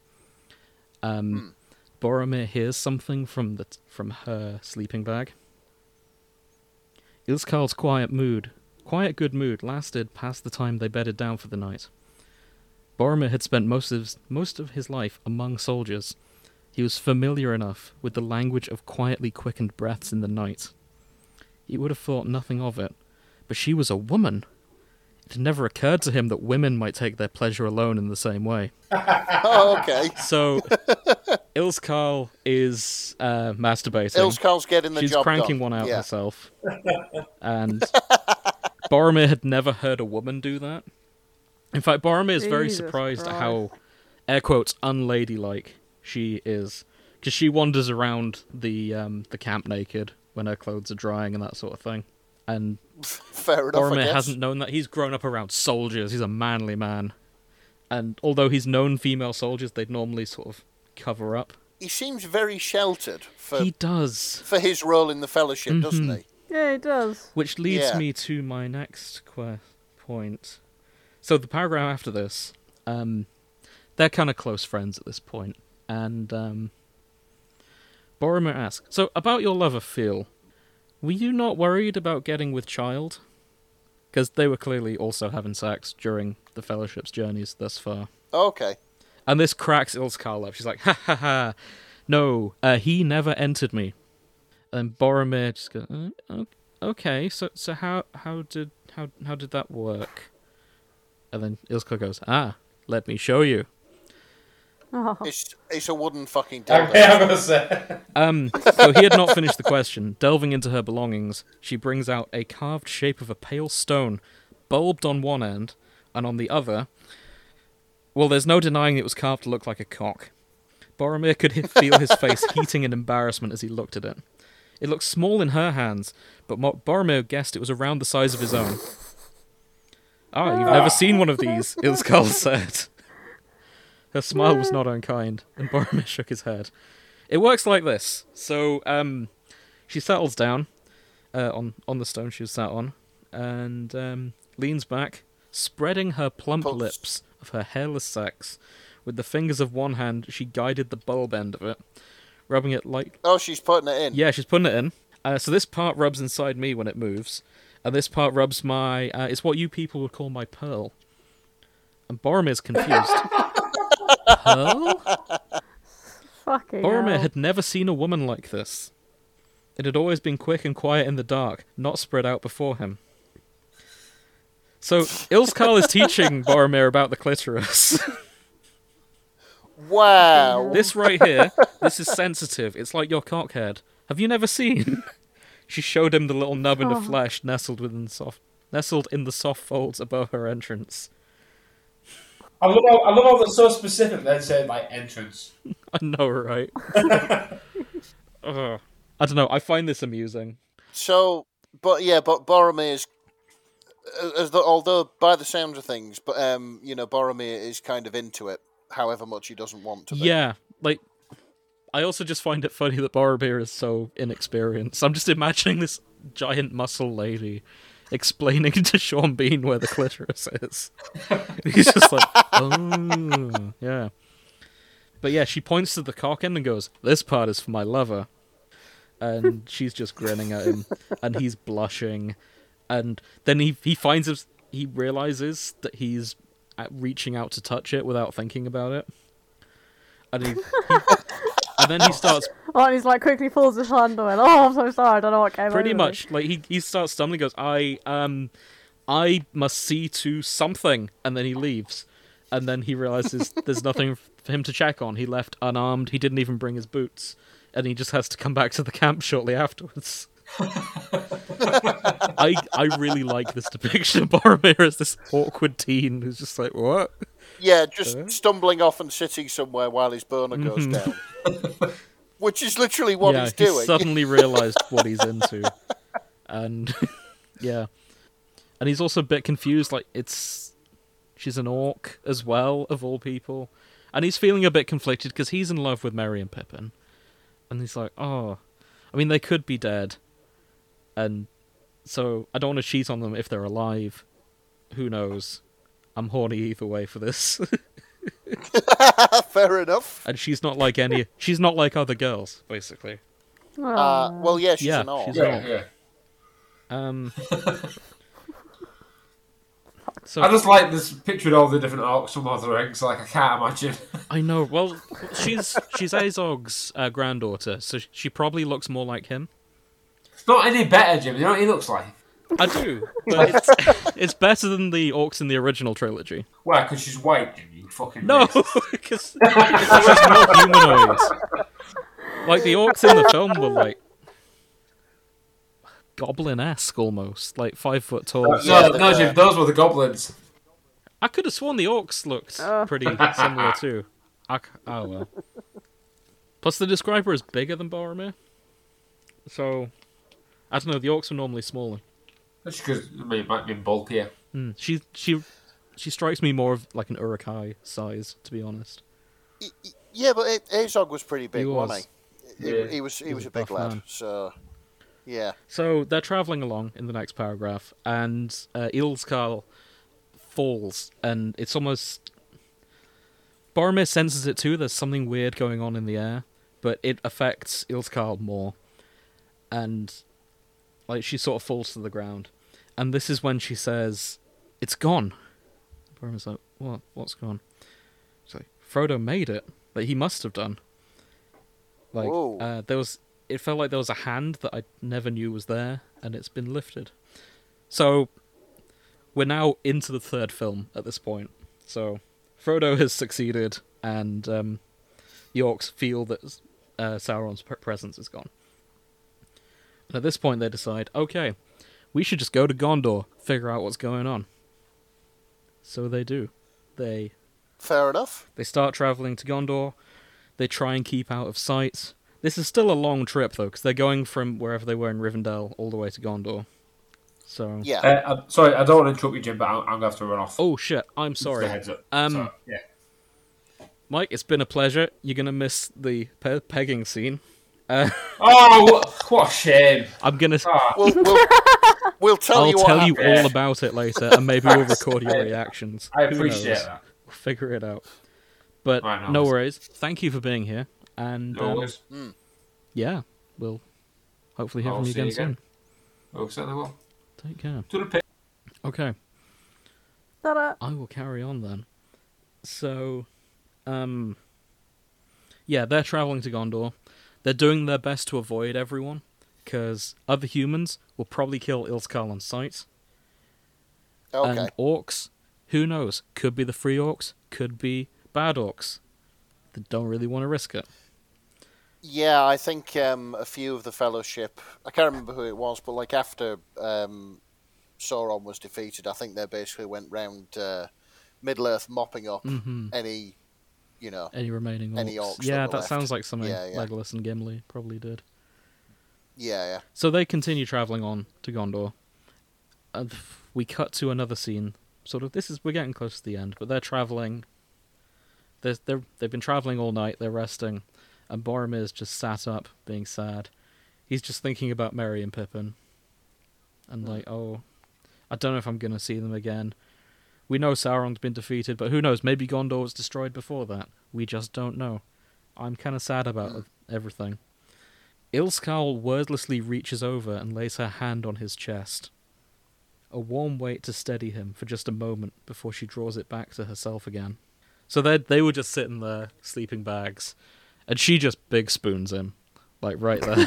Speaker 1: um,
Speaker 2: Hmm.
Speaker 1: Boromir hears something from the from her sleeping bag. Ilskarl's quiet mood, quiet good mood, lasted past the time they bedded down for the night. Boromir had spent most of his, most of his life among soldiers. He was familiar enough with the language of quietly quickened breaths in the night. He would have thought nothing of it, but she was a woman. It had never occurred to him that women might take their pleasure alone in the same way.
Speaker 2: Oh,
Speaker 1: (laughs)
Speaker 2: okay.
Speaker 1: So, Ilskarl is uh, masturbating.
Speaker 2: Ilskarl's getting the
Speaker 1: She's
Speaker 2: job
Speaker 1: cranking
Speaker 2: done.
Speaker 1: one out
Speaker 2: yeah. (laughs)
Speaker 1: herself. and Boromir had never heard a woman do that. In fact, Boromir is very
Speaker 4: Jesus
Speaker 1: surprised at
Speaker 4: Christ.
Speaker 1: how, air quotes, unladylike she is. Because she wanders around the um, the camp naked when her clothes are drying and that sort of thing. And
Speaker 2: Fair enough, I
Speaker 1: Boromir
Speaker 2: guess.
Speaker 1: hasn't known that. He's grown up around soldiers. He's a manly man. And although he's known female soldiers, they'd normally sort of cover up.
Speaker 2: He seems very sheltered for,
Speaker 1: he Mm-hmm. does.
Speaker 2: for his role in the Fellowship, doesn't he?
Speaker 4: Yeah, he does.
Speaker 1: Which leads
Speaker 2: Yeah.
Speaker 1: me to my next que- point. So the paragraph after this, um, they're kind of close friends at this point. And um, Boromir asks, So about your lover, Feel, were you not worried about getting with child? Because they were clearly also having sex during the Fellowship's journeys thus far.
Speaker 2: Okay.
Speaker 1: And this cracks Ilskar up. She's like, ha ha ha. No, uh, he never entered me. And Boromir just goes, "Uh, o- okay, so so how how did how how did that work? And then Ilskar goes, ah, let me show you.
Speaker 4: Oh,
Speaker 2: It's, it's a wooden fucking
Speaker 5: Okay,
Speaker 3: (laughs)
Speaker 2: dildo.
Speaker 5: I'm gonna say.
Speaker 1: Um, so he had not finished the question. Delving into her belongings, she brings out a carved shape of a pale stone, bulbed on one end, and on the other. Well, there's no denying it was carved to look like a cock. Boromir could feel his face heating in embarrassment as he looked at it. It looked small in her hands, but Mo- Boromir guessed it was around the size of his own. Ah, you've never seen one of these, Ilskal said. Her smile was not unkind, and Boromir shook his head. It works like this. So, um, she settles down uh, on on the stone she was sat on, and um, leans back, spreading her plump
Speaker 2: Pulse.
Speaker 1: lips of her hairless sex. With the fingers of one hand, she guided the bulb end of it, rubbing it light.
Speaker 2: Oh, she's putting it in.
Speaker 1: Yeah, she's putting it in. Uh, so this part rubs inside me when it moves, and this part rubs my. Uh, it's what you people would call my pearl. And Boromir's confused. pearl?
Speaker 4: Fucking
Speaker 1: Boromir
Speaker 4: hell.
Speaker 1: had never seen a woman like this. It had always been quick and quiet in the dark, not spread out before him. So Ilskal is teaching Boromir about the clitoris. (laughs)
Speaker 2: Wow.
Speaker 1: this right here, this is sensitive. It's like your cockhead. Have you never seen? (laughs) she showed him the little nubbin of flesh nestled within soft, nestled in the soft folds above her entrance. (laughs)
Speaker 5: I love how, I love how they're so specific. Then saying like entrance.
Speaker 1: I know, right? Ugh. I don't know. I find this amusing.
Speaker 2: So, but yeah, but Boromir's. As though, although by the sounds of things, but um, you know, Boromir is kind of into it, however much he doesn't want to be.
Speaker 1: Yeah, like I also just find it funny that Boromir is so inexperienced. I'm just imagining this giant muscle lady explaining to Sean Bean where the clitoris is. (laughs) He's just like, oh, yeah. But yeah, she points to the cock end and goes, "This part is for my lover," and she's just grinning at him, and he's blushing, and then he he finds his, he realizes that he's uh, reaching out to touch it without thinking about it and he, he- and then he starts
Speaker 4: Oh, and he's like quickly pulls his hand away. Oh, I'm so sorry. I don't know what came
Speaker 1: pretty
Speaker 4: over me.
Speaker 1: much like he, he starts stumbling goes i um i must see to something and then he leaves and then he realizes there's nothing for him to check on he left unarmed he didn't even bring his boots and he just has to come back to the camp shortly afterwards I I really like this depiction of Boromir as this awkward teen who's just like what
Speaker 2: Yeah, just stumbling off and sitting somewhere while his boner goes down. (laughs) Which is literally what
Speaker 1: Mm-hmm. yeah,
Speaker 2: he's
Speaker 1: he
Speaker 2: doing.
Speaker 1: suddenly realized what
Speaker 2: (laughs)
Speaker 1: he's into, and (laughs) yeah, and he's also a bit confused. Like it's she's an orc as well, of all people, and he's feeling a bit conflicted because he's in love with Merry and Pippin, and he's like, oh, I mean, they could be dead, and so I don't want to cheat on them if they're alive. Who knows? I'm horny either way for this. (laughs)
Speaker 2: Fair enough.
Speaker 1: and she's not like any. She's not like other girls, basically.
Speaker 4: Oh,
Speaker 2: Uh, well, yeah, she's
Speaker 1: Yeah,
Speaker 2: an orc.
Speaker 1: she's an
Speaker 5: Yeah, yeah.
Speaker 1: Um. so
Speaker 5: I just like this picture of all the different orcs from Lord of the Rings. Like I can't imagine. (laughs)
Speaker 1: I know. Well, she's she's Azog's uh, granddaughter, so sh- she probably looks more like him.
Speaker 5: It's not any better, Jim. You know what he looks like?
Speaker 1: I do,
Speaker 5: (laughs)
Speaker 1: but it's, it's better than the orcs in the original trilogy.
Speaker 5: Why? Because she's white, Jim. You fucking
Speaker 1: No,
Speaker 5: racist.
Speaker 1: because she's more humanoid. Like the orcs in the film were like goblin-esque almost, like five foot tall.
Speaker 2: Yeah,
Speaker 5: No,
Speaker 2: the-
Speaker 5: no, Jim. Those were the goblins.
Speaker 1: I could have sworn the orcs looked
Speaker 4: Oh.
Speaker 1: pretty similar too. I c oh well. Plus, the describer is bigger than Boromir, so I don't know. The orcs are normally smaller.
Speaker 5: That's because I mean, it might be bulkier.
Speaker 1: Hmm, She she she strikes me more of like an urukai size, to be honest.
Speaker 2: Yeah, but it, Azog was pretty big,
Speaker 1: He was.
Speaker 2: was. not he? He-
Speaker 5: Yeah.
Speaker 2: He was. He,
Speaker 1: was
Speaker 2: was, a
Speaker 1: a
Speaker 2: big
Speaker 1: buff
Speaker 2: lad.
Speaker 1: man.
Speaker 2: So, yeah.
Speaker 1: So they're traveling along in the next paragraph, and uh, Ilskal falls, and it's almost. Boromir senses it too. There's something weird going on in the air, but it affects Ilskal more, and like she sort of falls to the ground, and this is when she says, "It's gone." Boromir's like, "What? What's gone?" It's like Frodo made it. Like he must have done. Like
Speaker 2: Whoa.
Speaker 1: uh, there was, it felt like there was a hand that I never knew was there, and it's been lifted. So we're now into the third film at this point. So Frodo has succeeded, and um, the orcs feel that uh, Sauron's pre- presence is gone. And at this point, they decide, okay, we should just go to Gondor, figure out what's going on. So they do. They
Speaker 2: Fair enough.
Speaker 1: they start traveling to Gondor. They try and keep out of sight. This is still a long trip though, because they're going from wherever they were in Rivendell all the way to Gondor. So.
Speaker 2: Yeah.
Speaker 3: Uh, I'm sorry, I don't want to interrupt you, Jim, but I'm, I'm going to have to run off.
Speaker 1: Oh shit! I'm
Speaker 3: Just a
Speaker 1: sorry,
Speaker 3: heads up.
Speaker 1: Um,
Speaker 3: So, yeah.
Speaker 1: Mike. It's been a pleasure. You're gonna miss the pe- pegging scene. Uh,
Speaker 3: Oh, what, what a shame.
Speaker 1: (laughs) I'm gonna.
Speaker 3: Ah,
Speaker 2: We'll, we'll, we'll
Speaker 3: Oh,
Speaker 2: tell
Speaker 1: I'll
Speaker 2: you what
Speaker 1: tell you
Speaker 2: happened.
Speaker 1: all about it later, and maybe
Speaker 3: (laughs)
Speaker 1: we'll record your reactions.
Speaker 3: I
Speaker 1: Who
Speaker 3: appreciate
Speaker 1: knows?
Speaker 3: that.
Speaker 1: We'll (laughs) figure it out. But
Speaker 3: Right, no
Speaker 1: no worries.
Speaker 3: worries.
Speaker 1: Thank you for being here, and
Speaker 3: No
Speaker 1: um,
Speaker 3: worries.
Speaker 1: yeah, we'll hopefully hear
Speaker 3: I'll
Speaker 1: from you
Speaker 3: see
Speaker 1: again,
Speaker 3: you again.
Speaker 1: soon.
Speaker 3: Oh, certainly will.
Speaker 1: Take care.
Speaker 3: To the pit.
Speaker 1: Okay,
Speaker 4: Ta-da.
Speaker 1: I will carry on then. So, um, yeah, they're traveling to Gondor. They're doing their best to avoid everyone, because other humans will probably kill Ilskal on sight.
Speaker 2: Okay.
Speaker 1: and orcs. Who knows? Could be the free orcs, could be bad orcs. They don't really want to risk it.
Speaker 2: Yeah, I think um, a few of the Fellowship. I can't remember who it was, but like after um, Sauron was defeated, I think they basically went round uh, Middle Earth mopping up
Speaker 1: Mm-hmm.
Speaker 2: any, you know.
Speaker 1: Any remaining orcs?
Speaker 2: Any orcs that
Speaker 1: yeah,
Speaker 2: were
Speaker 1: that
Speaker 2: left.
Speaker 1: sounds like something
Speaker 2: Yeah, yeah.
Speaker 1: Legolas and Gimli probably did.
Speaker 2: Yeah, yeah.
Speaker 1: So they continue traveling on to Gondor. And we cut to another scene. Sort of, this is we're getting close to the end, but they're traveling. They're, they're, they've been traveling all night. They're resting, and Boromir's just sat up, being sad. He's just thinking about Merry and Pippin, and like, oh, I don't know if I'm gonna see them again. We know Sauron's been defeated, but who knows? Maybe Gondor was destroyed before that. We just don't know. I'm kind of sad about everything. Ilskal wordlessly reaches over and lays her hand on his chest. A warm weight to steady him for just a moment before she draws it back to herself again. So they they were just sitting there, sleeping bags, and she just big spoons him, like right there.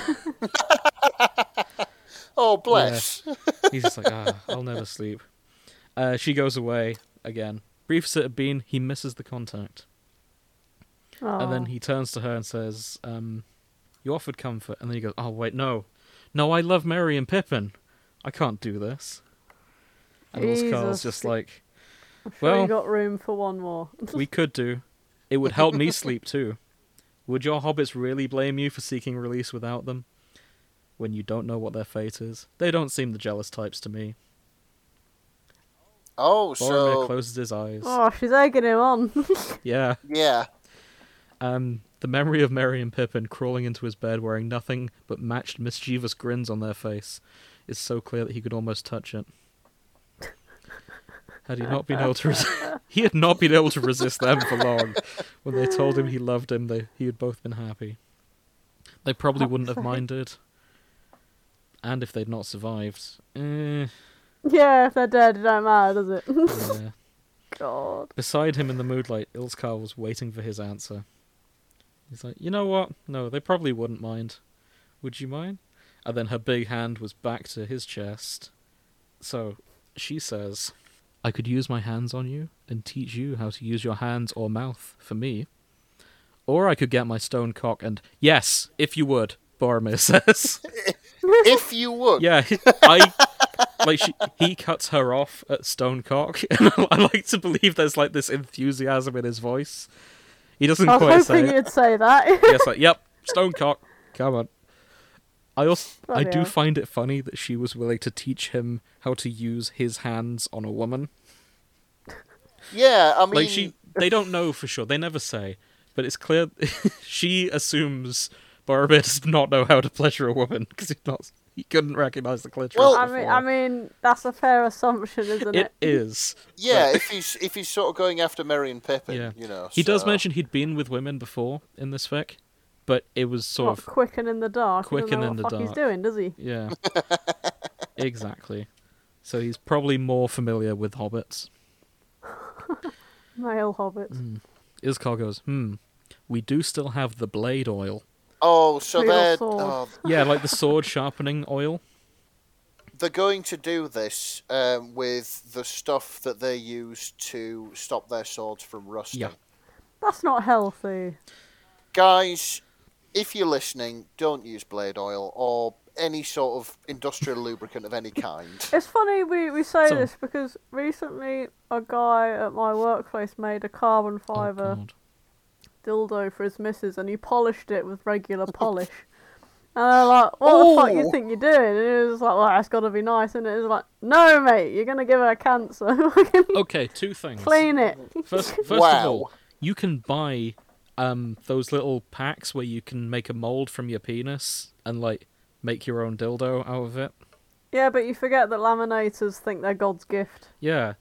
Speaker 2: Oh, bless.
Speaker 1: He's just like, ah, I'll never sleep. Uh, she goes away again. Briefs it had been, he misses the contact. And then
Speaker 4: Aw.
Speaker 1: he turns to her and says, um, You offered comfort. And then he goes, Oh, wait, no. No, I love Mary and Pippin. I can't do this. And Carl's
Speaker 4: Jesus.
Speaker 1: just like,
Speaker 4: Oh, Sure
Speaker 1: well-
Speaker 4: you got room for one more.
Speaker 1: We could do. It would help me sleep too. Would your hobbits really blame you for seeking release without them? When you don't know what their fate is? They don't seem the jealous types to me.
Speaker 2: Oh,
Speaker 1: Boromir
Speaker 2: so
Speaker 1: closes his eyes.
Speaker 4: Oh, she's egging him on. (laughs)
Speaker 1: Yeah.
Speaker 2: yeah,
Speaker 1: Um, the memory of Merry and Pippin crawling into his bed wearing nothing but matched mischievous grins on their face is so clear that he could almost touch it. Had he not been able to resist, (laughs) he had not been able to resist them for long. When they told him he loved him, they he had both been happy. They probably wouldn't have minded. And if they'd not survived, eh,
Speaker 4: yeah, if they're dead, it don't matter, does it?
Speaker 1: yeah.
Speaker 4: God.
Speaker 1: Beside him in the moonlight, Ilskar was waiting for his answer. He's like, you know what? No, they probably wouldn't mind. Would you mind? And then her big hand was back to his chest. So she says, I could use my hands on you and teach you how to use your hands or mouth for me. Or I could get my stone cock and. Yes, if you would, Boromir (laughs) says.
Speaker 2: if you (laughs) would.
Speaker 1: Yeah, I like she, he cuts her off at Stonecock, (laughs) and I, like to believe there's like this enthusiasm in his voice. He doesn't
Speaker 4: I
Speaker 1: quite
Speaker 4: was
Speaker 1: say
Speaker 4: hoping
Speaker 1: it.
Speaker 4: you'd say that.
Speaker 1: (laughs) Yes, like yep, Stonecock, come on. I also I
Speaker 4: Bloody
Speaker 1: do
Speaker 4: hell.
Speaker 1: find it funny that she was willing to teach him how to use his hands on a woman.
Speaker 2: Yeah, I mean,
Speaker 1: Like she, they don't know for sure. They never say, but it's clear (laughs) she assumes Boromir does not know how to pleasure a woman because he's not. He couldn't recognize the clitoris.
Speaker 2: Well-
Speaker 4: (laughs) I mean,
Speaker 1: before.
Speaker 4: I mean, that's a fair assumption, isn't it?
Speaker 1: it is.
Speaker 2: yeah, if he's if he's sort of going after Merry and Pippin,
Speaker 1: Yeah.
Speaker 2: you know,
Speaker 1: He does
Speaker 2: so-
Speaker 1: mention he'd been with women before in this fic, but it was sort
Speaker 2: Oh,
Speaker 4: What,
Speaker 1: of
Speaker 4: quick and in the dark. He doesn't
Speaker 1: Quick and
Speaker 4: know
Speaker 1: in the
Speaker 4: what fuck
Speaker 1: dark.
Speaker 4: He's doing, does he?
Speaker 2: (laughs)
Speaker 1: yeah, exactly. So he's probably more familiar with hobbits.
Speaker 4: Male hobbits.
Speaker 1: Mm. Iskar goes, hmm. We do still have the blade oil.
Speaker 2: Oh, so
Speaker 4: Real
Speaker 2: they're
Speaker 4: sword.
Speaker 2: oh,
Speaker 1: Yeah, like the
Speaker 2: (laughs)
Speaker 1: sword sharpening oil.
Speaker 2: they're going to do this um, with the stuff that they use to stop their swords from rusting.
Speaker 1: Yeah.
Speaker 4: That's not healthy.
Speaker 2: guys, if you're listening, don't use blade oil or any sort of industrial lubricant of
Speaker 1: (laughs)
Speaker 2: any kind.
Speaker 4: It's funny we, we say
Speaker 1: So-
Speaker 4: this because recently a guy at my workplace made a carbon
Speaker 1: Oh,
Speaker 4: fibre
Speaker 1: God.
Speaker 4: dildo for his missus and he polished it with regular
Speaker 2: (laughs)
Speaker 4: polish. And they're like, what the fuck you
Speaker 2: Ooh.
Speaker 4: think you're doing? And he was like, well, that's got to be nice, and it was like, no, mate, you're gonna give her cancer. (laughs) We're gonna
Speaker 2: Oh,
Speaker 1: Okay, two things.
Speaker 4: clean it.
Speaker 2: (laughs)
Speaker 1: First, first of
Speaker 2: Wow.
Speaker 1: all, you can buy um, those little packs where you can make a mold from your penis and like make your own dildo out of it.
Speaker 4: yeah, but you forget that laminators think they're God's gift.
Speaker 1: Yeah,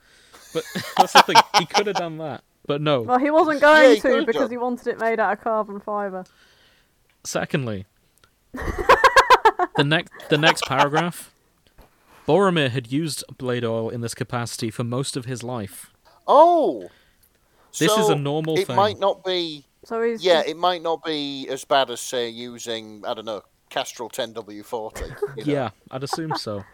Speaker 1: but (laughs) that's the thing. He could have done that, but no.
Speaker 4: Well, he wasn't
Speaker 2: Yeah,
Speaker 4: going
Speaker 2: he
Speaker 4: to
Speaker 2: could've
Speaker 4: because
Speaker 2: done.
Speaker 4: he wanted it made out of carbon fibre.
Speaker 1: Secondly, the next the next paragraph. Boromir had used blade oil in this capacity for most of his life.
Speaker 2: Oh,
Speaker 1: This is
Speaker 2: So
Speaker 1: a normal
Speaker 2: It
Speaker 1: thing.
Speaker 2: might not be.
Speaker 4: So he's
Speaker 2: Yeah, it might not be as bad as say using I don't know Castrol 10W40. you know.
Speaker 1: Yeah, I'd assume so.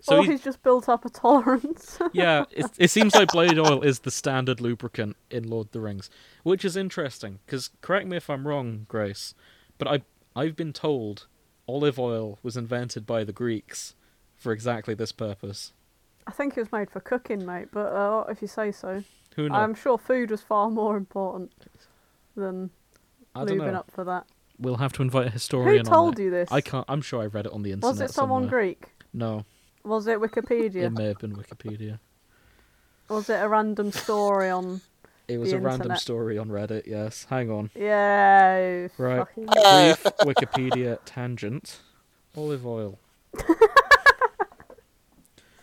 Speaker 1: So
Speaker 4: or
Speaker 1: he-
Speaker 4: he's just built up a (laughs) tolerance.
Speaker 1: yeah, it, it seems like blade oil is the standard lubricant in Lord of the Rings, which is interesting. Because correct me if I'm wrong, Grace, but I I've been told olive oil was invented by the Greeks for exactly this purpose.
Speaker 4: I think it was made for cooking, mate. But uh, if you say so,
Speaker 1: Who knows?
Speaker 4: I'm sure food was far more important than
Speaker 1: I don't
Speaker 4: moving
Speaker 1: know.
Speaker 4: up for that.
Speaker 1: We'll have to invite a historian.
Speaker 4: told
Speaker 1: on it.
Speaker 4: you this?
Speaker 1: I can't. I'm sure I read it on the internet.
Speaker 4: Was it someone
Speaker 1: somewhere.
Speaker 4: Greek?
Speaker 1: No,
Speaker 4: Was it Wikipedia?
Speaker 1: it may have been Wikipedia.
Speaker 4: Was it a random story on?
Speaker 1: It was
Speaker 4: The
Speaker 1: a random
Speaker 4: internet.
Speaker 1: story on Reddit. Yes. Hang on.
Speaker 4: Yeah.
Speaker 1: Right.
Speaker 4: fucking- (laughs)
Speaker 1: brief Wikipedia tangent. Olive oil.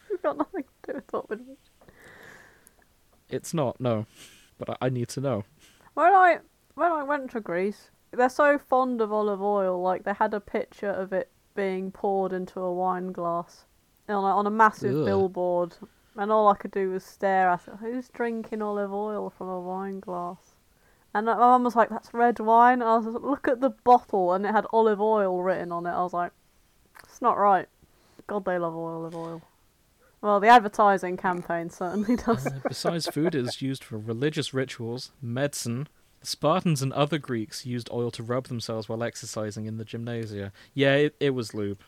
Speaker 4: We've got nothing to do with what we
Speaker 1: It's not. No, but I, I need to
Speaker 4: (laughs)
Speaker 1: know.
Speaker 4: When I when I went to Greece, they're so fond of olive oil. Like they had a picture of it being poured into a wine glass, on a, on a massive
Speaker 1: Ugh.
Speaker 4: billboard, and all I could do was stare at it. Who's drinking olive oil from a wine glass? And my mum was like, "That's red wine." And I was like, "Look at the bottle," and it had olive oil written on it. I was like, "It's not right." God, they love olive oil. Well, the advertising campaign certainly (laughs) does.
Speaker 1: Uh, Besides, food is used for religious rituals, medicine. The Spartans and other Greeks used oil to rub themselves while exercising in the gymnasia. Yeah, it, it was lube.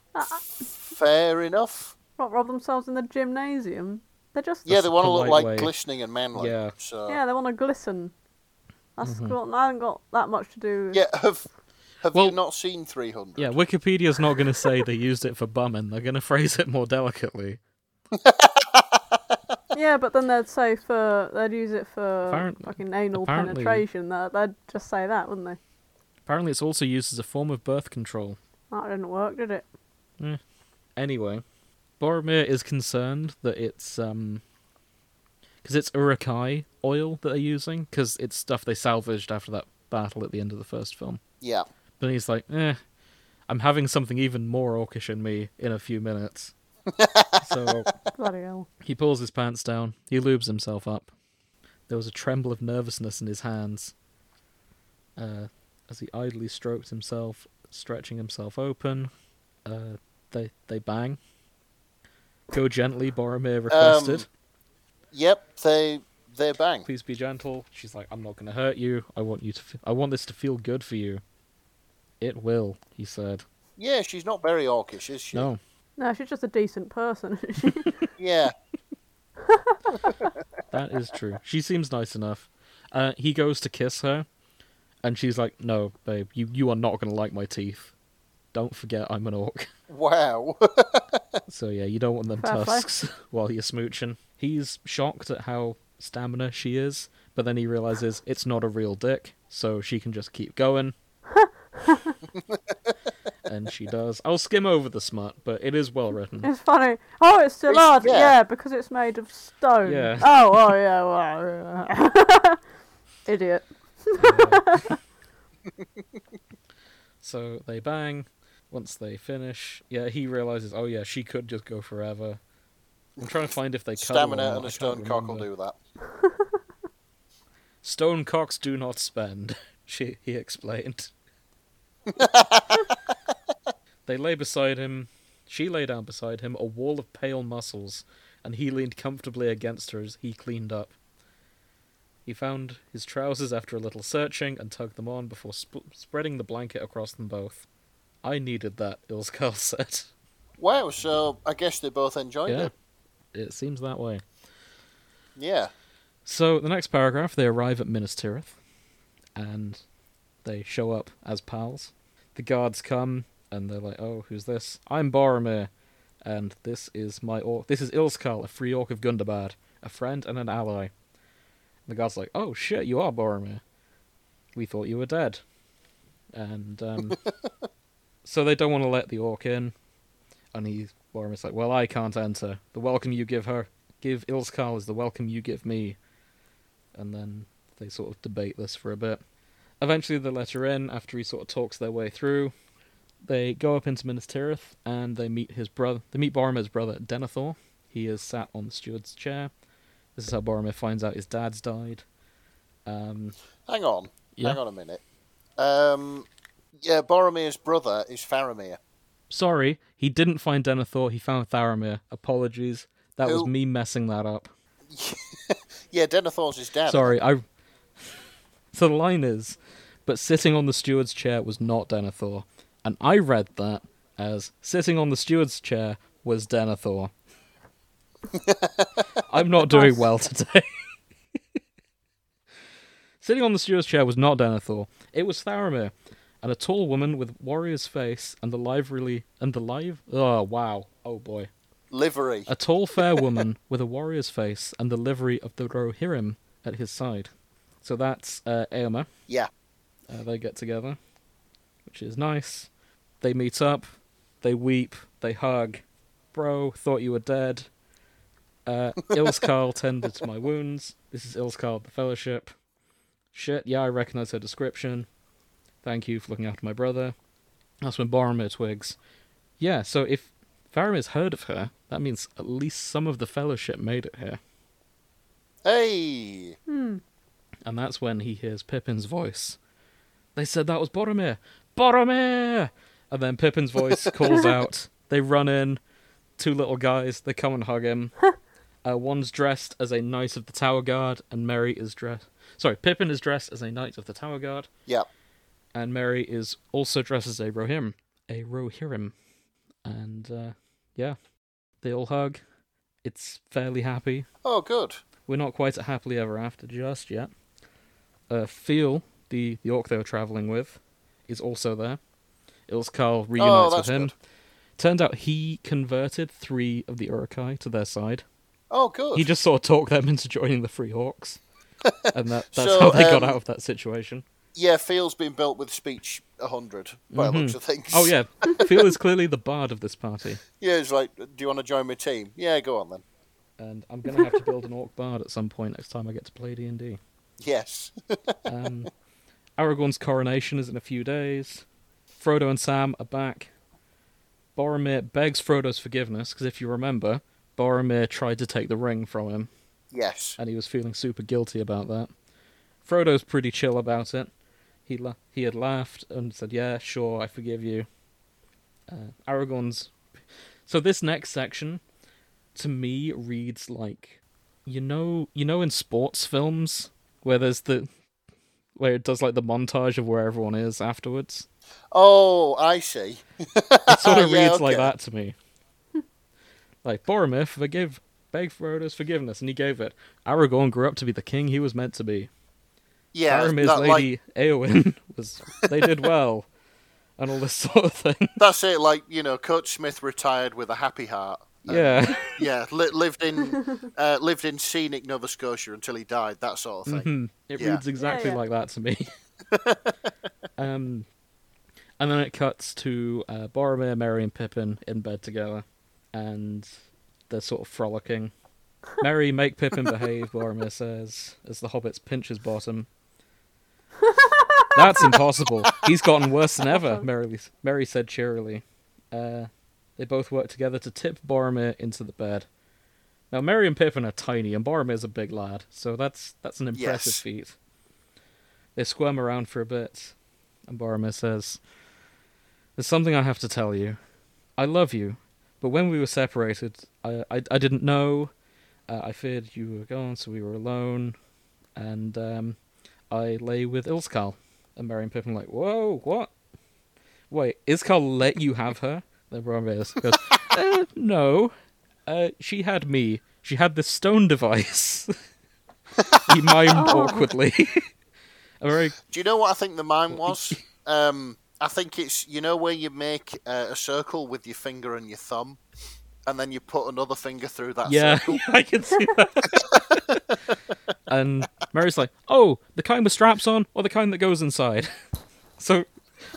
Speaker 2: Fair enough.
Speaker 4: Not rob themselves in the gymnasium. They're just
Speaker 2: Yeah,
Speaker 1: That's
Speaker 2: they
Speaker 1: a
Speaker 2: want to look
Speaker 1: polite
Speaker 2: like
Speaker 1: way.
Speaker 2: glistening and manly.
Speaker 1: Yeah.
Speaker 2: So
Speaker 4: Yeah, they want to glisten. That's got, I haven't got that much to do. with-
Speaker 2: yeah. (laughs) Have Have
Speaker 1: Well-
Speaker 2: you not seen 300?
Speaker 1: Yeah, Wikipedia's not going to say they used it for bumming. They're going to phrase it more delicately.
Speaker 4: Yeah, but then they'd say for they'd use it for
Speaker 1: Apparent-
Speaker 4: fucking anal
Speaker 1: apparently-
Speaker 4: penetration. That they'd just say that, wouldn't they?
Speaker 1: Apparently, it's also used as a form of birth control.
Speaker 4: That didn't work, did it?
Speaker 1: Anyway, Boromir is concerned that it's um, because it's urukai oil that they're using, because it's stuff they salvaged after that battle at the end of the first film.
Speaker 2: Yeah.
Speaker 1: But he's like, eh, I'm having something even more orcish in me in a few minutes. so
Speaker 4: Bloody hell!
Speaker 1: he pulls his pants down, he lubes himself up. There was a tremble of nervousness in his hands uh, as he idly stroked himself, stretching himself open. Uh, they they bang. Go gently, Boromir requested.
Speaker 2: Yep. They They bang.
Speaker 1: Please be gentle. She's like, I'm not going to hurt you. I want you to. F- I want this to feel good for you. It will, he said.
Speaker 2: Yeah. She's not very orcish, is she?
Speaker 1: No,
Speaker 4: No, she's just a decent person. (laughs) isn't she?
Speaker 2: Yeah.
Speaker 1: That is true. She seems nice enough. Uh, he goes to kiss her, and she's like, "No, babe, you you are not gonna like my teeth. Don't forget, I'm an
Speaker 4: (laughs)
Speaker 1: orc.
Speaker 2: Wow. (laughs)
Speaker 1: So yeah, you don't want them
Speaker 4: Fair play.
Speaker 1: tusks (laughs) while you're smooching." He's shocked at how stamina she is, but then he realizes it's not a real dick, so she can just keep
Speaker 4: (laughs)
Speaker 1: going. and she does. I'll skim over the smut, but it is well written.
Speaker 4: it's funny. Oh, it's still
Speaker 2: It's-
Speaker 4: hard. Yeah.
Speaker 2: yeah.
Speaker 4: because it's made of stone.
Speaker 1: Yeah.
Speaker 4: Oh, oh yeah. Well, yeah. (laughs) Idiot.
Speaker 1: (laughs) So they bang. Once they finish, yeah, he realizes, oh yeah, she could just go forever. I'm trying to find if they cuddle or
Speaker 2: Stamina
Speaker 1: not, I
Speaker 2: and a
Speaker 1: can't
Speaker 2: stone cock will
Speaker 1: remember.
Speaker 2: do that.
Speaker 1: Stone cocks do not spend. (laughs) She he explained. they lay beside him. She lay down beside him, a wall of pale muscles, and he leaned comfortably against her as he cleaned up. He found his trousers after a little searching and tugged them on before sp- spreading the blanket across them both. I needed that, Ilskar (laughs) said.
Speaker 2: Wow. So I guess they both enjoyed
Speaker 1: Yeah,
Speaker 2: it.
Speaker 1: it seems that way.
Speaker 2: Yeah.
Speaker 1: So the next paragraph, they arrive at Minas Tirith, and They show up as pals. The guards come and they're like, "Oh, who's this? I'm Boromir, and this is my orc. This is Ilskal, a free orc of Gundabad, a friend and an ally." the guard's like, "Oh shit, you are Boromir. We thought you were dead." And um, so they don't want to let the orc in, and he Boromir's like, "Well, I can't enter. The welcome you give her, give Ilskal, is the welcome you give me." And then they sort of debate this for a bit. Eventually, they let her in after he sort of talks their way through. They go up into Minas Tirith and they meet his brother. They meet Boromir's brother Denethor. He is sat on the steward's chair. This is how Boromir finds out his dad's died. Um,
Speaker 2: Hang on.
Speaker 1: Yeah.
Speaker 2: Hang on a minute. Um, yeah, Boromir's brother is Faramir.
Speaker 1: sorry, he didn't find Denethor. He found Faramir. Apologies. That was
Speaker 2: Who-
Speaker 1: me messing that up.
Speaker 2: Yeah, Denethor's his dad.
Speaker 1: Sorry, I. So the line is, but sitting on the steward's chair was not Denethor, and I read that as sitting on the steward's chair was Denethor. I'm not doing well today. (laughs) sitting on the steward's chair was not Denethor; it was Faramir, and a tall woman with warrior's face and the lively and the live. Oh wow! Oh boy!
Speaker 2: Livery.
Speaker 1: A tall, fair woman (laughs) with a warrior's face and the livery of the Rohirrim at his side. So that's uh, Eomer.
Speaker 2: Yeah.
Speaker 1: Uh, they get together, which is nice. They meet up, they weep, they hug. Bro, thought you were dead. Uh, Ilskarl tended to my wounds. This is Ilskarl of the Fellowship. Shit, yeah, I recognize her description. Thank you for looking after my brother. That's when Boromir twigs. Yeah, so if Faramir's heard of her, that means at least some of the Fellowship made it here.
Speaker 2: Hey.
Speaker 1: And that's when he hears Pippin's voice. They said that was Boromir. Boromir! And then Pippin's voice calls out. They run in. Two little guys, they come and hug him. Uh, one's dressed as a knight of the Tower Guard, and Merry is dressed. Sorry, Pippin is dressed as a knight of the Tower Guard,
Speaker 2: Yeah.
Speaker 1: and Merry is also dressed as a Rohirrim. A Rohirrim. And uh, yeah, they all hug. It's fairly happy.
Speaker 2: Oh, good.
Speaker 1: We're not quite at happily ever after just yet. Uh, Feel, the, the orc they were travelling with, is also there. Ilskal
Speaker 2: Oh,
Speaker 1: reunites with
Speaker 2: that's
Speaker 1: him.
Speaker 2: good.
Speaker 1: Turns out he converted three of the Urukai to their side.
Speaker 2: Oh, good.
Speaker 1: He just sort of talked them into joining the Free
Speaker 2: (laughs)
Speaker 1: Hawks. and that, that's
Speaker 2: So,
Speaker 1: how they got
Speaker 2: um,
Speaker 1: out of that situation.
Speaker 2: Yeah, Field's been built with speech 100, by the looks of things.
Speaker 1: Oh, yeah. Feel is clearly the bard of this party.
Speaker 2: Yeah, it's like, do you want to join my team? Yeah, go on then.
Speaker 1: And I'm going to have to build an orc bard at some point next time I get to play D&D.
Speaker 2: Yes. (laughs)
Speaker 1: Um, Aragorn's coronation is in a few days. Frodo and Sam are back. Boromir begs Frodo's forgiveness because if you remember, Boromir tried to take the ring from him
Speaker 2: Yes.
Speaker 1: and he was feeling super guilty about that. Frodo's pretty chill about it. He la- he had laughed and said, "Yeah, sure, I forgive you." Uh, Aragorn's. So this next section, to me, reads like, you know, you know, in sports films where there's the, where it does like the montage of where everyone is
Speaker 2: (laughs)
Speaker 1: afterwards.
Speaker 2: Oh, I see.
Speaker 1: It sort of
Speaker 2: Yeah,
Speaker 1: reads like
Speaker 2: okay.
Speaker 1: that to me. like Boromir forgive beg Frodo's forgiveness, and he gave it. Aragorn grew up to be the king he was meant to be.
Speaker 2: Yeah,
Speaker 1: Faramir's
Speaker 2: that, like,
Speaker 1: lady Eowyn (laughs) was they did well, and all this (laughs) sort of
Speaker 2: (laughs)
Speaker 1: thing.
Speaker 2: that's it. Like, you know, Coach Smith retired with a happy heart.
Speaker 1: yeah,
Speaker 2: Yeah, li- lived in
Speaker 1: (laughs)
Speaker 2: uh, lived in scenic Nova Scotia until he died, that sort of thing.
Speaker 1: Mm-hmm. it
Speaker 2: yeah.
Speaker 1: reads exactly
Speaker 4: yeah.
Speaker 1: like that to
Speaker 2: (laughs)
Speaker 1: me. um, and then it cuts to uh, Boromir, Merry, and Pippin in bed together, and they're sort of frolicking. Merry, make Pippin behave, Boromir says as the hobbits pinch his
Speaker 4: (laughs)
Speaker 1: bottom. That's impossible. He's gotten worse than ever, Merry, Merry said cheerily. Uh, they both work together to tip Boromir into the bed. Now, Merry and Pippin are tiny, and Boromir's a big lad, so that's that's an impressive
Speaker 2: Yes.
Speaker 1: feat. They squirm around for a bit, and Boromir says, There's something I have to tell you. I love you, but when we were separated, I, I, I didn't know. Uh, I feared you were gone, so we were alone. And um, I lay with Ilskal. And Merry and Pippin were like, Whoa, what? Wait, Ilskal let you have her? Then Boromir (laughs) goes, "Eh, No. Uh, she had me. (laughs) She had this stone device. he mimed awkwardly. (laughs) A very
Speaker 2: Do you know what I think the mine
Speaker 1: (laughs)
Speaker 2: was? um, I think it's you know where you make uh, a circle with your finger and your thumb, and then you put another finger through that.
Speaker 1: yeah,
Speaker 2: circle?
Speaker 1: (laughs) I can see that. (laughs) and Mary's like, "Oh, the kind with straps on, or the kind that goes inside." (laughs) so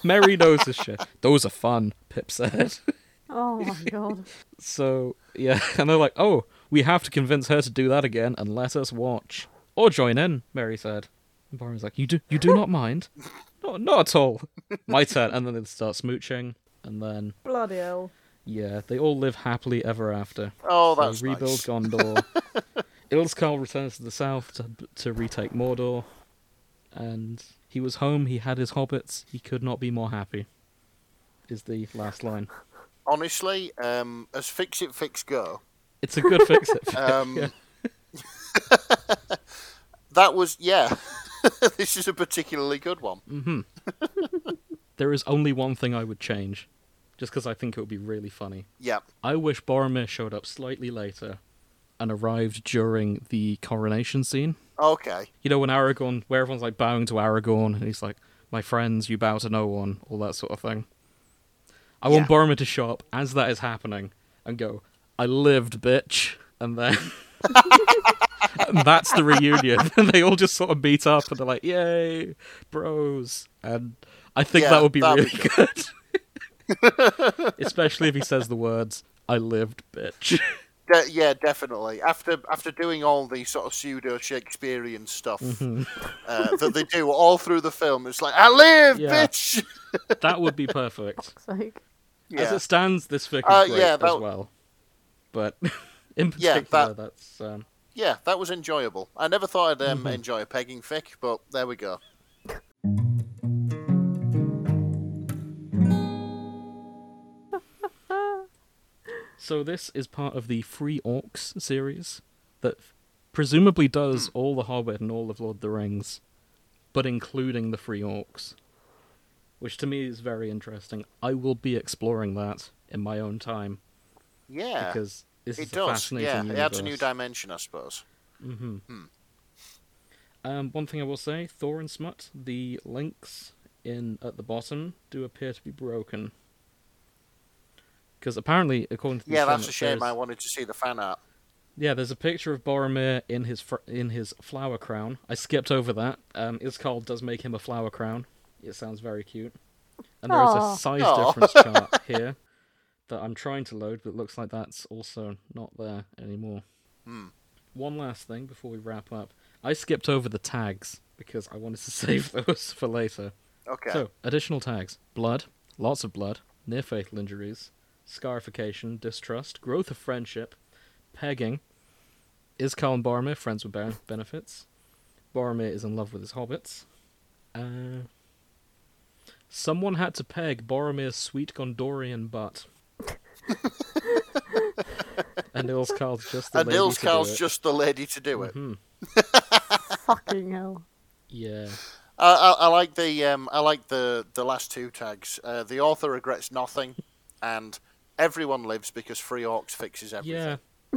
Speaker 1: Mary knows this shit. Those are fun, Pip said. (laughs)
Speaker 4: Oh my god.
Speaker 1: so yeah, (laughs) and they're like, "Oh, we have to convince her to do that again and let us watch or join in," Mary said. And Byron's like, "You do, you do not mind? No, not at all. (laughs) My turn." And then they start smooching, and then
Speaker 4: Bloody hell.
Speaker 1: yeah, they all live happily ever after.
Speaker 2: Oh,
Speaker 1: They'll
Speaker 2: that's
Speaker 1: rebuild
Speaker 2: nice. (laughs)
Speaker 1: Gondor. Ilskal returns to the south to, to retake Mordor, and he was home. He had his hobbits. He could not be more happy. Is the last line.
Speaker 2: Honestly, um, as fix it,
Speaker 1: (laughs)
Speaker 2: fix go.
Speaker 1: It's a good fix. It.
Speaker 2: Um,
Speaker 1: Yeah.
Speaker 2: (laughs) that was yeah. (laughs) this is a particularly good one.
Speaker 1: There is only one thing I would change, just because I think it would be really funny.
Speaker 2: Yeah.
Speaker 1: I wish Boromir showed up slightly later, and arrived during the coronation scene.
Speaker 2: Okay.
Speaker 1: you know, when Aragorn, where everyone's like bowing to Aragorn, and he's like, "My friends, you bow to no one," all that sort of thing. I want
Speaker 2: Yeah.
Speaker 1: Boromir to show up as that is happening and go, "I lived, bitch," and then. (laughs) and that's the reunion. (laughs) and they all just sort of meet up and they're like, yay, bros. And I think
Speaker 2: Yeah,
Speaker 1: that would be
Speaker 2: that'd
Speaker 1: really
Speaker 2: be
Speaker 1: good. (laughs) Especially if he says the words, I lived, bitch. (laughs)
Speaker 2: De- yeah, definitely. After after doing all the sort of pseudo Shakespearean stuff
Speaker 1: Mm-hmm.
Speaker 2: uh, that they do all through the film, it's like I
Speaker 1: (laughs)
Speaker 2: live,
Speaker 1: Yeah.
Speaker 2: bitch.
Speaker 1: that would be perfect.
Speaker 4: Fuck's sake.
Speaker 1: As
Speaker 2: Yeah.
Speaker 1: it stands, this fic is
Speaker 2: Uh,
Speaker 1: great
Speaker 2: yeah,
Speaker 1: as
Speaker 2: that-
Speaker 1: well. But (laughs) in
Speaker 2: Yeah,
Speaker 1: particular,
Speaker 2: that-
Speaker 1: that's um,
Speaker 2: yeah, that was enjoyable. I never thought I'd um,
Speaker 1: Mm-hmm.
Speaker 2: enjoy a pegging fic, but there we go.
Speaker 1: so. This is part of the Free Orcs series that presumably does
Speaker 2: Hmm.
Speaker 1: all the Hobbit and all of Lord of the Rings, but including the Free Orcs, which to me is very interesting. I will be exploring that in my own time
Speaker 2: Yeah,
Speaker 1: because this is
Speaker 2: it
Speaker 1: a
Speaker 2: does.
Speaker 1: fascinating.
Speaker 2: Yeah, it adds a new
Speaker 1: universe.
Speaker 2: dimension, I suppose.
Speaker 1: Mm-hmm. Um, one thing I will say, Thor and Smut, the links in at the bottom do appear to be broken. Because apparently, according to the
Speaker 2: Yeah, that's a
Speaker 1: comments,
Speaker 2: shame.
Speaker 1: there's-
Speaker 2: I wanted to see the fan art.
Speaker 1: yeah, there's a picture of Boromir in his fr- in his flower crown. I skipped over that. Um, Iskall does make him a flower crown. It sounds very cute. And there is
Speaker 4: Aw.
Speaker 1: a size
Speaker 2: Aw.
Speaker 1: difference chart here that I'm trying to load, but it looks like that's also not there anymore. One last thing before we wrap up. I skipped over the tags because I wanted to (laughs) save those for later.
Speaker 2: Okay.
Speaker 1: So, additional tags blood, lots of blood, near fatal injuries, scarification, distrust, growth of friendship, pegging. Is Colin Boromir friends with ben- benefits? Boromir is in love with his hobbits. Uh, someone had to peg Boromir's sweet Gondorian
Speaker 2: (laughs)
Speaker 1: butt. and Ilskarl's just the
Speaker 2: and
Speaker 1: lady
Speaker 2: Nils
Speaker 1: to do
Speaker 2: Carl's
Speaker 1: it. Mm-hmm.
Speaker 2: just the lady to do it.
Speaker 4: Fucking hell.
Speaker 1: Yeah.
Speaker 2: I, I, I like the um, I like the the last two tags. Uh, the author regrets nothing, and everyone lives because free orcs fixes
Speaker 1: Yeah.
Speaker 2: everything. (laughs)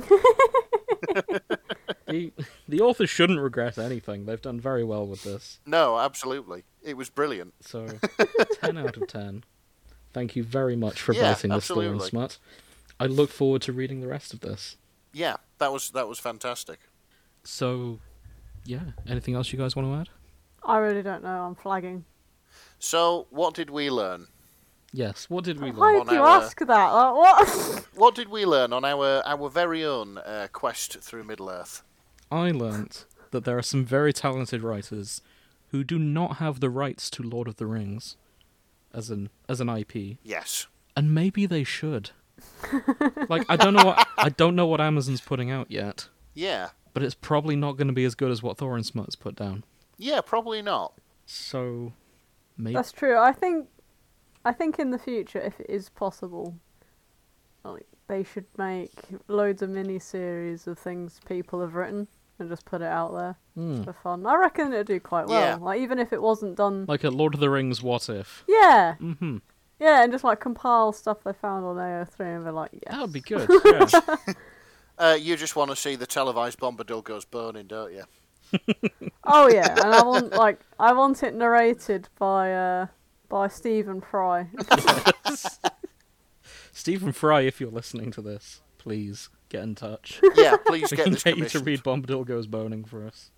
Speaker 1: the the author shouldn't regret anything. They've done very well with this.
Speaker 2: No, absolutely, it was brilliant. (laughs)
Speaker 1: So ten out of ten. Thank you very much for
Speaker 2: Yeah,
Speaker 1: writing this story and
Speaker 2: absolutely.
Speaker 1: smut. I look forward to reading the rest of this.
Speaker 2: Yeah, that was that was fantastic.
Speaker 1: So yeah. Anything else you guys want to add?
Speaker 4: I really don't know. I'm flagging.
Speaker 2: So, what did we learn?
Speaker 1: Yes. What did we
Speaker 4: Why
Speaker 1: learn?
Speaker 2: Hi. on
Speaker 4: did you
Speaker 2: our-
Speaker 4: ask that? Like, what? (laughs)
Speaker 2: What did we learn on our our very own uh, quest through Middle Earth?
Speaker 1: I learnt that there are some very talented writers who do not have the rights to Lord of the Rings as an as an IP.
Speaker 2: Yes.
Speaker 1: and maybe they should. like I don't know what I don't know what Amazon's putting out yet,
Speaker 2: Yeah.
Speaker 1: but it's probably not going to be as good as what Thor and Smut's put down.
Speaker 2: Yeah. Probably not.
Speaker 1: So maybe
Speaker 4: That's true. I think, I think in the future, if it is possible, like they should make loads of mini series of things people have written and just put it out there
Speaker 1: Hmm.
Speaker 4: for fun. I reckon it'd do quite well.
Speaker 2: Yeah.
Speaker 4: Like even if it wasn't done.
Speaker 1: like a Lord of the Rings what if.
Speaker 4: yeah.
Speaker 1: Mhm.
Speaker 4: Yeah, and just like compile stuff they found on AO3 and be like, yes.
Speaker 1: That would
Speaker 4: (laughs)
Speaker 1: be good. yeah.
Speaker 2: Uh, you just want to see the televised Bombadil goes burning, don't you?
Speaker 1: (laughs)
Speaker 4: Oh yeah, and I want like I want it narrated by uh by Stephen Fry.
Speaker 1: (laughs) Stephen Fry, if you're listening to this, please get in touch.
Speaker 2: Yeah, (laughs) please
Speaker 1: We
Speaker 2: get
Speaker 1: can
Speaker 2: this
Speaker 1: get you to
Speaker 2: commissioned.
Speaker 1: read Bombadil Goes Boning for
Speaker 2: (laughs)
Speaker 1: us.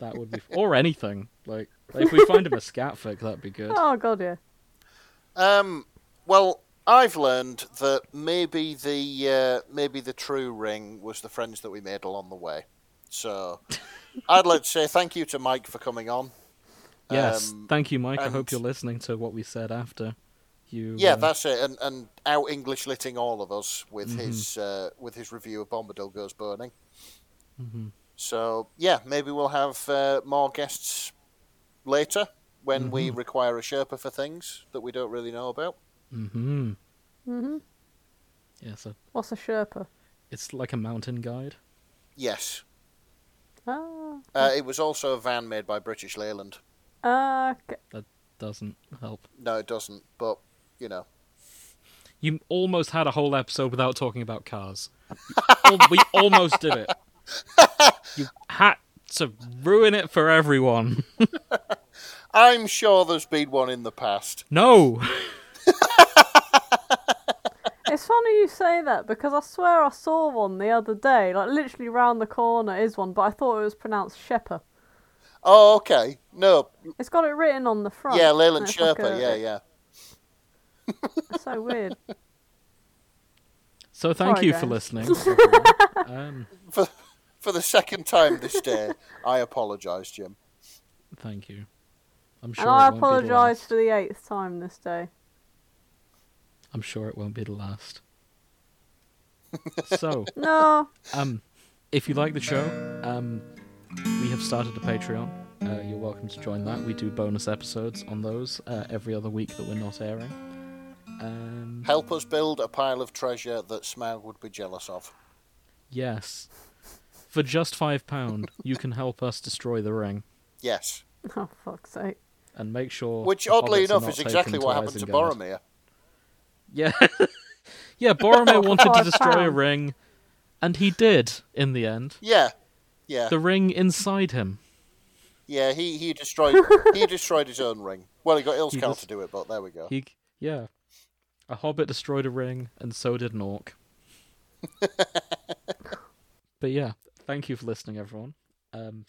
Speaker 1: that would be f- or anything. Like, like, if we find him a scatfic, that'd be good.
Speaker 4: Oh god, yeah.
Speaker 2: Um, well, I've learned that maybe the uh, maybe the true ring was the friends that we made along the way.
Speaker 1: (laughs)
Speaker 2: So, I'd like to say thank you to Mike for coming on.
Speaker 1: yes,
Speaker 2: um,
Speaker 1: thank you, Mike. I
Speaker 2: and-
Speaker 1: hope you're listening to what we said after you.
Speaker 2: Yeah,
Speaker 1: uh,
Speaker 2: that's it. And and out English litting all of us with his uh, with his review of Bombadil goes burning.
Speaker 1: mhm.
Speaker 2: So yeah, maybe we'll have uh, more guests later when we require a Sherpa for things that we don't really know about.
Speaker 1: Mhm.
Speaker 4: hmm
Speaker 1: Yeah, so
Speaker 4: What's a Sherpa?
Speaker 1: it's like a mountain guide.
Speaker 2: Yes,
Speaker 4: Ah,
Speaker 2: uh, it was also a van made by British Leyland.
Speaker 4: uh, okay.
Speaker 1: Doesn't help.
Speaker 2: No, it doesn't. But you know,
Speaker 1: You almost had a whole episode without talking about cars. You al-
Speaker 2: (laughs)
Speaker 1: we almost did it. You had to ruin it for everyone.
Speaker 2: I'm sure there's been one in the past.
Speaker 1: No.
Speaker 4: It's funny you say that because I swear I saw one the other day, like literally round the corner is one, but I thought it was pronounced Shepa.
Speaker 2: Oh, okay. No,
Speaker 4: It's got it written on the front.
Speaker 2: yeah,
Speaker 4: (laughs)
Speaker 2: Leyland
Speaker 4: It's like
Speaker 2: Sherpa.
Speaker 4: a-
Speaker 2: Yeah, yeah.
Speaker 4: It's so
Speaker 1: (laughs)
Speaker 4: weird.
Speaker 1: So thank
Speaker 4: Sorry,
Speaker 1: you for
Speaker 4: guys.
Speaker 1: listening.
Speaker 4: (laughs)
Speaker 1: everyone. um,
Speaker 2: For for the second time this day, I apologise, Jim.
Speaker 1: thank you. I'm sure.
Speaker 4: and I
Speaker 1: it won't be the
Speaker 4: apologise
Speaker 1: last.
Speaker 4: for the eighth time this day.
Speaker 1: I'm sure it won't be the
Speaker 2: (laughs)
Speaker 1: last. so,
Speaker 4: No,
Speaker 1: um, if you like the show, um, we have started a Patreon. Uh, you're welcome to join that. We do bonus episodes on those uh, every other week that we're not airing. Um,
Speaker 2: Help us build a pile of treasure that Smaug would be jealous of.
Speaker 1: Yes. For just five pound, you can help us destroy the ring
Speaker 2: Yes.
Speaker 4: oh fuck's sake.
Speaker 1: and make sure.
Speaker 2: Which,
Speaker 1: the
Speaker 2: oddly
Speaker 1: hobbits are
Speaker 2: enough,
Speaker 1: not
Speaker 2: is
Speaker 1: taken
Speaker 2: exactly what happened to
Speaker 1: Isengard.
Speaker 2: Boromir.
Speaker 1: Yeah, yeah.
Speaker 2: (laughs)
Speaker 1: Boromir wanted to
Speaker 4: Five
Speaker 1: destroy a
Speaker 4: pound.
Speaker 1: ring, and he did in the end.
Speaker 2: Yeah. Yeah.
Speaker 1: The ring inside him.
Speaker 2: Yeah, he, he destroyed
Speaker 1: (laughs)
Speaker 2: he destroyed his own ring. Well, he got Ilskal
Speaker 1: just-
Speaker 2: to do it, but there we go.
Speaker 1: He, yeah. A hobbit destroyed a ring, and so did an orc. but yeah, thank you for listening, everyone. Um,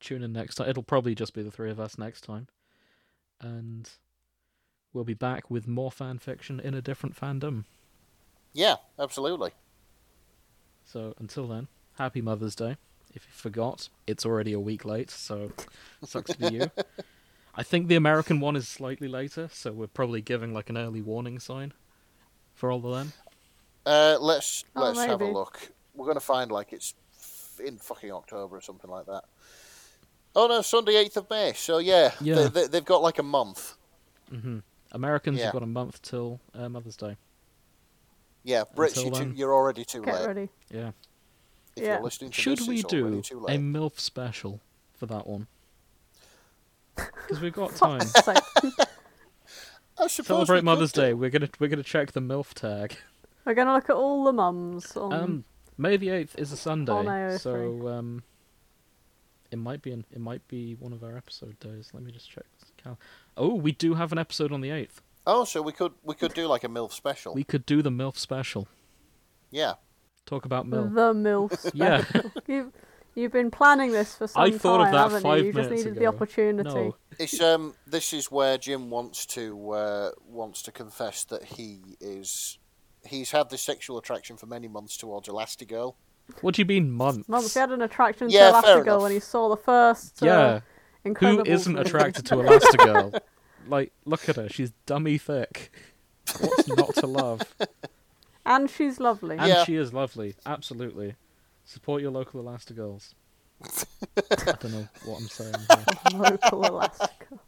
Speaker 1: tune in next time. It'll probably just be the three of us next time, and we'll be back with more fan fiction in a different fandom.
Speaker 2: Yeah, absolutely.
Speaker 1: So until then, happy Mother's Day. If you forgot, it's already a week late, so sucks to be
Speaker 2: (laughs)
Speaker 1: you. I think the American one is slightly later, so we're probably giving like an early warning sign for all of them.
Speaker 2: Uh, let's
Speaker 4: Oh,
Speaker 2: let's have a
Speaker 4: maybe.
Speaker 2: look. We're gonna find like it's f- in fucking October or something like that. Oh no, Sunday eighth of May. So yeah,
Speaker 1: Yeah.
Speaker 2: They, they, they've got like a month.
Speaker 1: Mm-hmm. Americans
Speaker 2: Yeah.
Speaker 1: have got a month till uh, Mother's Day.
Speaker 2: Yeah, Brits,
Speaker 1: Until
Speaker 2: you too,
Speaker 1: then.
Speaker 2: you're already too
Speaker 4: Get
Speaker 2: late.
Speaker 4: ready.
Speaker 1: Yeah.
Speaker 2: If
Speaker 4: Yeah.
Speaker 2: you're listening to
Speaker 1: Should
Speaker 2: this,
Speaker 1: we
Speaker 2: it's already
Speaker 1: do
Speaker 2: too
Speaker 1: a
Speaker 2: late.
Speaker 1: MILF special for that
Speaker 2: (laughs)
Speaker 1: one? Because we've got time.
Speaker 4: Fuck's sake.
Speaker 2: I suppose we
Speaker 1: Celebrate
Speaker 2: could
Speaker 1: Mother's
Speaker 2: do-
Speaker 1: Day. We're gonna we're gonna check the MILF tag.
Speaker 4: We're gonna look at all the mums on
Speaker 1: Um, May the eighth is a
Speaker 4: On
Speaker 1: Sunday,
Speaker 4: AO3.
Speaker 1: so um, it might be an, it might be one of our episode days. Let me just check this cal- Oh, we do have an episode on the eighth.
Speaker 2: Oh, so we could we could do like a MILF special.
Speaker 1: We could do the MILF special.
Speaker 2: Yeah.
Speaker 1: Talk about
Speaker 4: the
Speaker 1: MILF.
Speaker 4: milfs.
Speaker 1: (laughs) Yeah,
Speaker 4: You've you've been planning this for some
Speaker 1: I thought of
Speaker 4: time,
Speaker 1: that
Speaker 4: haven't
Speaker 1: five
Speaker 4: you? You just
Speaker 1: minutes
Speaker 4: needed the
Speaker 1: ago.
Speaker 4: opportunity.
Speaker 1: no,
Speaker 2: It's um. This is where Jim wants to uh, wants to confess that he is he's had this sexual attraction for many months towards Elastigirl.
Speaker 1: (laughs) what do you mean months?
Speaker 4: Mums, he had an attraction
Speaker 2: Yeah,
Speaker 4: to
Speaker 2: fair
Speaker 4: Elastigirl
Speaker 2: enough.
Speaker 4: when he saw the first. Uh,
Speaker 1: yeah,
Speaker 4: Incredible
Speaker 1: who isn't
Speaker 4: (laughs)
Speaker 1: attracted to
Speaker 4: a
Speaker 1: Elastigirl? like, look at her. She's dummy thick. What's not to love?
Speaker 4: And she's lovely.
Speaker 1: And
Speaker 2: Yeah.
Speaker 1: she is lovely. Absolutely. Support your local Elastigirls. I don't know what I'm saying. Here.
Speaker 4: Local (laughs) Elastigirl.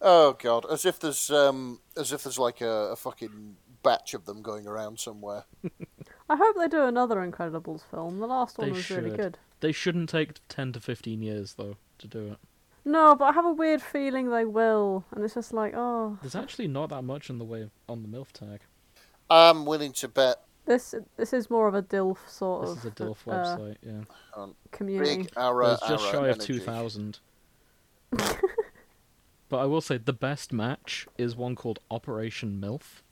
Speaker 2: Oh God! As if there's um as if there's like a, a fucking batch of them going around somewhere.
Speaker 4: I hope they do another Incredibles film. The last one
Speaker 1: They
Speaker 4: was really
Speaker 1: should.
Speaker 4: good.
Speaker 1: They shouldn't take 10 to 15 years, though, to do it.
Speaker 4: No, but I have a weird feeling they will, and it's just like, oh,
Speaker 1: There's actually not that much in the way of, on the MILF tag.
Speaker 2: I'm willing to bet
Speaker 4: This this is more of a DILF sort
Speaker 1: This
Speaker 4: of
Speaker 1: is a DILF
Speaker 4: uh,
Speaker 1: website, yeah.
Speaker 4: community.
Speaker 2: Big arrow,
Speaker 1: There's just
Speaker 2: arrow
Speaker 1: shy of
Speaker 2: energy.
Speaker 4: (laughs)
Speaker 1: 2,000. but I will say the best match is one called Operation MILF.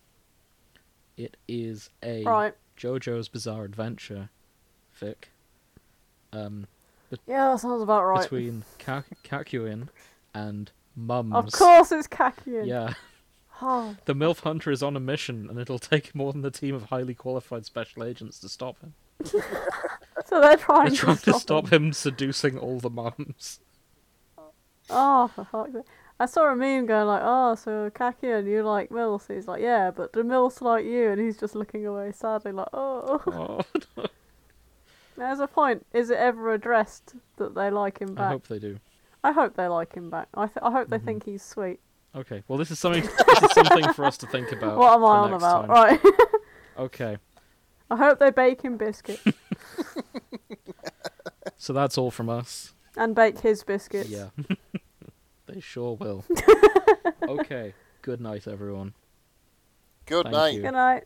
Speaker 1: It is a
Speaker 4: Right.
Speaker 1: JoJo's Bizarre Adventure fic um,
Speaker 4: Yeah, that sounds about right.
Speaker 1: between Ka- Kakuin and Mums.
Speaker 4: Of course it's Kakian.
Speaker 1: Yeah.
Speaker 4: Oh,
Speaker 1: The MILF Hunter is on a mission, and it'll take more than the team of highly qualified special agents to stop him.
Speaker 4: so they're trying,
Speaker 1: They're trying
Speaker 4: to,
Speaker 1: to stop him seducing all the
Speaker 4: (laughs)
Speaker 1: mums.
Speaker 4: Oh, for fuck's sake. I saw a meme going like, oh, so Kakian, you like Mills? He's like, yeah, but the Mills like you, and he's just looking away sadly like, oh.
Speaker 1: Oh,
Speaker 4: There's a point. Is it ever addressed that they like him back?
Speaker 1: I hope they do.
Speaker 4: they like him back. I, th- I hope they
Speaker 1: Mhm.
Speaker 4: think he's sweet.
Speaker 1: Okay. Well, this is something. this is something for us to think about.
Speaker 4: (laughs) what am
Speaker 1: Oh, for
Speaker 4: I on
Speaker 1: next
Speaker 4: about?
Speaker 1: time.
Speaker 4: Right. (laughs)
Speaker 1: Okay.
Speaker 4: I hope they bake
Speaker 1: (laughs)
Speaker 4: him biscuit
Speaker 1: So that's all from us.
Speaker 4: and bake his biscuits.
Speaker 1: Yeah. (laughs) they sure
Speaker 4: (laughs)
Speaker 1: will. okay. Good night, everyone.
Speaker 2: Good
Speaker 1: Thank
Speaker 2: night.
Speaker 1: you.
Speaker 4: Good night.